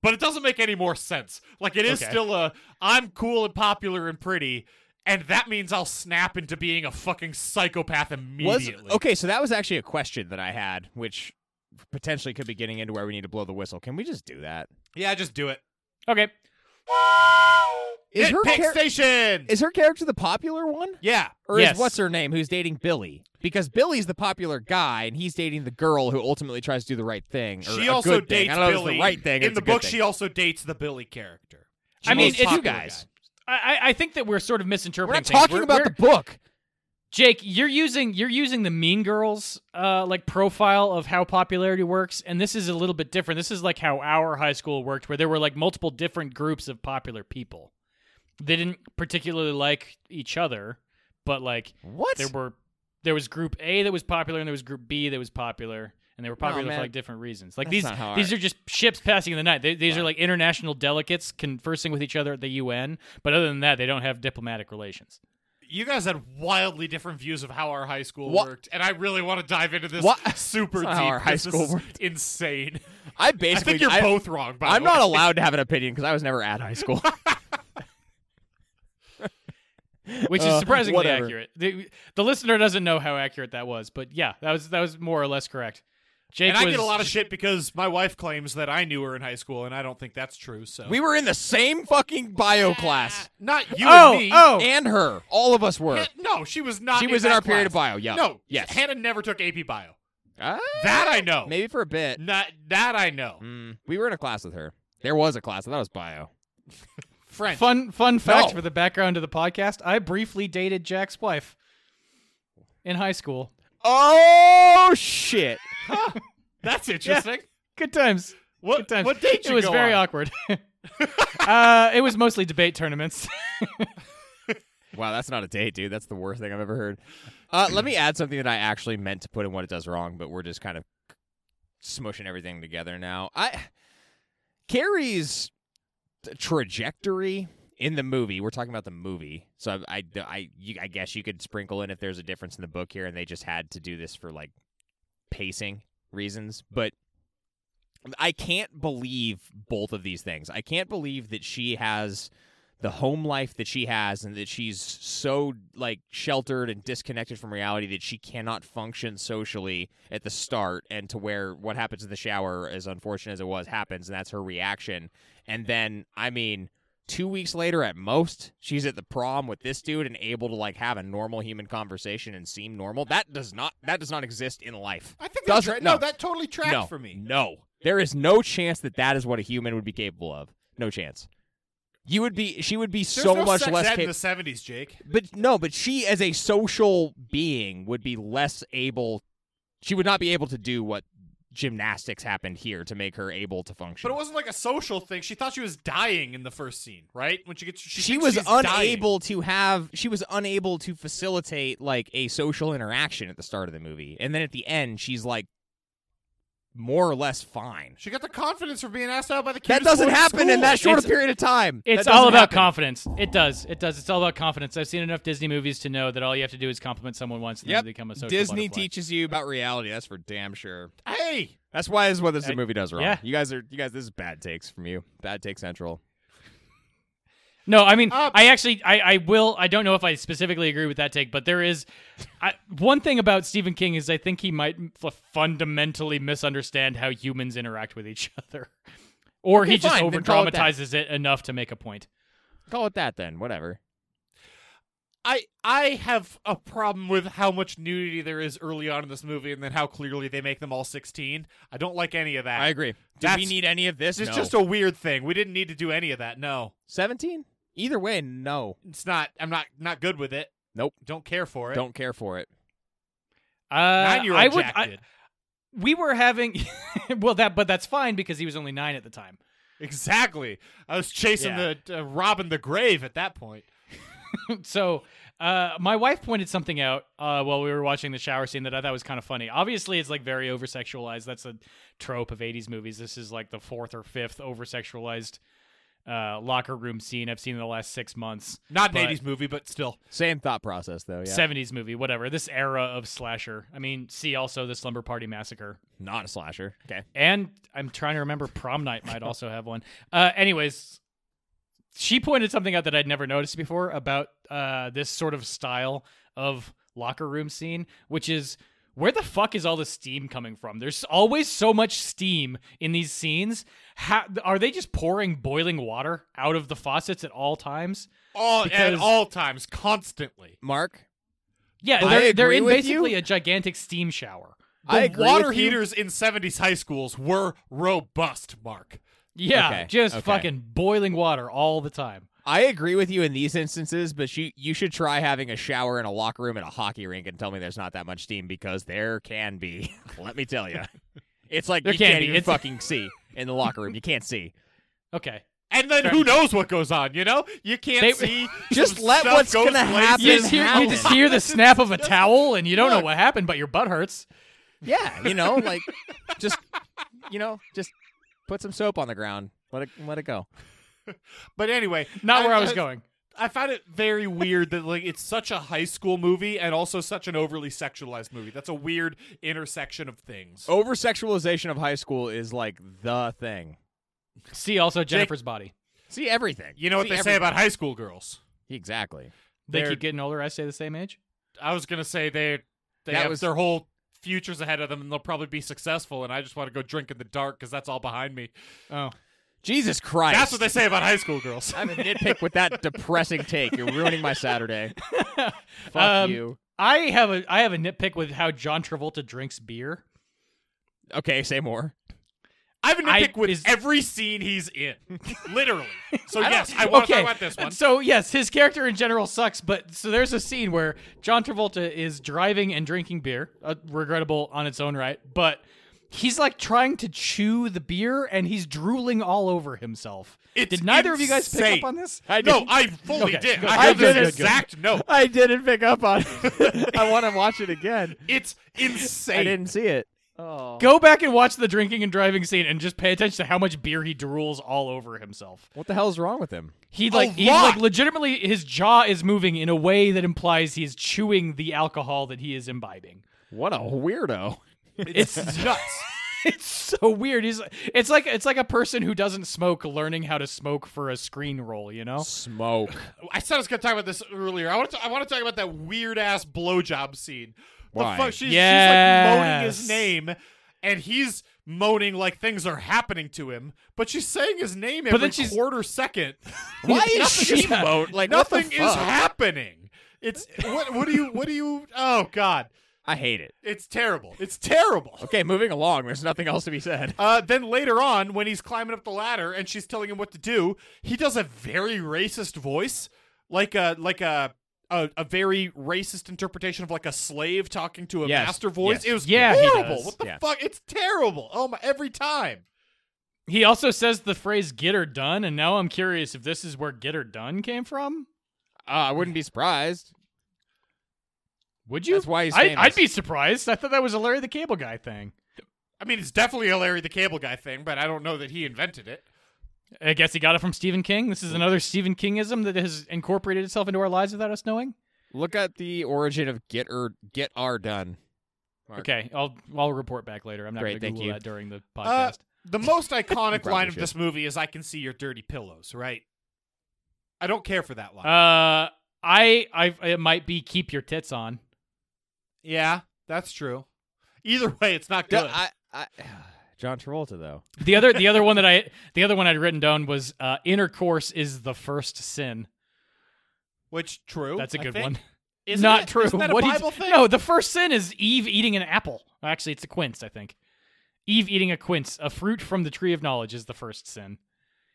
S2: but it doesn't make any more sense. Like it is
S3: Okay.
S2: still a I'm cool and popular and pretty, and that means I'll snap into being a fucking psychopath
S3: was
S2: immediately.
S3: okay so that was actually a question that i had which potentially could be getting into where we need to blow the whistle can we just do that
S2: Yeah, just do it.
S1: Okay.
S3: is her,
S2: Nitpick
S3: char-
S2: station.
S3: is her character the popular one
S2: yeah.
S3: or
S1: Yes.
S3: is what's her name who's dating billy because billy's the popular guy and he's dating the girl who ultimately tries to do the right thing or
S2: She
S3: a
S2: also
S3: good thing.
S2: dates
S3: I don't know if it's
S2: Billy.
S3: the right thing or
S2: In
S3: it's
S2: the
S3: a good
S2: book,
S3: thing.
S2: she also dates the Billy character.
S1: I mean,
S2: Most
S1: it's-
S2: popular
S3: You guys.
S2: guy.
S1: I, I I think that we're sort of
S3: we're
S1: misinterpreting.
S3: not
S1: things.
S3: talking about the book
S1: Jake. You're using you're using the Mean Girls uh like profile of how popularity works, and this is a little bit different. This is like how our high school worked, where there were like multiple different groups of popular people. They didn't particularly like each other, but like
S3: What?
S1: there were there was group A that was popular and there was group B that was popular. And they were popular
S3: Oh, man.
S1: for like different reasons. Like
S3: That's
S1: these,
S3: not how
S1: these
S3: I-
S1: are just ships passing in the night. They, these are like international delegates conversing with each other at the UN. But other than that, they don't have diplomatic relations.
S2: You guys had wildly different views of how our high school
S3: Wha-
S2: worked, and I really want to dive into this
S3: What?
S2: super deep.
S3: That's not how our high
S2: 'cause this
S3: school
S2: is
S3: worked.
S2: insane.
S3: I
S2: I
S3: basically
S2: think you're both wrong. By
S3: I'm
S2: the way.
S3: not allowed to have an opinion because I was never at high school.
S1: which
S3: Uh,
S1: is surprisingly
S3: whatever.
S1: accurate. The, the listener doesn't know how accurate that was, but yeah, that was that was more or less correct. Jake
S2: And I
S1: was,
S2: get a lot of shit because my wife claims that I knew her in high school, and I don't think that's true. So
S3: we were in the same fucking bio class.
S2: not you
S1: Oh,
S2: and me.
S1: oh.
S3: And her. All of us were.
S2: Han- no, she was not.
S3: She
S2: in
S3: was in
S2: that
S3: our period of
S2: class.
S3: bio, yeah.
S2: No.
S3: Yes.
S2: Hannah never took AP Bio.
S3: Ah,
S2: That I know.
S3: maybe for a bit.
S2: Not that I know.
S3: Mm, we were in a class with her. There was a class. I thought it was bio.
S2: French.
S1: fun fun fact
S3: No.
S1: for the background to the podcast. I briefly dated Jack's wife in high school.
S3: Oh shit!
S2: That's interesting.
S1: Good times. Good
S2: What
S1: times.
S2: what date
S1: it
S2: you
S1: was
S2: go
S1: very
S2: on?
S1: awkward. uh, it was mostly debate tournaments.
S3: Wow, that's not a date, dude. That's the worst thing I've ever heard. Uh, let me add something that I actually meant to put in what it does wrong, but we're just kind of smushing everything together now. I Carrie's t- trajectory in the movie. We're talking about the movie, so I, I, I, you, I guess you could sprinkle in if there's a difference in the book here, and they just had to do this for like pacing reasons, but. I can't believe both of these things. I can't believe that she has the home life that she has and that she's so like sheltered and disconnected from reality that she cannot function socially at the start and to where what happens in the shower as unfortunate as it was happens and that's her reaction and then i mean 2 weeks later at most she's at the prom with this dude and able to like have a normal human conversation and seem normal that does not that does not exist in life
S2: I think that
S3: doesn't
S2: tra- no,
S3: no.
S2: that totally tracked
S3: no
S2: for me.
S3: no there is no chance that that is what a human would be capable of no chance you would be she would be
S2: There's
S3: so
S2: no
S3: much
S2: sex
S3: less
S2: ed in
S3: capable
S2: the seventies, Jake.
S3: but no, but she as a social being would be less able she would not be able to do what gymnastics happened here to make her able to function.
S2: But it wasn't like a social thing. She thought she was dying in the first scene, right? When she gets, she,
S3: she,
S2: thinks
S3: was
S2: she's
S3: unable to have she was unable to facilitate like a social interaction at the start of the movie. And then at the end she's like more or less fine.
S2: dying. She got the confidence from being asked out by the
S3: That
S2: cutest
S3: doesn't
S2: boy in
S3: happen in
S2: school.
S3: that short a
S1: It's-
S3: period of time. That
S1: It's all
S3: doesn't
S1: about
S3: happen.
S1: confidence. It does. It does. It's all about confidence. I've seen enough Disney movies to know that all you have to do is compliment someone once and
S3: Yep.
S1: they become a social
S3: Disney
S1: butterfly.
S3: teaches you about reality. That's for damn sure.
S2: Hey,
S3: That's why this is what this
S1: Uh,
S3: movie does wrong.
S1: yeah.
S3: You guys are you guys this is bad takes from you. Bad take central.
S1: No, I mean,
S2: Up.
S1: I actually, I, I will. I don't know if I specifically agree with that take, but there is I, one thing about Stephen King is I think he might f- fundamentally misunderstand how humans interact with each other, or
S3: Okay,
S1: he just
S3: fine,
S1: over
S3: then call it that.
S1: dramatizes it enough to make a point.
S3: Call it that then, whatever.
S2: I I have a problem with how much nudity there is early on in this movie, and then how clearly they make them all sixteen. I don't like any of that.
S3: agree. Uh, Do we
S2: That's-
S3: need any of this?
S2: It's
S3: No.
S2: just a weird thing. We didn't need to do any of that. No,
S3: 17? Either way, no.
S2: it's not. I'm not not good with it.
S3: Nope.
S2: Don't care for it.
S3: Don't care for it.
S1: Uh,
S2: Nine year
S1: I
S2: old
S1: would.
S2: Jack
S1: I-
S2: did.
S1: we were having, well, that but that's fine because he was only nine at the time.
S2: Exactly. I was chasing
S1: Yeah.
S2: the uh, robbing the grave at that point.
S1: so uh, my wife pointed something out uh, while we were watching the shower scene that I thought was kind of funny. Obviously, it's like very over sexualized. That's a trope of 80s movies. This is like the fourth or fifth over sexualized uh, locker room scene I've seen in the last six months.
S2: Not an
S1: But-
S2: '80s movie, but still.
S3: Same thought process though, yeah.
S1: 70s movie, whatever. This era of slasher. I mean, see also the Slumber Party Massacre.
S3: Not a slasher. Okay.
S1: And I'm trying to remember prom night might also have one. Uh, anyways, she pointed something out that I'd never noticed before about uh, this sort of style of locker room scene, which is where the fuck is all the steam coming from? There's always so much steam in these scenes. How, are they just pouring boiling water out of the faucets at all times?
S2: All at
S1: Because-
S2: all times, constantly.
S3: Mark,
S1: Yeah,
S3: I
S1: they're, they're
S3: agree
S1: in
S3: with
S1: basically
S3: you.
S1: a gigantic steam shower.
S2: The
S3: I agree
S2: water
S3: with you.
S2: heaters in '70s high schools were robust. Mark.
S1: Yeah,
S3: Okay,
S1: just
S3: okay.
S1: fucking boiling water all the time.
S3: I agree with you in these instances, but you you should try having a shower in a locker room at a hockey rink and tell me there's not that much steam because there can be. Let me tell you. It's like
S1: There
S3: you
S1: can
S3: can't
S1: be.
S3: even
S1: It's-
S3: fucking see in the locker room. You can't see.
S1: Okay.
S2: and then who knows what goes on? You know, you can't
S1: They-
S2: see.
S3: Just
S2: some
S3: let
S2: stuff
S3: what's
S2: goes
S3: gonna
S2: places.
S3: happen
S1: You just, hear, you
S3: happen.
S1: just hear the snap of a towel, and you don't know
S2: Look.
S1: what happened, but your butt hurts.
S3: Yeah, you know, like just you know, just put some soap on the ground. Let it let it go.
S2: But anyway,
S1: Not where I, was
S2: I-
S1: going.
S2: I found it very weird that like it's such a high school movie and also such an overly sexualized movie. That's a weird intersection of things.
S3: Over sexualization of high school is like the thing.
S1: See also Jennifer's body.
S3: See everything.
S2: You know what
S3: See
S2: they say
S3: everything.
S2: about high school girls?
S3: Exactly.
S1: They
S2: They're-
S1: keep getting older. I stay the same age.
S2: I was gonna say they they
S3: That
S2: have
S3: was-
S2: their whole futures ahead of them and they'll probably be successful. And I just want to go drink in the dark because that's all behind me.
S1: Oh,
S3: Jesus Christ.
S2: That's what they say about high school girls.
S3: I'm a nitpick with that depressing take. You're ruining my Saturday. Fuck
S1: Um,
S3: you.
S1: I have a I have a nitpick with how John Travolta drinks beer.
S3: Okay, say more.
S2: I have a
S1: I-
S2: nitpick with
S1: is-
S2: every scene he's in, literally. So
S1: I don't-
S2: yes, I want
S1: okay.
S2: to talk about this one.
S1: So yes, his character in general sucks, but so there's a scene where John Travolta is driving and drinking beer, uh, regrettable on its own right, but he's like trying to chew the beer and he's drooling all over himself.
S2: It's
S1: Did neither of you guys pick
S2: insane.
S1: up on this?
S3: I
S2: no,
S3: didn't-
S2: I fully
S1: Okay,
S2: did.
S1: good.
S2: I
S1: I
S2: have
S1: did
S2: an
S1: it.
S2: exact note.
S3: I didn't pick up on it. I want to watch it again.
S2: It's insane.
S3: I didn't see it. Oh.
S1: Go back and watch the drinking and driving scene and just pay attention to how much beer he drools all over himself.
S3: What the hell's wrong with him?
S1: He like he
S2: lot.
S1: like legitimately his jaw is moving in a way that implies he is chewing the alcohol that he is imbibing.
S3: What a weirdo.
S1: It's nuts. It's so weird. He's it's like it's like a person who doesn't smoke learning how to smoke for a screen role, you know?
S3: Smoke.
S2: I said I was going to talk about this earlier. I want to. I want to talk about that weird ass blowjob scene.
S3: Why?
S2: The fuck? She's, she's like moaning
S1: Yes.
S2: his name, and he's moaning like things are happening to him. But she's saying his name every
S1: then she's-
S2: quarter second.
S3: Why is
S1: Nothing
S3: she
S1: is hap-
S3: moat? Like what the
S2: Nothing is
S3: fuck?
S2: happening. It's what? What do you? What do you? Oh God!
S3: I hate it.
S2: It's terrible. It's terrible.
S3: Okay, moving along. There's nothing else to be said.
S2: Uh, then later on, when he's climbing up the ladder and she's telling him what to do, he does a very racist voice, like a like a a, a very racist interpretation of like a slave talking to a
S3: Yes,
S2: master voice.
S3: yes.
S2: It was
S1: Yeah, he
S2: horrible.
S1: does,
S2: What the
S3: yeah.
S2: fuck? It's terrible. Oh my! Every time.
S1: He also says the phrase get her done, and now I'm curious if this is where get her done came from.
S3: Uh, I wouldn't be surprised.
S1: Would you?
S3: That's why he's
S1: I,
S3: famous.
S1: I'd be surprised. I thought that was a Larry the Cable Guy thing.
S2: I mean, it's definitely a Larry the Cable Guy thing, but I don't know that he invented it.
S1: I guess he got it from Stephen King. This is another Stephen Kingism that has incorporated itself into our lives without us knowing.
S3: Look at the origin of get or get R done. Mark.
S1: Okay, I'll I'll report back later. I'm not
S3: Great,
S1: going to
S3: thank
S1: Google
S3: you.
S1: that during the
S2: Uh,
S1: podcast.
S2: the most iconic
S3: Probably
S2: line of
S3: should.
S2: this movie is "I can see your dirty pillows." Right? I don't care for that line.
S1: Uh, I I it might be keep your tits on.
S2: yeah, that's true. Either way, it's not
S3: Yeah,
S2: good.
S3: I, I, John Travolta though.
S1: The other the other one that I the other one I'd written down was uh, intercourse is the first sin.
S2: Which true.
S1: That's a
S2: I
S1: good
S2: think.
S1: one.
S2: Isn't
S1: Not
S2: it?
S1: true.
S2: Isn't that a
S1: What he-
S2: Bible thing?
S1: No, the first sin is Eve eating an apple. Actually, it's a quince, I think. Eve eating a quince, a fruit from the tree of knowledge, is the first sin.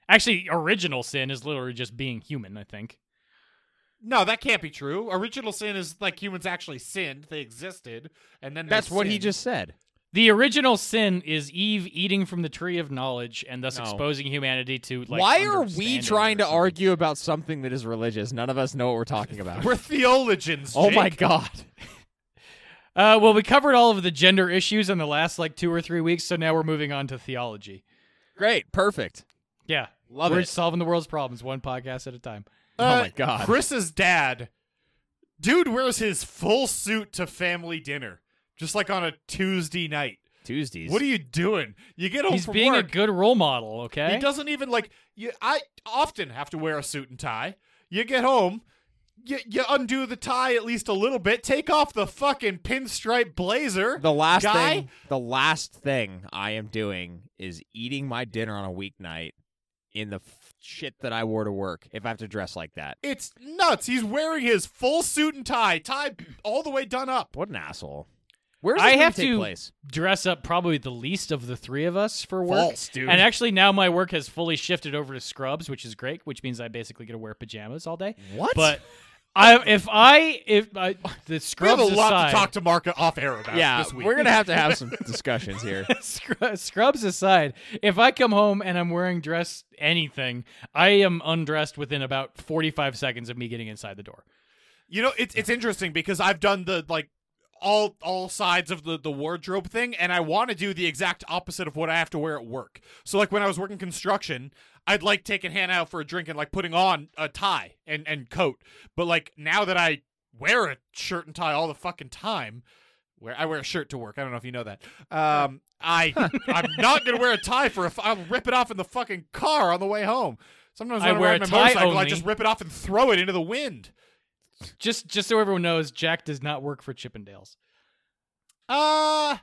S1: Actually, original sin is literally just being human. I think.
S2: no, that can't be true. Original sin is like humans actually sinned; they existed, and then they
S3: That's what he
S2: sinned.
S3: just said.
S1: The original sin is Eve eating from the tree of knowledge and thus
S3: No.
S1: exposing humanity to like.
S3: Why are we
S1: understanding
S3: trying
S1: or
S3: to
S1: something.
S3: argue about something that is religious? None of us know what we're talking about.
S2: We're theologians.
S3: oh my
S2: Jake.
S3: god.
S1: Uh, well, we covered all of the gender issues in the last like two or three weeks, so now we're moving on to theology.
S3: Great. Perfect.
S1: Yeah,
S3: Love
S1: we're
S3: it.
S1: solving the world's problems one podcast at a time.
S3: oh
S2: Uh,
S3: my god.
S2: Chris's dad, dude, wears his full suit to family dinner, just like on a Tuesday night.
S3: Tuesdays.
S2: What are you doing? You get home
S1: He's
S2: from
S1: being a
S2: work.
S1: good role model. Okay,
S2: He doesn't even like. You, I often have to wear a suit and tie. You get home, you, you undo the tie at least a little bit, take off the fucking pinstripe blazer.
S3: the last
S2: guy.
S3: thing the last thing I am doing is eating my dinner on a weeknight in the f- shit that I wore to work if I have to dress like that.
S2: It's nuts. He's wearing his full suit and tie, tie all the way done up.
S3: What an asshole. Where's
S1: I
S3: this movie
S1: have
S3: take
S1: to
S3: place?
S1: dress up probably the least of the three of us for work.
S3: False, dude.
S1: And actually, now my work has fully shifted over to scrubs, which is great, which means I basically get to wear pajamas all day.
S3: What?
S1: But I if I if I, the
S2: We have
S1: scrubs
S2: a lot
S1: aside,
S2: to talk to Marka off air about
S3: yeah,
S2: this week.
S3: we're gonna have to have some discussions here.
S1: Scru- scrubs aside, if I come home and I'm wearing dress anything, I am undressed within about 45 seconds of me getting inside the door.
S2: You know, it's it's interesting because I've done the like all all sides of the the wardrobe thing, and I want to do the exact opposite of what I have to wear at work. So like when I was working construction, I'd like taking Hannah out for a drink and like putting on a tie and and coat. But like now that I wear a shirt and tie all the fucking time, where I wear a shirt to work. I don't know if you know that. Um, I I'm not gonna wear a tie for if I'll rip it off in the fucking car on the way home. Sometimes
S1: I
S2: when I,
S1: wear
S2: ride
S1: a
S2: my
S1: tie
S2: motorcycle, I
S1: only.
S2: just rip it off and throw it into the wind.
S1: Just just so everyone knows, Jack does not work for Chippendales.
S2: Uh,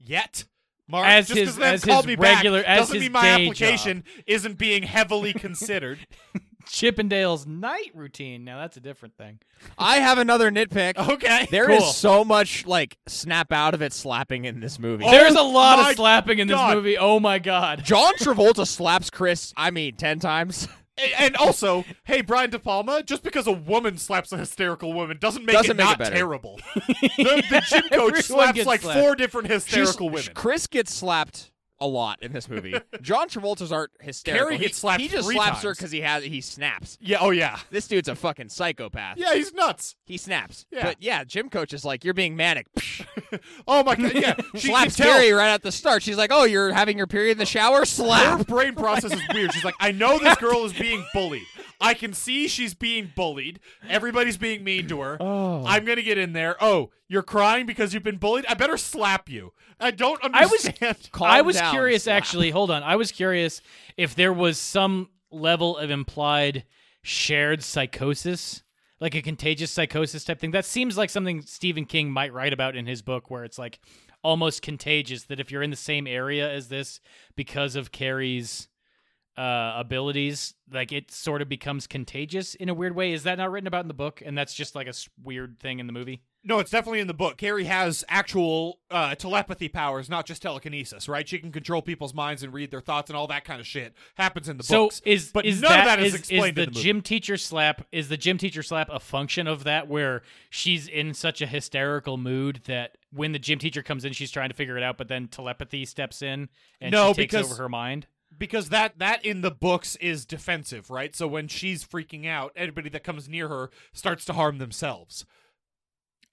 S2: yet. Mark,
S1: As
S2: just 'cause
S1: his-
S2: they haven't
S1: as
S2: called
S1: his
S2: me
S1: regular-
S2: back
S1: as
S2: doesn't
S1: his
S2: mean my
S1: day
S2: application isn't being heavily considered.
S1: Chippendales night routine. Now that's a different thing.
S3: I have another nitpick.
S2: okay,
S3: There
S2: Oh, cool.
S3: is so much like snap out of it slapping in this movie.
S2: Oh.
S1: There's a lot
S2: my
S1: of slapping in this
S2: God.
S1: movie. Oh my god.
S3: John Travolta slaps Chris. I mean, ten times
S2: A- and also, hey, Brian De Palma, just because a woman slaps a hysterical woman doesn't make
S3: Doesn't
S2: it
S3: make it
S2: not
S3: better.
S2: terrible. the, the gym
S1: Everyone
S2: coach slaps
S1: gets
S2: like
S1: slapped.
S2: four different
S3: She's-
S2: hysterical
S3: sh-
S2: women.
S3: Chris gets slapped a lot in this movie. John Travolta's aren't hysterical.
S2: Carrie
S3: He-
S2: gets slapped
S3: He just
S2: three
S3: slaps her
S2: times.
S3: because he has he snaps.
S2: Yeah, oh yeah,
S3: This dude's a fucking psychopath.
S2: yeah, he's nuts.
S3: He snaps.
S2: Yeah.
S3: But yeah, gym coach is like, you're being manic. Psh.
S2: Oh my god, yeah, she can
S3: Slaps
S2: tell
S3: Carrie right at the start. She's like, oh, you're having your period in the shower? Slap.
S2: her brain process is weird. She's like, I know this girl is being bullied. I can see she's being bullied. Everybody's being mean to her. I'm gonna get in there. Oh, you're crying because you've been bullied. I better slap you. I don't
S1: I was-
S2: understand. Uh,
S3: Calm
S1: I was
S3: down,
S1: curious
S3: slap.
S1: actually. Hold on. I was curious if there was some level of implied shared psychosis, like a contagious psychosis type thing. That seems like something Stephen King might write about in his book where it's like almost contagious that if you're in the same area as this because of Carrie's uh abilities like it sort of becomes contagious in a weird way is that not written about in the book and that's just like a s- weird thing in the movie
S2: No, it's definitely in the book. Carrie has actual uh, telepathy powers, not just telekinesis, right? She can control people's minds and read their thoughts and all that kind of shit. Happens in the
S1: So
S2: books.
S1: is
S2: but
S1: is
S2: none
S1: that,
S2: of that is,
S1: is,
S2: explained
S1: the,
S2: in the movie.
S1: gym teacher slap is the gym teacher slap a function of that where she's in such a hysterical mood that when the gym teacher comes in she's trying to figure it out but then telepathy steps in and
S2: No,
S1: she takes
S2: because-
S1: over her mind.
S2: because that that in the books is defensive, right? So when she's freaking out, anybody that comes near her starts to harm themselves.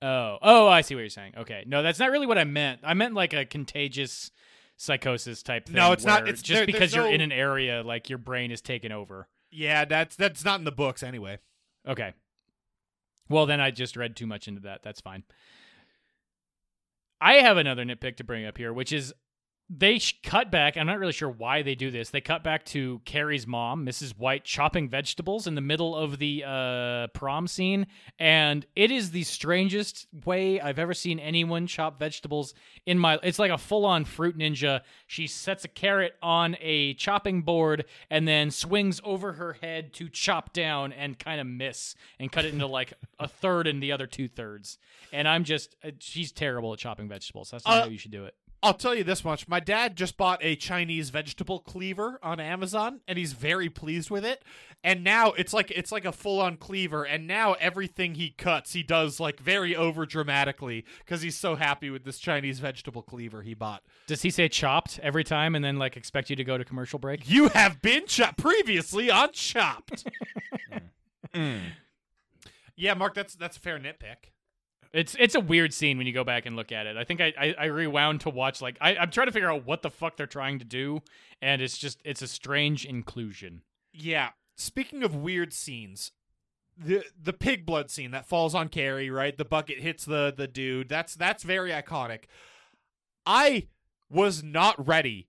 S1: Oh, oh, I see what you're saying. Okay, no, that's not really what I meant. I meant like a contagious psychosis type thing.
S2: No, it's not-
S1: where
S2: it's-
S1: just
S2: there- there's
S1: because you're
S2: no-
S1: in an area like your brain is taken over.
S2: Yeah, that's that's not in the books anyway.
S1: Okay. Well, then I just read too much into that. That's fine. I have another nitpick to bring up here, which is they sh- cut back. I'm not really sure why they do this. They cut back to Carrie's mom, Mrs. White, chopping vegetables in the middle of the uh, prom scene. And it is the strangest way I've ever seen anyone chop vegetables in my. It's like a full on fruit ninja. She sets a carrot on a chopping board and then swings over her head to chop down and kind of miss and cut it into like a third and the other two thirds. And I'm just, uh, she's terrible at chopping vegetables. That's not
S2: Uh,
S1: how you should do it.
S2: I'll tell you this much: my dad just bought a Chinese vegetable cleaver on Amazon, and he's very pleased with it. And now it's like it's like a full-on cleaver, and now everything he cuts, he does like very over dramatically because he's so happy with this Chinese vegetable cleaver he bought.
S1: Does he say chopped every time and then like expect you to go to commercial break?
S2: You have been chopped previously on Chopped. Mm. Yeah, Mark, that's that's a fair nitpick.
S1: It's it's a weird scene when you go back and look at it. I think I I, I rewound to watch like I, I'm trying to figure out what the fuck they're trying to do, and it's just it's a strange inclusion.
S2: Yeah. Speaking of weird scenes, the the pig blood scene that falls on Carrie, right? The bucket hits the the dude. That's that's very iconic. I was not ready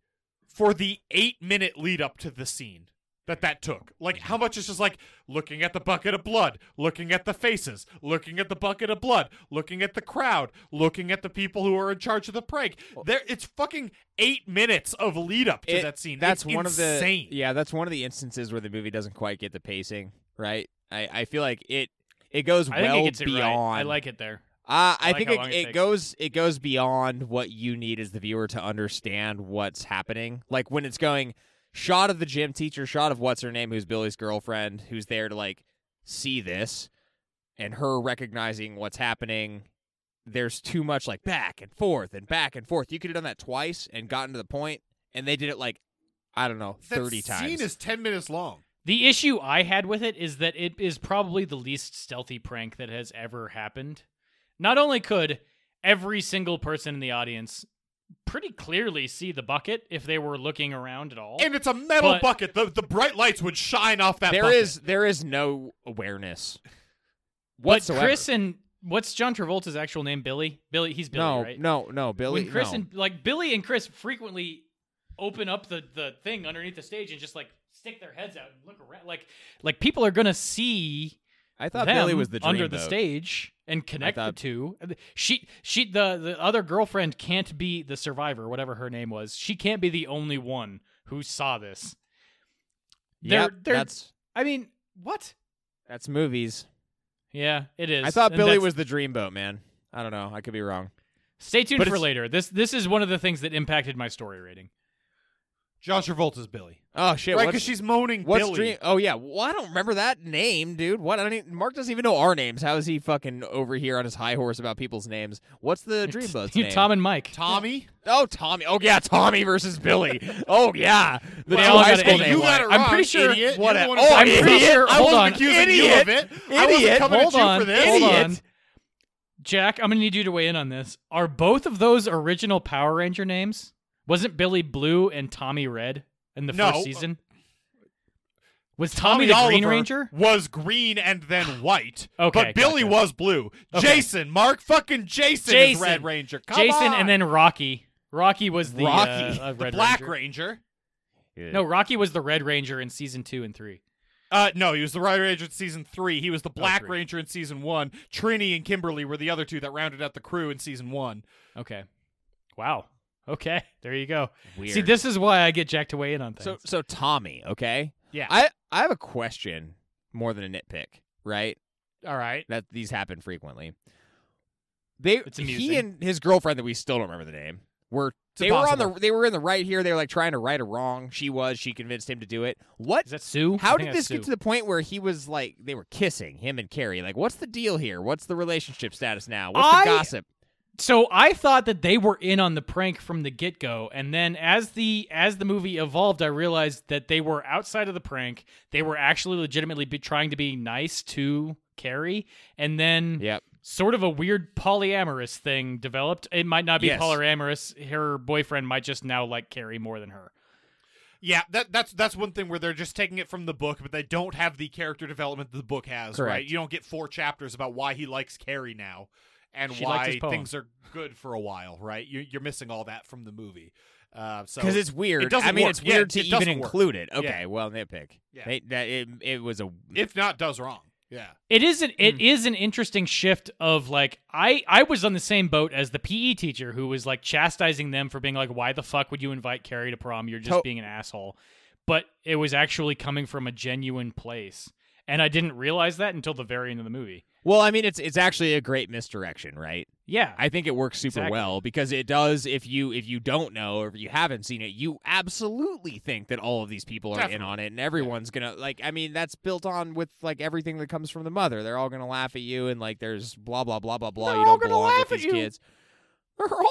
S2: for the 8 minute lead up to the scene that that took. Like how much is just like looking at the bucket of blood, looking at the faces, looking at the bucket of blood, looking at the crowd, looking at the people who are in charge of the prank. There it's fucking 8 minutes of lead up to
S3: It-
S2: that scene.
S3: That's
S2: It's
S3: one
S2: insane.
S3: of the yeah. That's one of the instances where the movie doesn't quite get the pacing right. I, I feel like it it goes
S1: I
S3: well
S1: think it gets it
S3: beyond.
S1: right. I like it there.
S3: Uh, I,
S1: I like
S3: think
S1: how long
S3: it,
S1: it
S3: it
S1: takes.
S3: goes it goes beyond what you need as the viewer to understand what's happening. Like when it's going shot of the gym teacher, shot of what's her name, who's Billy's girlfriend, who's there to like see this, and her recognizing what's happening. There's too much like back and forth and back and forth. You could have done that twice and gotten to the point, and they did it like I don't know,
S2: That
S3: thirty
S2: scene
S3: times.
S2: is 10 minutes long.
S1: The issue I had with it is that it is probably the least stealthy prank that has ever happened. Not only could every single person in the audience pretty clearly see the bucket if they were looking around at all.
S2: And it's a metal
S1: Oh, But-
S2: bucket. The, the bright lights would shine off that
S3: There
S2: bucket.
S3: is there is no awareness
S1: but
S3: whatsoever.
S1: Chris and what's John Travolta's actual name? Billy? Billy he's Billy,
S3: no,
S1: right?
S3: no, no, Billy.
S1: when Chris
S3: no.
S1: and like Billy and Chris frequently open up the the thing underneath the stage and just like stick their heads out and look around like like people are gonna see
S3: I thought
S1: them
S3: Billy was the dream
S1: under the
S3: boat.
S1: stage and connect
S3: thought-
S1: the two. She she the the other girlfriend can't be the survivor, whatever her name was. She can't be the only one who saw this.
S3: Yep,
S1: They're- they're-
S3: that's
S1: I mean, what?
S3: that's movies.
S1: Yeah, it is.
S3: I thought
S1: And
S3: Billy
S1: that's-
S3: was the dreamboat man. I don't know. I could be wrong.
S1: Stay tuned
S2: but
S1: for
S2: it's-
S1: later. This this is one of the things that impacted my story rating.
S2: John Travolta's Billy.
S3: Oh shit!
S2: right,
S3: what's-
S2: because she's moaning
S3: What's
S2: Billy.
S3: dream? Oh yeah. Well, I don't remember that name, dude. What? I don't even, Mark doesn't even know our names. How is he fucking over here on his high horse about people's names? What's the Dreamboat's name?
S1: Tom and Mike.
S2: Tommy?
S3: oh, Tommy. Oh yeah, Tommy versus Billy. oh yeah,
S1: They
S3: the two
S1: all
S3: high
S1: got
S3: school
S1: an
S3: names.
S1: A.
S2: you got it
S1: I'm
S2: wrong,
S1: pretty sure-
S2: Idiot.
S3: what
S2: You're
S3: a-
S2: the one
S3: oh,
S2: who-
S1: I'm pretty
S2: idiot.
S1: sure-
S2: I
S1: hold
S2: wasn't
S1: on.
S2: accusing you
S3: Idiot.
S2: of it. I wasn't
S3: Idiot.
S2: coming
S1: Hold
S2: at you
S1: on,
S2: for this.
S1: hold
S3: Idiot.
S1: on. Jack, I'm gonna need you to weigh in on this. Are both of those original Power Ranger names? Wasn't Billy Blue and Tommy Red in the
S2: No.
S1: first season? Was Tommy,
S2: Tommy
S1: the Green
S2: Oliver
S1: Ranger?
S2: was green and then white.
S1: Okay,
S2: but Billy
S1: gotcha.
S2: was blue.
S1: Okay.
S2: Jason, Mark, fucking Jason, is
S1: Jason.
S2: Red Ranger. Come
S1: Jason
S2: on.
S1: and then Rocky. Rocky was the uh,
S3: Rocky,
S1: uh,
S2: the
S1: Red
S2: Black
S1: Ranger.
S2: Ranger.
S1: No, Rocky was the Red Ranger in season two and three.
S2: Uh, no, he was the Red Ranger in season three. He was the Black
S1: Oh, three.
S2: Ranger in season one. Trini and Kimberly were the other two that rounded out the crew in season one.
S1: Okay. Wow. Okay. There you go.
S3: Weird.
S1: See, this is why I get Jack to weigh in on things.
S3: So so Tommy. Okay.
S1: Yeah.
S3: I I have a question more than a nitpick. Right.
S1: All right.
S3: That these happen frequently. They
S1: It's
S3: he
S1: amusing.
S3: and his girlfriend that we still don't remember the name were
S2: It's
S3: they were on
S2: impossible.
S3: the they were in the right here. They were like trying to right a wrong. She was. She convinced him to do it. What?
S1: Is that Sue?
S3: How did this get to the point where he was like they were kissing him and Carrie? Like, what's the deal here? What's the relationship status now? What's
S1: I-
S3: the gossip?
S1: so I thought that they were in on the prank from the get go, and then as the as the movie evolved, I realized that they were outside of the prank. They were actually legitimately be trying to be nice to Carrie, and then
S3: Yep.
S1: sort of a weird polyamorous thing developed. It might not be
S3: Yes.
S1: polyamorous. Her boyfriend might just now like Carrie more than her.
S2: Yeah, that, that's that's one thing where they're just taking it from the book, but they don't have the character development that the book has. Right?
S3: Correct.
S2: You don't get four chapters about why he likes Carrie now and
S1: She liked
S2: why
S1: his poem.
S2: things are good for a while. Right? You, you're missing all that from the movie. Uh, so
S3: Because it's weird.
S2: it doesn't
S3: I mean,
S2: work.
S3: it's
S2: Yeah,
S3: weird
S2: it
S3: to even
S2: doesn't work.
S3: include it. Okay,
S2: Yeah.
S3: well, nitpick.
S2: Yeah.
S3: They, that it, it was a
S2: if not, does wrong. Yeah.
S1: It is an it is an interesting shift of like I I was on the same boat as the PE teacher who was like chastising them for being like why the fuck would you invite Carrie to prom you're just
S3: To-
S1: being an asshole, but it was actually coming from a genuine place and I didn't realize that until the very end of the movie.
S3: well. I mean, it's it's actually a great misdirection, right?
S1: Yeah,
S3: I think it works super
S1: Exactly.
S3: well because it does. If you if you don't know or if you haven't seen it, you absolutely think that all of these people are in
S2: Definitely.
S3: on it, and everyone's gonna like. I mean, that's built on with like everything that comes from the mother. They're all gonna laugh at you, and like there's blah blah blah blah blah.
S1: They're
S3: you
S1: all
S3: don't
S1: gonna
S3: belong
S1: laugh
S3: with
S1: at
S3: these
S1: you.
S3: kids. They're all gonna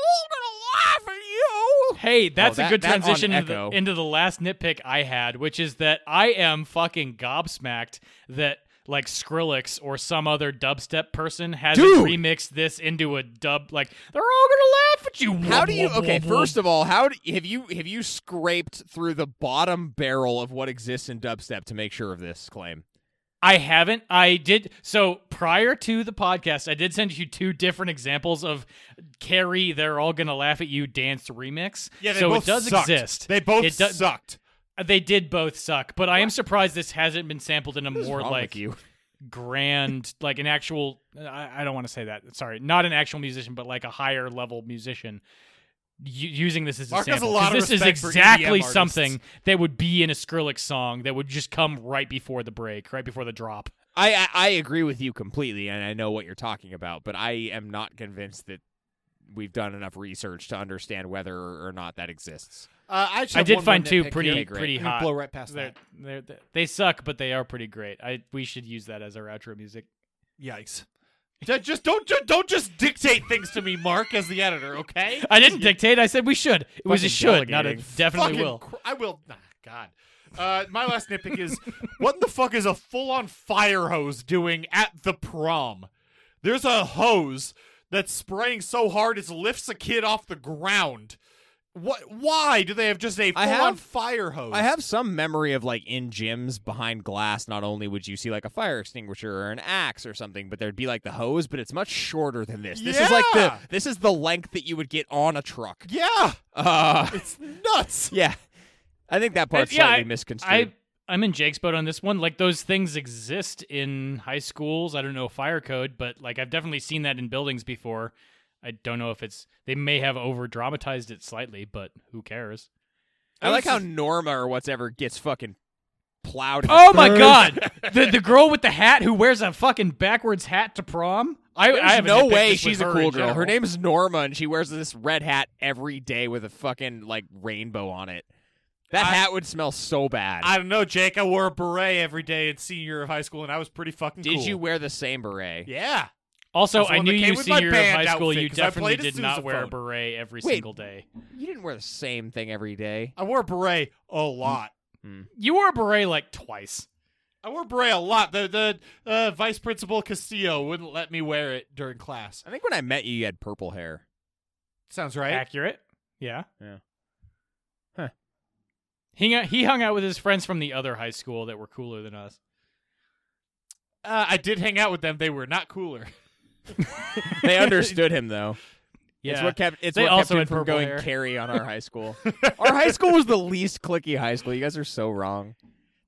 S3: laugh at you.
S1: Hey, that's
S3: Oh, that-
S1: a good
S3: that on
S1: transition into the,
S3: Echo.
S1: into the last nitpick I had, which is that I am fucking gobsmacked that like Skrillex or some other dubstep person has
S3: Dude!
S1: remixed this into a dub. Like they're all gonna laugh at you.
S3: How
S1: Wub,
S3: do you?
S1: wub,
S3: Okay,
S1: wub, wub.
S3: first of all, how do, have you have you scraped through the bottom barrel of what exists in dubstep to make sure of this claim?
S1: I haven't. I did so prior to the podcast. I did send you two different examples of Carrie. They're all gonna laugh at you. Dance remix.
S2: Yeah, they
S1: so
S2: both
S1: it does
S2: sucked.
S1: exist.
S2: They both
S1: It does-
S2: sucked.
S1: They did both suck, but I am surprised this hasn't been sampled in a
S3: What's
S1: more
S3: wrong
S1: like
S3: with you.
S1: grand like an actual I, I don't want to say that sorry not an actual musician but like a higher level musician u- using this as a
S2: Mark has a
S1: sample 'cause
S2: lot of
S1: this is
S2: respect for EDM
S1: exactly
S2: artists.
S1: something that would be in a Skrillex song that would just come right before the break right before the drop
S3: I, I I agree with you completely, and I know what you're talking about, but I am not convinced that we've done enough research to understand whether or not that exists.
S2: Uh, I, just
S1: I
S2: have
S1: did
S2: one more
S1: find two
S2: nitpick
S1: pretty
S2: here.
S3: great.
S1: pretty
S2: Let me
S1: hot
S2: Blow right past
S1: They're-
S2: that.
S1: they're- they suck but they are pretty great I we should use that as our outro music
S2: Yikes. Ju- Just don't ju- don't just dictate things to me, Mark, as the editor. Okay.
S1: I didn't dictate. I said we should. It was a
S3: Fucking
S1: should, not a
S3: delegating.
S1: definitely
S2: Fucking
S1: will.
S2: cr- I will. ah, God. Uh, my last nitpick is what the fuck is a full on fire hose doing at the prom? There's a hose that's spraying so hard it lifts a kid off the ground. What? Why do they have just a full
S3: I
S2: on
S3: have-
S2: fire hose?
S3: I have some memory of like in gyms behind glass. Not only would you see like a fire extinguisher or an axe or something, but there'd be like the hose, but it's much shorter than this. This is like the
S2: Yeah.
S3: this is the length that you would get on a truck.
S2: Yeah,
S3: Uh,
S2: it's nuts.
S3: yeah, I think that part's
S1: yeah,
S3: slightly
S1: I- I
S3: misconstrued.
S1: I'm in Jake's boat on this one. Like those things exist in high schools. I don't know fire code, but like I've definitely seen that in buildings before. I don't know if it's they may have over dramatized it slightly, but who cares?
S3: I, like how Norma or whatever gets fucking plowed. in the
S1: Oh my
S3: third.
S1: god. the the girl with the hat who wears a fucking backwards hat to prom? I,
S3: There's
S1: I have
S3: no way she's a cool girl. Her name's Norma, and she wears this red hat every day with a fucking like rainbow on it. That
S2: I-
S3: hat would smell so bad.
S2: I don't know, Jake. I wore a beret every day in senior year of high school, and I was pretty fucking.
S3: Did
S2: cool.
S3: you wear the same beret?
S2: Yeah.
S1: Also,
S2: That's the
S1: I
S2: one
S1: knew
S2: that came
S1: you
S2: with my
S1: senior year of
S2: band
S1: high school.
S2: outfit,
S1: you
S2: 'cause I
S1: definitely
S2: played a
S1: did not wear a
S2: sousaphone.
S1: beret every
S3: Wait.
S1: single day.
S3: You didn't wear the same thing every day.
S1: Uh,
S2: I wore a beret a
S1: Mm.
S2: lot.
S1: You wore a beret like twice.
S2: I wore a beret a lot. The the uh, vice principal Castillo wouldn't let me wear it during class.
S3: I think when I met you, you had purple hair.
S2: Sounds right.
S1: Accurate. Yeah.
S3: Yeah. Huh.
S1: He hung- he hung out with his friends from the other high school that were cooler than us.
S2: Uh, I did hang out with them. They were not cooler.
S3: They understood him though.
S1: Yeah.
S3: It's what kept it's
S1: They
S3: what
S1: also
S3: kept
S1: had
S3: him from
S1: purple
S3: going
S1: hair.
S3: carry on our high school. our high school was the least clicky high school. You guys are so wrong.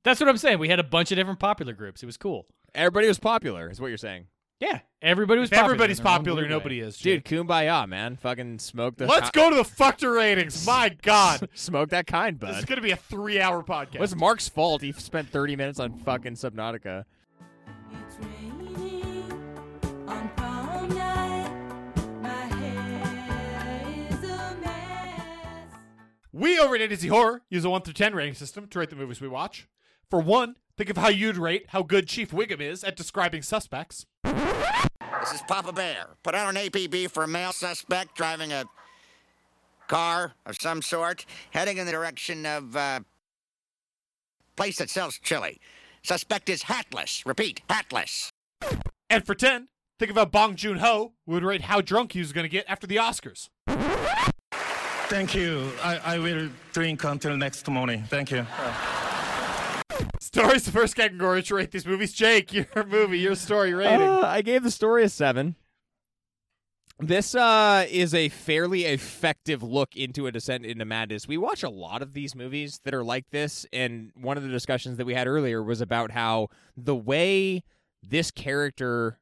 S1: That's what I'm saying. We had a bunch of different popular groups. It was cool.
S3: Everybody was popular, is what you're saying.
S1: Yeah. Everybody was
S2: If
S1: popular.
S2: everybody's
S1: in their own
S2: popular,
S1: weird way.
S2: nobody is.
S3: Dude, kumbaya, man. Fucking smoke the
S2: Jake. let's go to the fuckter ratings. My God,
S3: smoke that kind,
S2: this is
S3: bud.
S2: gonna be a three-hour podcast.
S3: What's Mark's fault? He spent 30 minutes on fucking Subnautica.
S6: It's raining on prom night. My hair is a mess.
S2: We over at Idiocy Horror use a 1 through 10 rating system to rate the movies we watch. For one, think of how you'd rate how good Chief Wiggum is at describing suspects.
S7: This is Papa Bear. Put out an APB for a male suspect driving a car of some sort, heading in the direction of uh, place that sells chili. Suspect is hatless. Repeat, hatless.
S2: And for 10, think of how Bong Joon Ho would rate how drunk he was going to get after the Oscars.
S8: Thank you. I, I will drink until next morning. Thank you.
S2: Story's the first category to rate these movies. Jake, your movie, your story rating.
S3: Uh, I gave the story a seven. This uh, is a fairly effective look into a descent into madness. We watch a lot of these movies that are like this, and one of the discussions that we had earlier was about how the way this character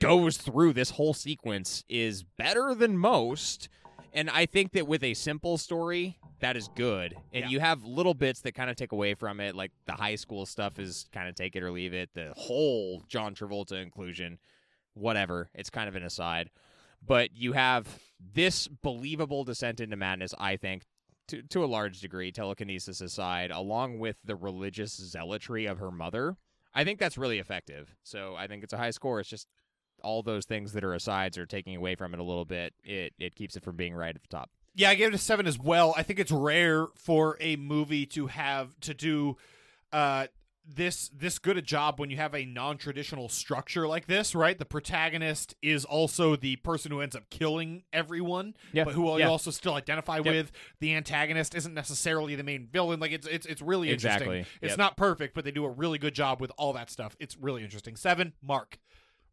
S3: goes through this whole sequence is better than most. And I think that with a simple story, that is good. And you have little bits that kind of take away from it, like the high school stuff is kind of take it or leave it. The whole John Travolta inclusion, whatever. It's kind of an aside. But you have this believable descent into madness, I think, to, to a large degree, telekinesis aside, along with the religious zealotry of her mother. I think that's really effective. So I think it's a high score. It's just all those things that are asides are taking away from it a little bit. It it keeps it from being right at the top.
S2: Yeah, I gave it a seven as well. I think it's rare for a movie to have to do uh, this this good a job when you have a non traditional structure like this, right? The protagonist is also the person who ends up killing everyone,
S3: Yeah,
S2: but who
S3: yeah.
S2: you also still identify with. The antagonist isn't necessarily the main villain. Like it's it's it's really interesting.
S3: Exactly.
S2: It's
S3: Yep.
S2: not perfect, but they do a really good job with all that stuff. It's really interesting. Seven, Mark.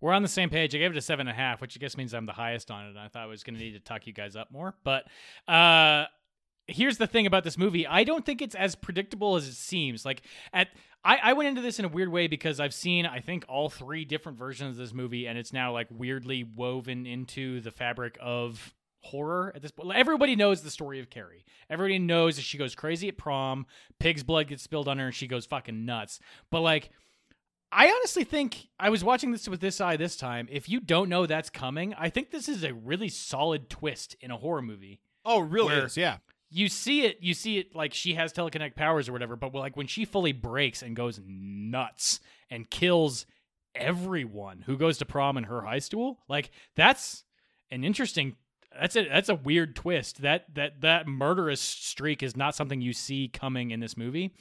S1: We're on the same page. I gave it a seven and a half, which I guess means I'm the highest on it. And I thought I was going to need to talk you guys up more. But uh, here's the thing about this movie: I don't think it's as predictable as it seems. Like at, I, I went into this in a weird way because I've seen, I think, all three different versions of this movie, and it's now like weirdly woven into the fabric of horror at this point. Everybody knows the story of Carrie. Everybody knows that she goes crazy at prom, pig's blood gets spilled on her, and she goes fucking nuts. But like. I honestly think I was watching this with this eye this time. If you don't know that's coming, I think this is a really solid twist in a horror movie.
S2: Oh, really?
S1: Where-
S2: is, yeah.
S1: You see it, you see it like she has telekinetic powers or whatever, but like when she fully breaks and goes nuts and kills everyone who goes to prom in her high school. Like that's an interesting that's a that's a weird twist. That that that murderous streak is not something you see coming in this movie.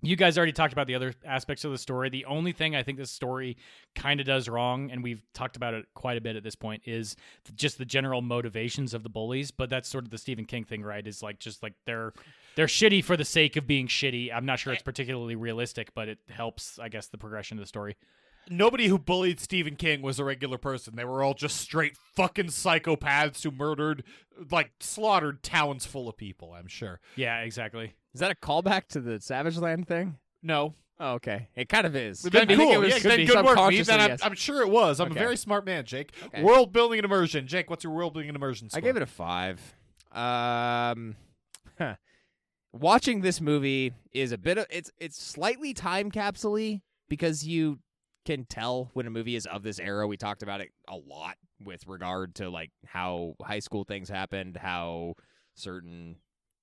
S1: You guys already talked about the other aspects of the story. The only thing I think this story kind of does wrong, and we've talked about it quite a bit at this point, is th- just the general motivations of the bullies. But that's sort of the Stephen King thing, right? Is like just like they're they're shitty for the sake of being shitty. I'm not sure
S3: Eh.
S1: it's particularly realistic, but it helps, I guess, the progression of the story.
S2: Nobody who bullied Stephen King was a regular person. They were all just straight fucking psychopaths who murdered, like, slaughtered towns full of people, I'm sure.
S1: Yeah, exactly.
S3: Is that a callback to the Savage Land thing?
S2: No.
S3: Oh, okay. It kind of is.
S2: Then
S3: I think
S2: cool.
S3: it was,
S2: yeah,
S3: could
S2: then
S3: be
S2: good work, me.
S3: subconsciously,
S2: Then I'm,
S3: yes.
S2: I'm sure it was. I'm
S3: Okay.
S2: a very smart man, Jake.
S3: Okay.
S2: World building and immersion. Jake, what's your world building and immersion score?
S3: I gave it a five. Um, huh. watching this movie is a bit of it's it's slightly time capsule because you can tell when a movie is of this era. We talked about it a lot with regard to like how high school things happened, how certain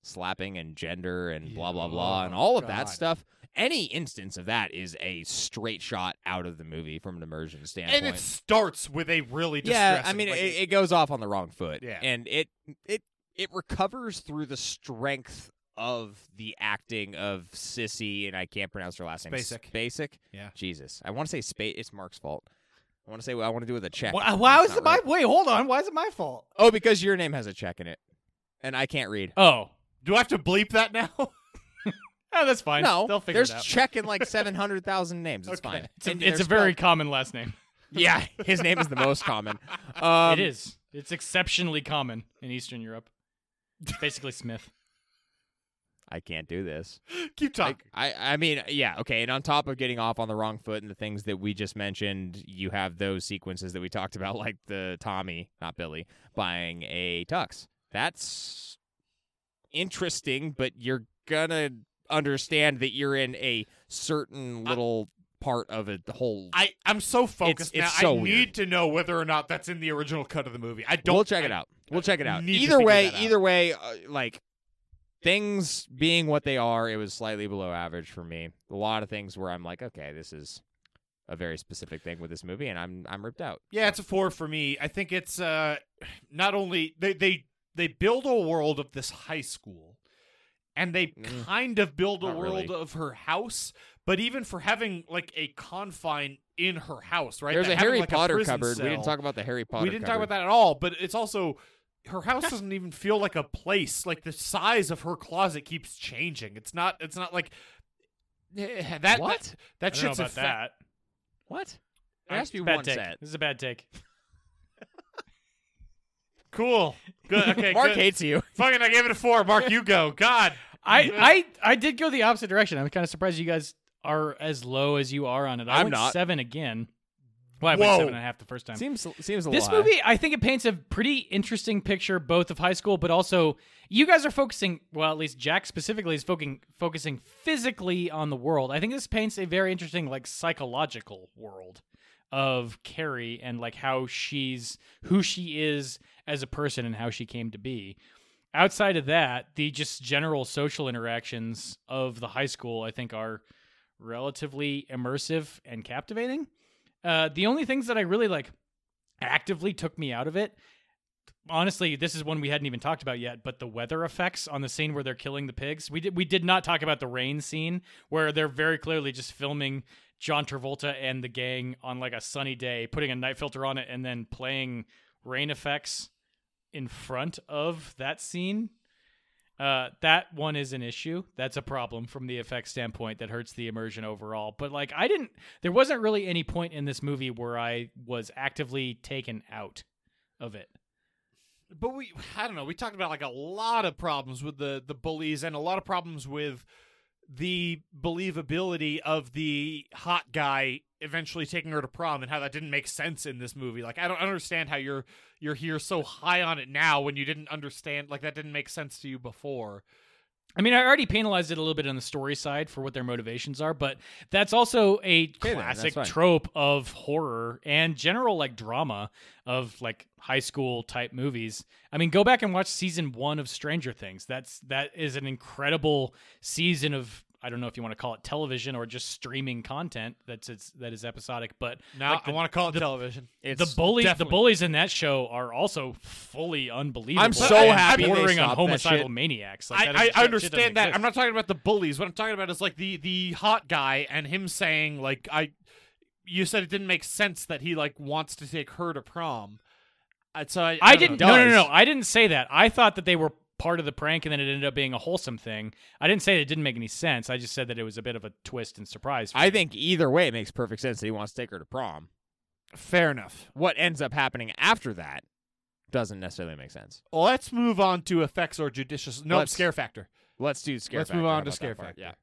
S3: slapping and gender and blah blah blah and all of that
S2: God.
S3: stuff. Any instance of that is a straight shot out of the movie from an immersion standpoint
S2: and it starts with a really
S3: yeah i
S2: distressing-
S3: mean
S2: like,
S3: it, it goes off on the wrong foot
S2: Yeah.
S3: and it it it recovers through the strength of the acting of sissy and i can't pronounce her last name
S2: Spacek.
S3: basic
S2: Yeah.
S3: jesus i want to say space it's mark's fault i want to say i want to do it with a check
S9: Why, why
S3: That's
S9: is
S3: not
S9: it my
S3: right.
S9: wait? Hold on. Why is it my fault?
S3: oh because your name has a check in it and i can't read
S1: Oh,
S2: do I have to bleep that now?
S1: oh that's fine.
S3: no
S1: they'll figure
S3: there's
S1: it out.
S3: check in like 700000 names it's
S2: Okay.
S3: fine
S1: It's a,
S3: And
S1: it's a
S3: they're
S1: very common last name.
S3: spelled- yeah his name is the most common um,
S1: it is. It's exceptionally common in Eastern Europe. It's basically Smith.
S3: i can't do this
S2: Keep talking.
S3: I, I mean, yeah, okay. And on top of getting off on the wrong foot and the things that we just mentioned, you have those sequences that we talked about, like the Tommy, not Billy, buying a tux. That's interesting, but you're gonna understand that you're in a certain little part of a whole.
S2: I, I'm so focused
S3: it's
S2: now.
S3: so
S2: I need
S3: weird.
S2: to know whether or not that's in the original cut of the movie. I don't.
S3: we'll check it
S2: I-
S3: out. We'll check it out.
S2: need to
S3: Either
S2: figure
S3: way,
S2: that out.
S3: either way, uh, like things being what they are, it was slightly below average for me. A lot of things where I'm like, okay, this is a very specific thing with this movie, and I'm I'm ripped out.
S2: Yeah, it's a four for me. I think it's uh, not only they they they build a world of this high school, and they
S3: Mm,
S2: kind of build a
S3: not
S2: world
S3: really.
S2: of her house. But even for having like a confine in her house, right?
S3: There's
S2: that
S3: a
S2: having,
S3: Harry
S2: like,
S3: Potter
S2: prison
S3: cupboard. We didn't
S2: cell-
S3: talk about the Harry Potter.
S2: we didn't talk
S3: cupboard.
S2: about that at all. But it's also her house doesn't even feel like a place. Like the size of her closet keeps changing. It's not. It's not like eh, that.
S3: What?
S2: That, that
S1: I don't know
S2: shit's
S1: about
S2: a
S1: that.
S3: What? There
S1: I-
S3: has to be
S1: bad
S3: one
S1: take.
S3: set.
S1: This is a bad take.
S2: Cool. Good. Okay.
S3: Mark
S2: good.
S3: hates you.
S2: Fucking, I gave it a four. Mark, you go. God.
S1: I, I I did go the opposite direction. I'm kind of surprised you guys are as low as you are on it. I
S3: I'm
S1: went
S3: not.
S1: seven again. Well, I went
S2: Whoa.
S1: seven and a half the first time.
S3: Seems seems a
S1: this
S3: little high.
S1: movie, I think it paints a pretty interesting picture both of high school, but also you guys are focusing. Well, at least Jack specifically is focusing focusing physically on the world. I think this paints a very interesting like psychological world of Carrie and like how she's who she is as a person and how she came to be. Outside of that, the just general social interactions of the high school, I think, are relatively immersive and captivating. Uh, the only things that I really like actively took me out of it. Honestly, this is one we hadn't even talked about yet, but the weather effects on the scene where they're killing the pigs. We did we did not talk about the rain scene where they're very clearly just filming John Travolta and the gang on like a sunny day, putting a night filter on it and then playing rain effects in front of that scene. Uh, that one is an issue. That's a problem from the effect standpoint that hurts the immersion overall. But like, I didn't. There wasn't really any point in this movie where I was actively taken out of it.
S2: but we, I don't know. We talked about like a lot of problems with the the bullies and a lot of problems with the believability of the hot guy eventually taking her to prom and how that didn't make sense in this movie. Like I don't understand how you're you're here so high on it now when you didn't understand like that didn't make sense to you before.
S1: I mean, I already penalized it a little bit on the story side for what their motivations are, but that's also a
S3: then, that's
S1: classic
S3: fine.
S1: trope of horror and general like drama of like high school type movies. I mean, go back and watch season one of Stranger Things. That's that is an incredible season of I don't know if you want to call it television or just streaming content that's it's, that is episodic, but
S2: Now
S1: like the,
S2: I want to call it television.
S1: the bully the bullies in that show are also fully unbelievable.
S3: I'm so
S1: and
S3: happy they
S1: bordering on
S3: stopped that
S1: homicidal
S3: shit.
S1: maniacs. Like, that shit-
S2: I, I, I
S1: shit doesn't
S2: understand that. I'm
S1: exist.
S2: not talking about the bullies. What I'm talking about is like the the hot guy and him saying like I. You said it didn't make sense that he like wants to take her to prom. Uh, So I,
S1: I
S2: don't
S1: didn't.
S2: know.
S1: No, no, no, no. I didn't say that. I thought that they were part of the prank, and then it ended up being a wholesome thing. I didn't say that it didn't make any sense. I just said that it was a bit of a twist and surprise. for
S3: I
S1: me.
S3: think either way, it makes perfect sense that he wants to take her to prom.
S2: Fair enough.
S3: What ends up happening after that doesn't necessarily make sense.
S2: Let's move on to effects or judicious. No
S3: Let's-
S2: scare factor.
S3: Let's do scare.
S2: Let's
S3: factor.
S2: move
S3: How
S2: on to
S3: about that
S2: scare
S3: part?
S2: factor.
S3: Yeah.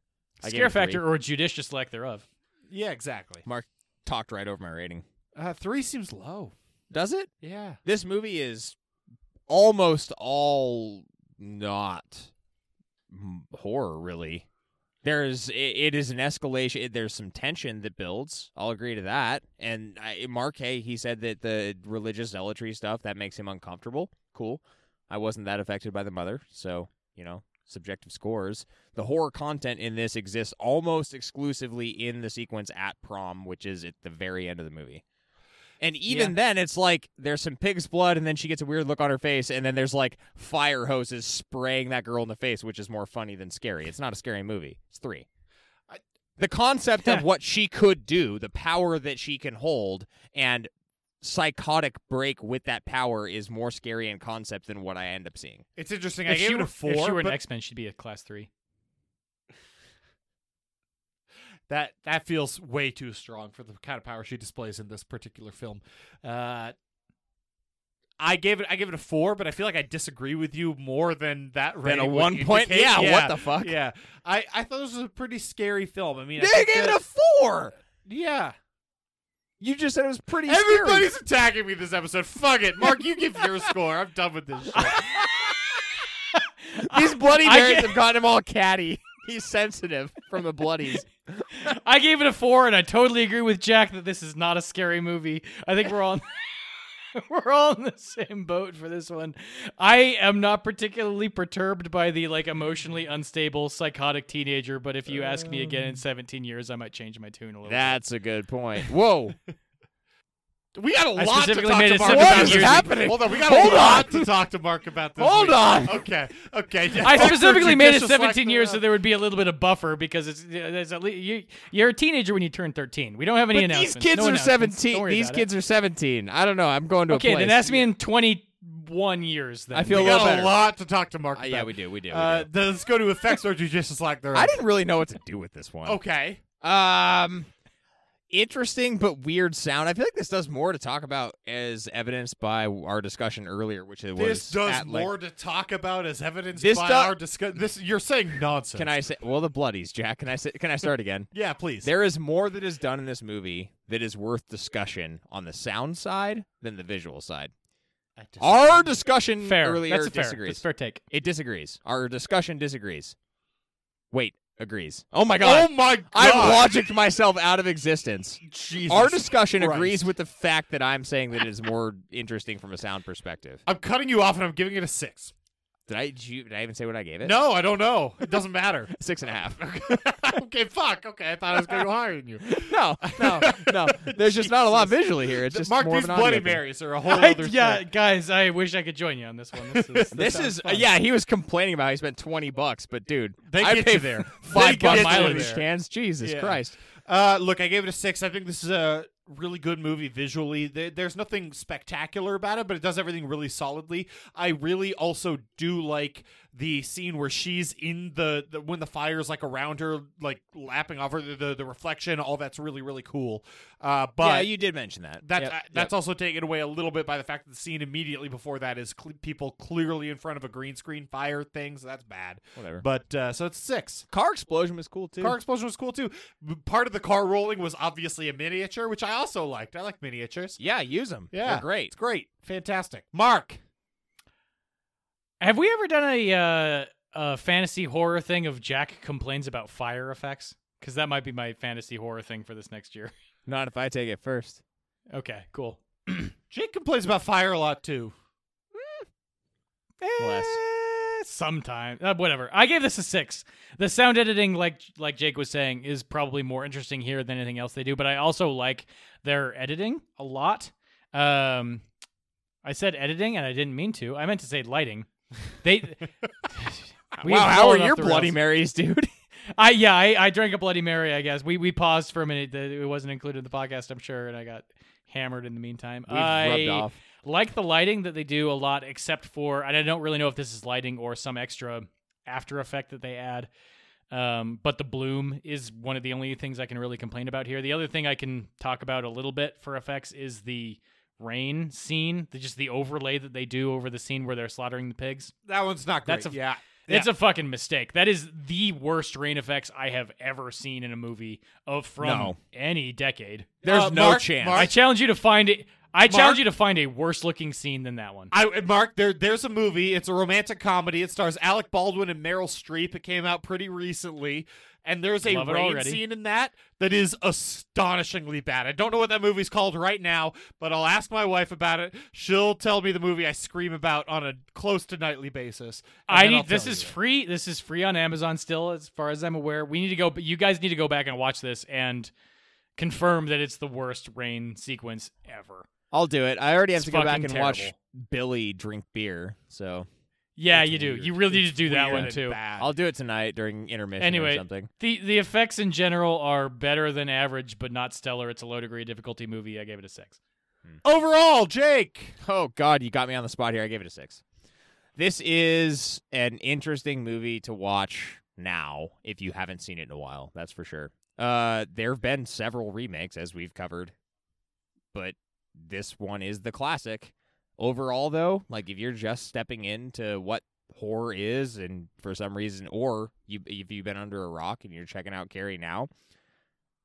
S3: I gave
S1: scare
S3: it three.
S1: factor or judicious lack thereof.
S2: Yeah, exactly.
S3: Mark talked right over my rating.
S2: Uh, three seems low.
S3: Does it?
S2: Yeah.
S3: This movie is almost all not m- horror, really. There's i it is an escalation. it- There's some tension that builds. I'll agree to that. And I, Mark Hay, he said that the religious zealotry stuff that makes him uncomfortable. Cool. I wasn't that affected by the mother, so you know, subjective scores. The horror content in this exists almost exclusively in the sequence at prom, which is at the very end of the movie. And even then, it's like there's some pig's blood, and then she gets a weird look on her face, and then there's like fire hoses spraying that girl in the face, which is more funny than scary. It's not a scary movie. It's three. The concept of what she could do, the power that she can hold, and psychotic break with that power is more scary in concept than what I end up seeing.
S2: It's interesting. I
S1: If
S2: gave
S1: she,
S2: it
S1: were,
S2: a
S1: if
S2: four.
S1: she were an
S2: but
S1: X Men, she'd be a class three.
S2: that that feels way too strong for the kind of power she displays in this particular film. Uh, I gave it I gave it a four, but I feel like I disagree with you more than that.
S3: Than a
S2: rating would
S3: one point-
S2: indicate.
S3: yeah, what the fuck?
S2: Yeah, I I thought this was a pretty scary film. I mean, I
S3: They
S2: think
S3: gave it
S2: that-
S3: a four.
S2: yeah.
S3: You just said it was pretty. scary.
S2: Everybody's attacking me this episode. Fuck it, Mark. You give your score. I'm done with this shit.
S3: These bloody
S1: I
S3: berries
S1: can't-
S3: have gotten him all catty. He's sensitive from the bloodies.
S1: I gave it a four, and I totally agree with Jack that this is not a scary movie. I think we're all we're all in the same boat for this one. I am not particularly perturbed by the like emotionally unstable psychotic teenager, but if you ask me
S3: Um.
S1: again in 17 years, I might change my tune a little. bit.
S3: That's a good point. Whoa.
S2: We got a
S1: I
S2: lot
S1: specifically
S2: to talk
S1: made
S2: to
S1: it
S2: Mark
S1: sound
S2: about
S1: like
S2: this
S1: you're-
S2: week.
S3: happening?
S2: Hold on, we got
S3: Hold
S2: a lot
S3: on.
S2: to talk to Mark about this.
S3: Hold
S2: week.
S3: on.
S2: Okay, okay.
S1: I
S2: Factor
S1: specifically made it
S2: judicious lack
S1: 17 years so
S2: thereof.
S1: there would be a little bit of buffer because it's there's at least, you, you're a teenager when you turn 13. We don't have any
S3: But these
S1: announcements.
S3: kids
S1: No
S3: are
S1: announcements. Don't
S3: 17.
S1: worry
S3: These
S1: about it.
S3: kids are 17. I don't know. I'm going to
S1: Okay,
S3: a place.
S1: then ask me in 21 years. Then
S3: I feel
S2: we
S3: a little
S2: got
S3: better.
S2: a lot to talk to Mark.
S3: Uh, yeah,
S2: about.
S3: we do. We do. we
S2: Uh,
S3: do.
S2: th- let's go to effects or judicious lack thereof.
S3: I didn't really know what to do with this one.
S2: Okay.
S3: Um, interesting but weird sound. I feel like this does more to talk about, as evidenced by our discussion earlier, which it was
S2: This does
S3: at length.
S2: more to talk about as evidenced
S3: This
S2: by
S3: do-
S2: our discuss. This you're saying nonsense.
S3: Can I say? Well, the bloodies, Jack. Can I say? Can I start again?
S2: Yeah, please.
S3: There is more that is done in this movie that is worth discussion on the sound side than the visual side.
S2: I just-
S3: Our discussion
S1: fair.
S3: earlier
S1: That's a fair.
S3: disagrees.
S1: That's a fair take.
S3: It disagrees. Our discussion disagrees. Wait, agrees. Oh my
S2: oh
S3: god.
S2: my god!
S3: I've logicked myself out of existence.
S2: Jesus.
S3: Our discussion
S2: Christ.
S3: agrees with the fact that I'm saying that it is more interesting from a sound perspective.
S2: I'm cutting you off and I'm giving it a six.
S3: Did I did, you, did I even say what I gave it?
S2: No, I don't know. It doesn't matter.
S3: Six and a half.
S2: okay, fuck. Okay, I thought I was going to go higher than you.
S3: no, no, no. There's just not a lot visually here. It's just
S2: Mark
S3: more
S2: these
S3: of an audio
S2: Bloody
S3: thing.
S2: Marys are a whole
S1: I-
S2: other
S1: yeah,
S2: thing.
S1: guys, I wish I could join you on this one. This is,
S3: This
S1: sounds
S3: is
S1: fun.
S3: yeah. He was complaining about how he spent twenty bucks, but dude,
S2: They
S3: I
S2: get
S3: pay
S2: you there. They
S3: Five
S2: get
S3: bucks
S2: you
S3: mileage
S2: there.
S3: cans. Jesus
S2: Yeah.
S3: Christ.
S2: Uh, look, I gave it a six. I think this is a really good movie visually. There- There's nothing spectacular about it, but it does everything really solidly. I really also do like the scene where she's in the, the when the fire's like around her, like lapping off her, the, the, the reflection. All that's really really cool. Uh, but
S3: yeah, you did mention that.
S2: that
S3: Yep,
S2: uh,
S3: yep.
S2: that's also taken away a little bit by the fact that the scene immediately before that is cle people clearly in front of a green screen fire thing, so that's bad.
S3: Whatever.
S2: But uh, so it's six.
S3: car explosion was cool too.
S2: Car explosion was cool too. B- Part of the car rolling was obviously a miniature, which I also liked. I like miniatures.
S3: yeah, use them.
S2: Yeah,
S3: They're great.
S2: It's great, fantastic. Mark,
S1: Have we ever done a uh, a fantasy horror thing of Jack complains about fire effects? Because that might be my fantasy horror thing for this next year.
S3: Not if I take it first.
S1: Okay, cool.
S2: Jake complains about fire a lot too.
S3: Bless.
S1: Eh, Sometimes, uh, whatever. I gave this a six. The sound editing, like like Jake was saying, is probably more interesting here than anything else they do. But I also like their editing a lot. Um, I said editing, and I didn't mean to. I meant to say lighting. They. we
S3: wow,
S1: have
S3: how are
S1: blown off
S3: your
S1: the
S3: Bloody
S1: rails.
S3: Marys, dude?
S1: I yeah, I, I drank a Bloody Mary. I guess we we paused for a minute. that It wasn't included in the podcast, I'm sure, and I got hammered in the meantime.
S3: We've
S1: I
S3: rubbed off.
S1: like the lighting that they do a lot, except for and I don't really know if this is lighting or some extra after effect that they add. Um, but the bloom is one of the only things I can really complain about here. The other thing I can talk about a little bit for effects is the rain scene, the, just the overlay that they do over the scene where they're slaughtering the pigs.
S2: That one's not great.
S1: That's a-
S2: yeah.
S1: It's a fucking mistake. That is the worst rain effects I have ever seen in a movie of from
S3: No.
S1: any decade.
S3: There's
S2: Uh,
S3: no
S2: Mark-
S3: chance.
S2: Mark-
S1: I challenge you to find it. I
S2: Mark?
S1: challenge you to find a worse looking scene than that one.
S2: I Mark, there there's a movie. It's a romantic comedy. It stars Alec Baldwin and Meryl Streep. It came out pretty recently. And there's a
S1: Love it
S2: rain
S1: already.
S2: scene in that that is astonishingly bad. I don't know what that movie's called right now, but I'll ask my wife about it. She'll tell me the movie I scream about on a close to nightly basis. and
S1: I
S2: then I'll
S1: need this
S2: tell
S1: is
S2: you.
S1: free. This is free on Amazon still, as far as I'm aware. We need to go. But you guys need to go back and watch this and confirm that it's the worst rain sequence ever.
S3: I'll do it. I already have
S1: It's
S3: to go back
S1: fucking
S3: and watch
S1: terrible.
S3: Billy drink beer, so
S1: Yeah,
S2: It's
S1: you do.
S2: weird.
S1: You really need
S2: It's
S1: to do that
S2: weird
S1: one
S2: and
S1: too.
S2: bad.
S3: I'll do it tonight during intermission
S1: Anyway,
S3: or something.
S1: The the effects in general are better than average, but not stellar. It's a low degree of difficulty movie. I gave it a six.
S2: Overall, Jake.
S3: Oh God, you got me on the spot here. I gave it a six. This is an interesting movie to watch now if you haven't seen it in a while. That's for sure. Uh, there have been several remakes as we've covered, but this one is the classic. Overall, though, like if you're just stepping into what horror is, and for some reason, or you if you've been under a rock and you're checking out Carrie now,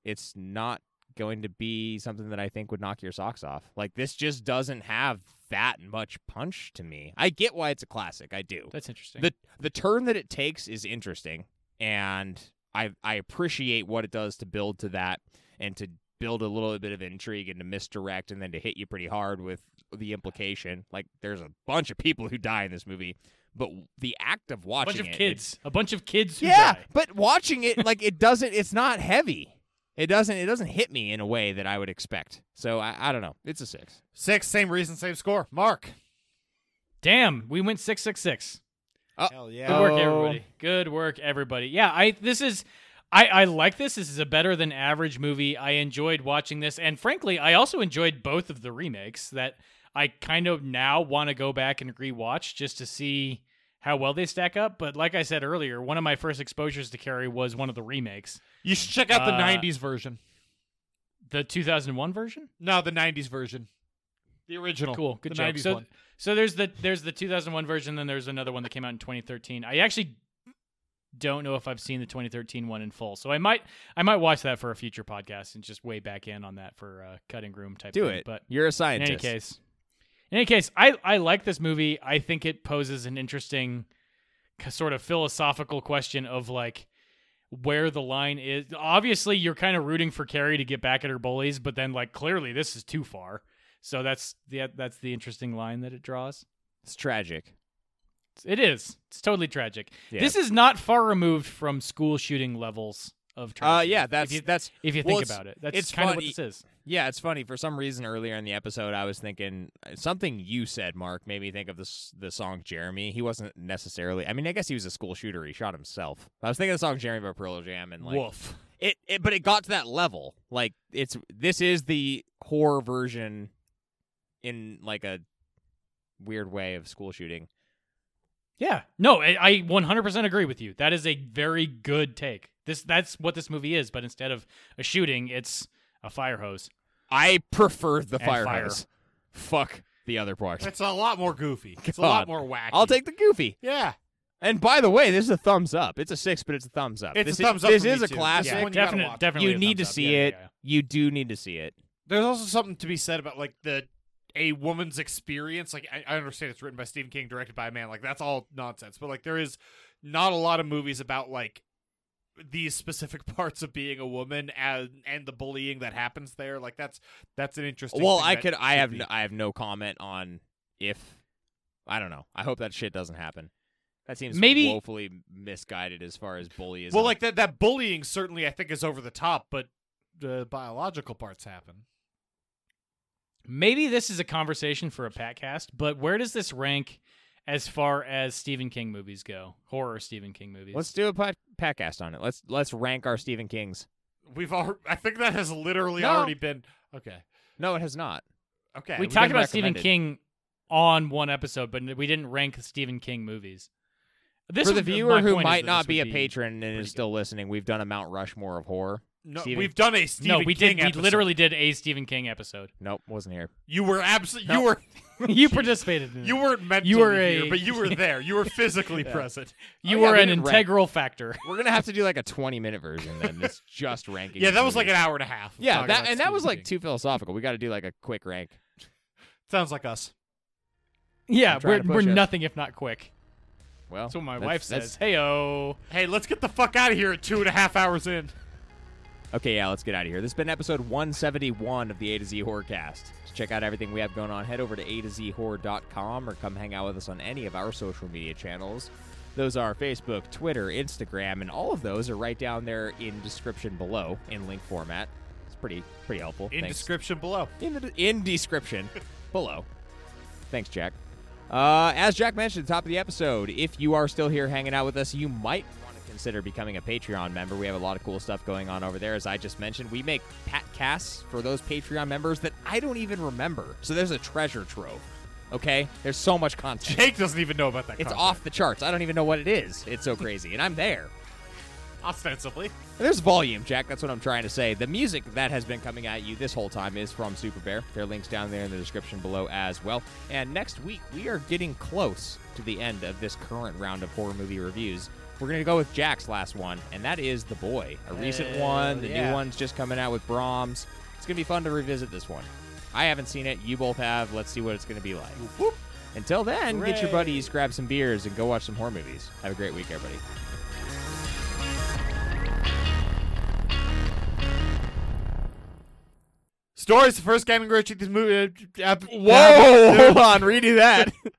S3: it's not going to be something that I think would knock your socks off. Like this just doesn't have that much punch to me. I get why it's a classic. I do.
S1: That's interesting.
S3: The the turn that it takes is interesting and I I appreciate what it does to build to that and to build a little bit of intrigue and to misdirect and then to hit you pretty hard with the implication. Like there's a bunch of people who die in this movie, but the act of
S1: a
S3: watching
S1: bunch of
S3: it, it
S1: kids. A bunch of kids. Who
S3: yeah,
S1: die.
S3: but watching it like it doesn't. It's not heavy. It doesn't. It doesn't hit me in a way that I would expect. So I, I don't know. It's a six.
S2: Six, same reason, same score. Mark.
S1: Damn, we went six six six.
S9: Hell
S1: Good
S9: yeah.
S1: work,
S3: Oh.
S1: everybody. Good work, everybody. Yeah, I this is. I, I like this. This is a better than average movie. I enjoyed watching this, and frankly, I also enjoyed both of the remakes that I kind of now want to go back and rewatch just to see how well they stack up. But like I said earlier, one of my first exposures to Carrie was one of the remakes,
S2: You should check out the
S1: Uh,
S2: 90s version.
S1: the 2001 version.
S2: No, the 90s version. The original.
S1: Cool, good
S2: the
S1: job.
S2: 90s
S1: So,
S2: one.
S1: so there's the there's the 2001 version, then there's another one that came out in 2013. I actually don't know if I've seen the 2013 one in full, so I might I might watch that for a future podcast and just way back in on that for uh, cutting room type.
S3: Do
S1: thing.
S3: it.
S1: but
S3: You're a
S1: in
S3: scientist.
S1: any case, in any case, I I like this movie. I think it poses an interesting k- sort of philosophical question of like where the line is. Obviously, you're kind of rooting for Carrie to get back at her bullies, but then like clearly this is too far. So that's the that's the interesting line that it draws.
S3: it's tragic.
S1: It is. It's totally tragic.
S3: Yeah.
S1: This is not far removed from school shooting levels of
S3: Uh,
S1: tragedy.
S3: yeah, that's
S1: if you,
S3: that's
S1: if you
S3: well,
S1: think
S3: it's-
S1: about it. That's
S3: it's
S1: kind
S3: funny.
S1: of what this is.
S3: yeah, it's funny. For some reason, earlier in the episode, I was thinking uh, something you said, Mark, made me think of this the song Jeremy. He wasn't necessarily. I mean, I guess he was a school shooter. He shot himself. I was thinking of the song Jeremy by Pearl Jam, and like
S2: Woof.
S3: it, it but it got to that level like it's this is the horror version in like a weird way of school shooting
S1: Yeah. No, I, I 100% agree with you. That is a very good take. This that's what this movie is, but instead of a shooting, it's a fire hose.
S3: i prefer the
S1: And
S3: fire,
S1: fire.
S3: hose fuck the other part
S2: It's a lot more goofy. It's a lot
S3: God.
S2: more wacky.
S3: i'll take the goofy
S2: Yeah.
S3: and by the way this is a thumbs up it's a six but it's a thumbs up
S2: It's
S3: this
S2: a
S3: is,
S2: thumbs up
S3: this
S2: for me
S3: is a
S2: too.
S3: classic
S2: This one you gotta
S1: definite-
S2: watch.
S1: definitely.
S3: you
S1: a
S3: need to
S1: thumbs up.
S3: see
S1: Yeah,
S3: it
S1: yeah, yeah.
S3: you do need to see it
S2: There's also something to be said about like the a woman's experience. Like I, I understand it's written by Stephen King, directed by a man. Like that's all nonsense. But like there is not a lot of movies about like these specific parts of being a woman and and the bullying that happens there. Like that's that's an interesting.
S3: well
S2: thing
S3: i
S2: that
S3: could i
S2: should
S3: have
S2: be.
S3: no, i have no comment on if i don't know i hope that shit doesn't happen That seems
S1: Maybe-
S3: woefully misguided as far as bullyism.
S2: Well, like that that bullying certainly I think is over the top, but the biological parts happen.
S1: Maybe this is a conversation for a podcast, but where does this rank as far as Stephen King movies go? Horror Stephen King movies.
S3: let's do a pod- podcast on it. Let's let's rank our Stephen Kings.
S2: We've all I think that has literally
S1: No.
S2: already been okay.
S3: No, it has not.
S2: Okay.
S1: we
S3: we
S1: talked
S3: didn't
S1: about Stephen
S3: recommend it.
S1: King on one episode, but we didn't rank Stephen King movies. This
S3: For the
S1: would- my
S3: viewer who
S1: point is
S3: might
S1: that
S3: not
S1: this
S3: be a
S1: would
S3: patron and
S1: pretty
S3: is still listening, we've done a Mount Rushmore of horror.
S2: no,
S3: Stephen-
S2: we've done a Stephen
S1: no, we
S2: King
S1: did.
S2: episode.
S1: We literally did a Stephen King episode.
S3: Nope, wasn't here.
S2: You were absolutely you were
S1: you participated. In it.
S2: you weren't mentally
S1: You were a-
S2: here, but you were there. You were physically present.
S1: You
S3: Oh, yeah,
S1: were
S3: we
S1: an
S3: didn't rank.
S1: integral factor.
S3: We're gonna have to do like a twenty-minute version then. That's just ranking.
S2: Yeah,
S3: these
S2: that was like an
S3: movies.
S2: hour and a half. of
S3: yeah,
S2: talking
S3: that
S2: about
S3: and that was
S2: Stephen
S3: like
S2: King.
S3: too philosophical. We got to do like a quick rank.
S2: Sounds like us.
S1: Yeah,
S3: I'm trying
S1: we're,
S3: to
S1: we're
S3: push it.
S1: nothing if not quick.
S3: Well,
S1: That's what my
S3: that's-
S1: wife
S3: that's-
S1: says. Hey, oh.
S2: Hey, let's get the fuck out of here at two and a half hours in.
S3: Okay, yeah, let's get out of here. This has been episode 171 of the A to Z Horrorcast. To check out everything we have going on, head over to A to Z Horror.com or come hang out with us on any of our social media channels. Those are Facebook, Twitter, Instagram, and all of those are right down there in description below in link format. It's pretty pretty helpful.
S2: In
S3: Thanks.
S2: description below.
S3: in the in description below. Thanks, Jack. Uh, as Jack mentioned at the top of the episode, if you are still here hanging out with us, you might want to consider becoming a Patreon member. We have a lot of cool stuff going on over there. As I just mentioned, we make pat casts for those Patreon members that I don't even remember. So there's a treasure trove. Okay, there's so much content.
S2: Jake doesn't even know about that.
S3: It's
S2: content.
S3: off the charts. I don't even know what it is. It's so crazy, and I'm there.
S2: ostensibly.
S3: There's volume, Jack. That's what I'm trying to say. The music that has been coming at you this whole time is from Super Bear. There are links down there in the description below as well. And next week, we are getting close to the end of this current round of horror movie reviews. We're going to go with Jack's last one, and that is The Boy. A recent one, the
S2: yeah.
S3: new one's just coming out with Brahms. It's going to be fun to revisit this one. I haven't seen it. You both have. Let's see what it's going to be like. Until then, get your buddies, grab some beers, and go watch some horror movies. Have a great week, everybody.
S2: Stories, the first gaming group. Check this movie. Uh, uh,
S3: Whoa! Hold on, redo that.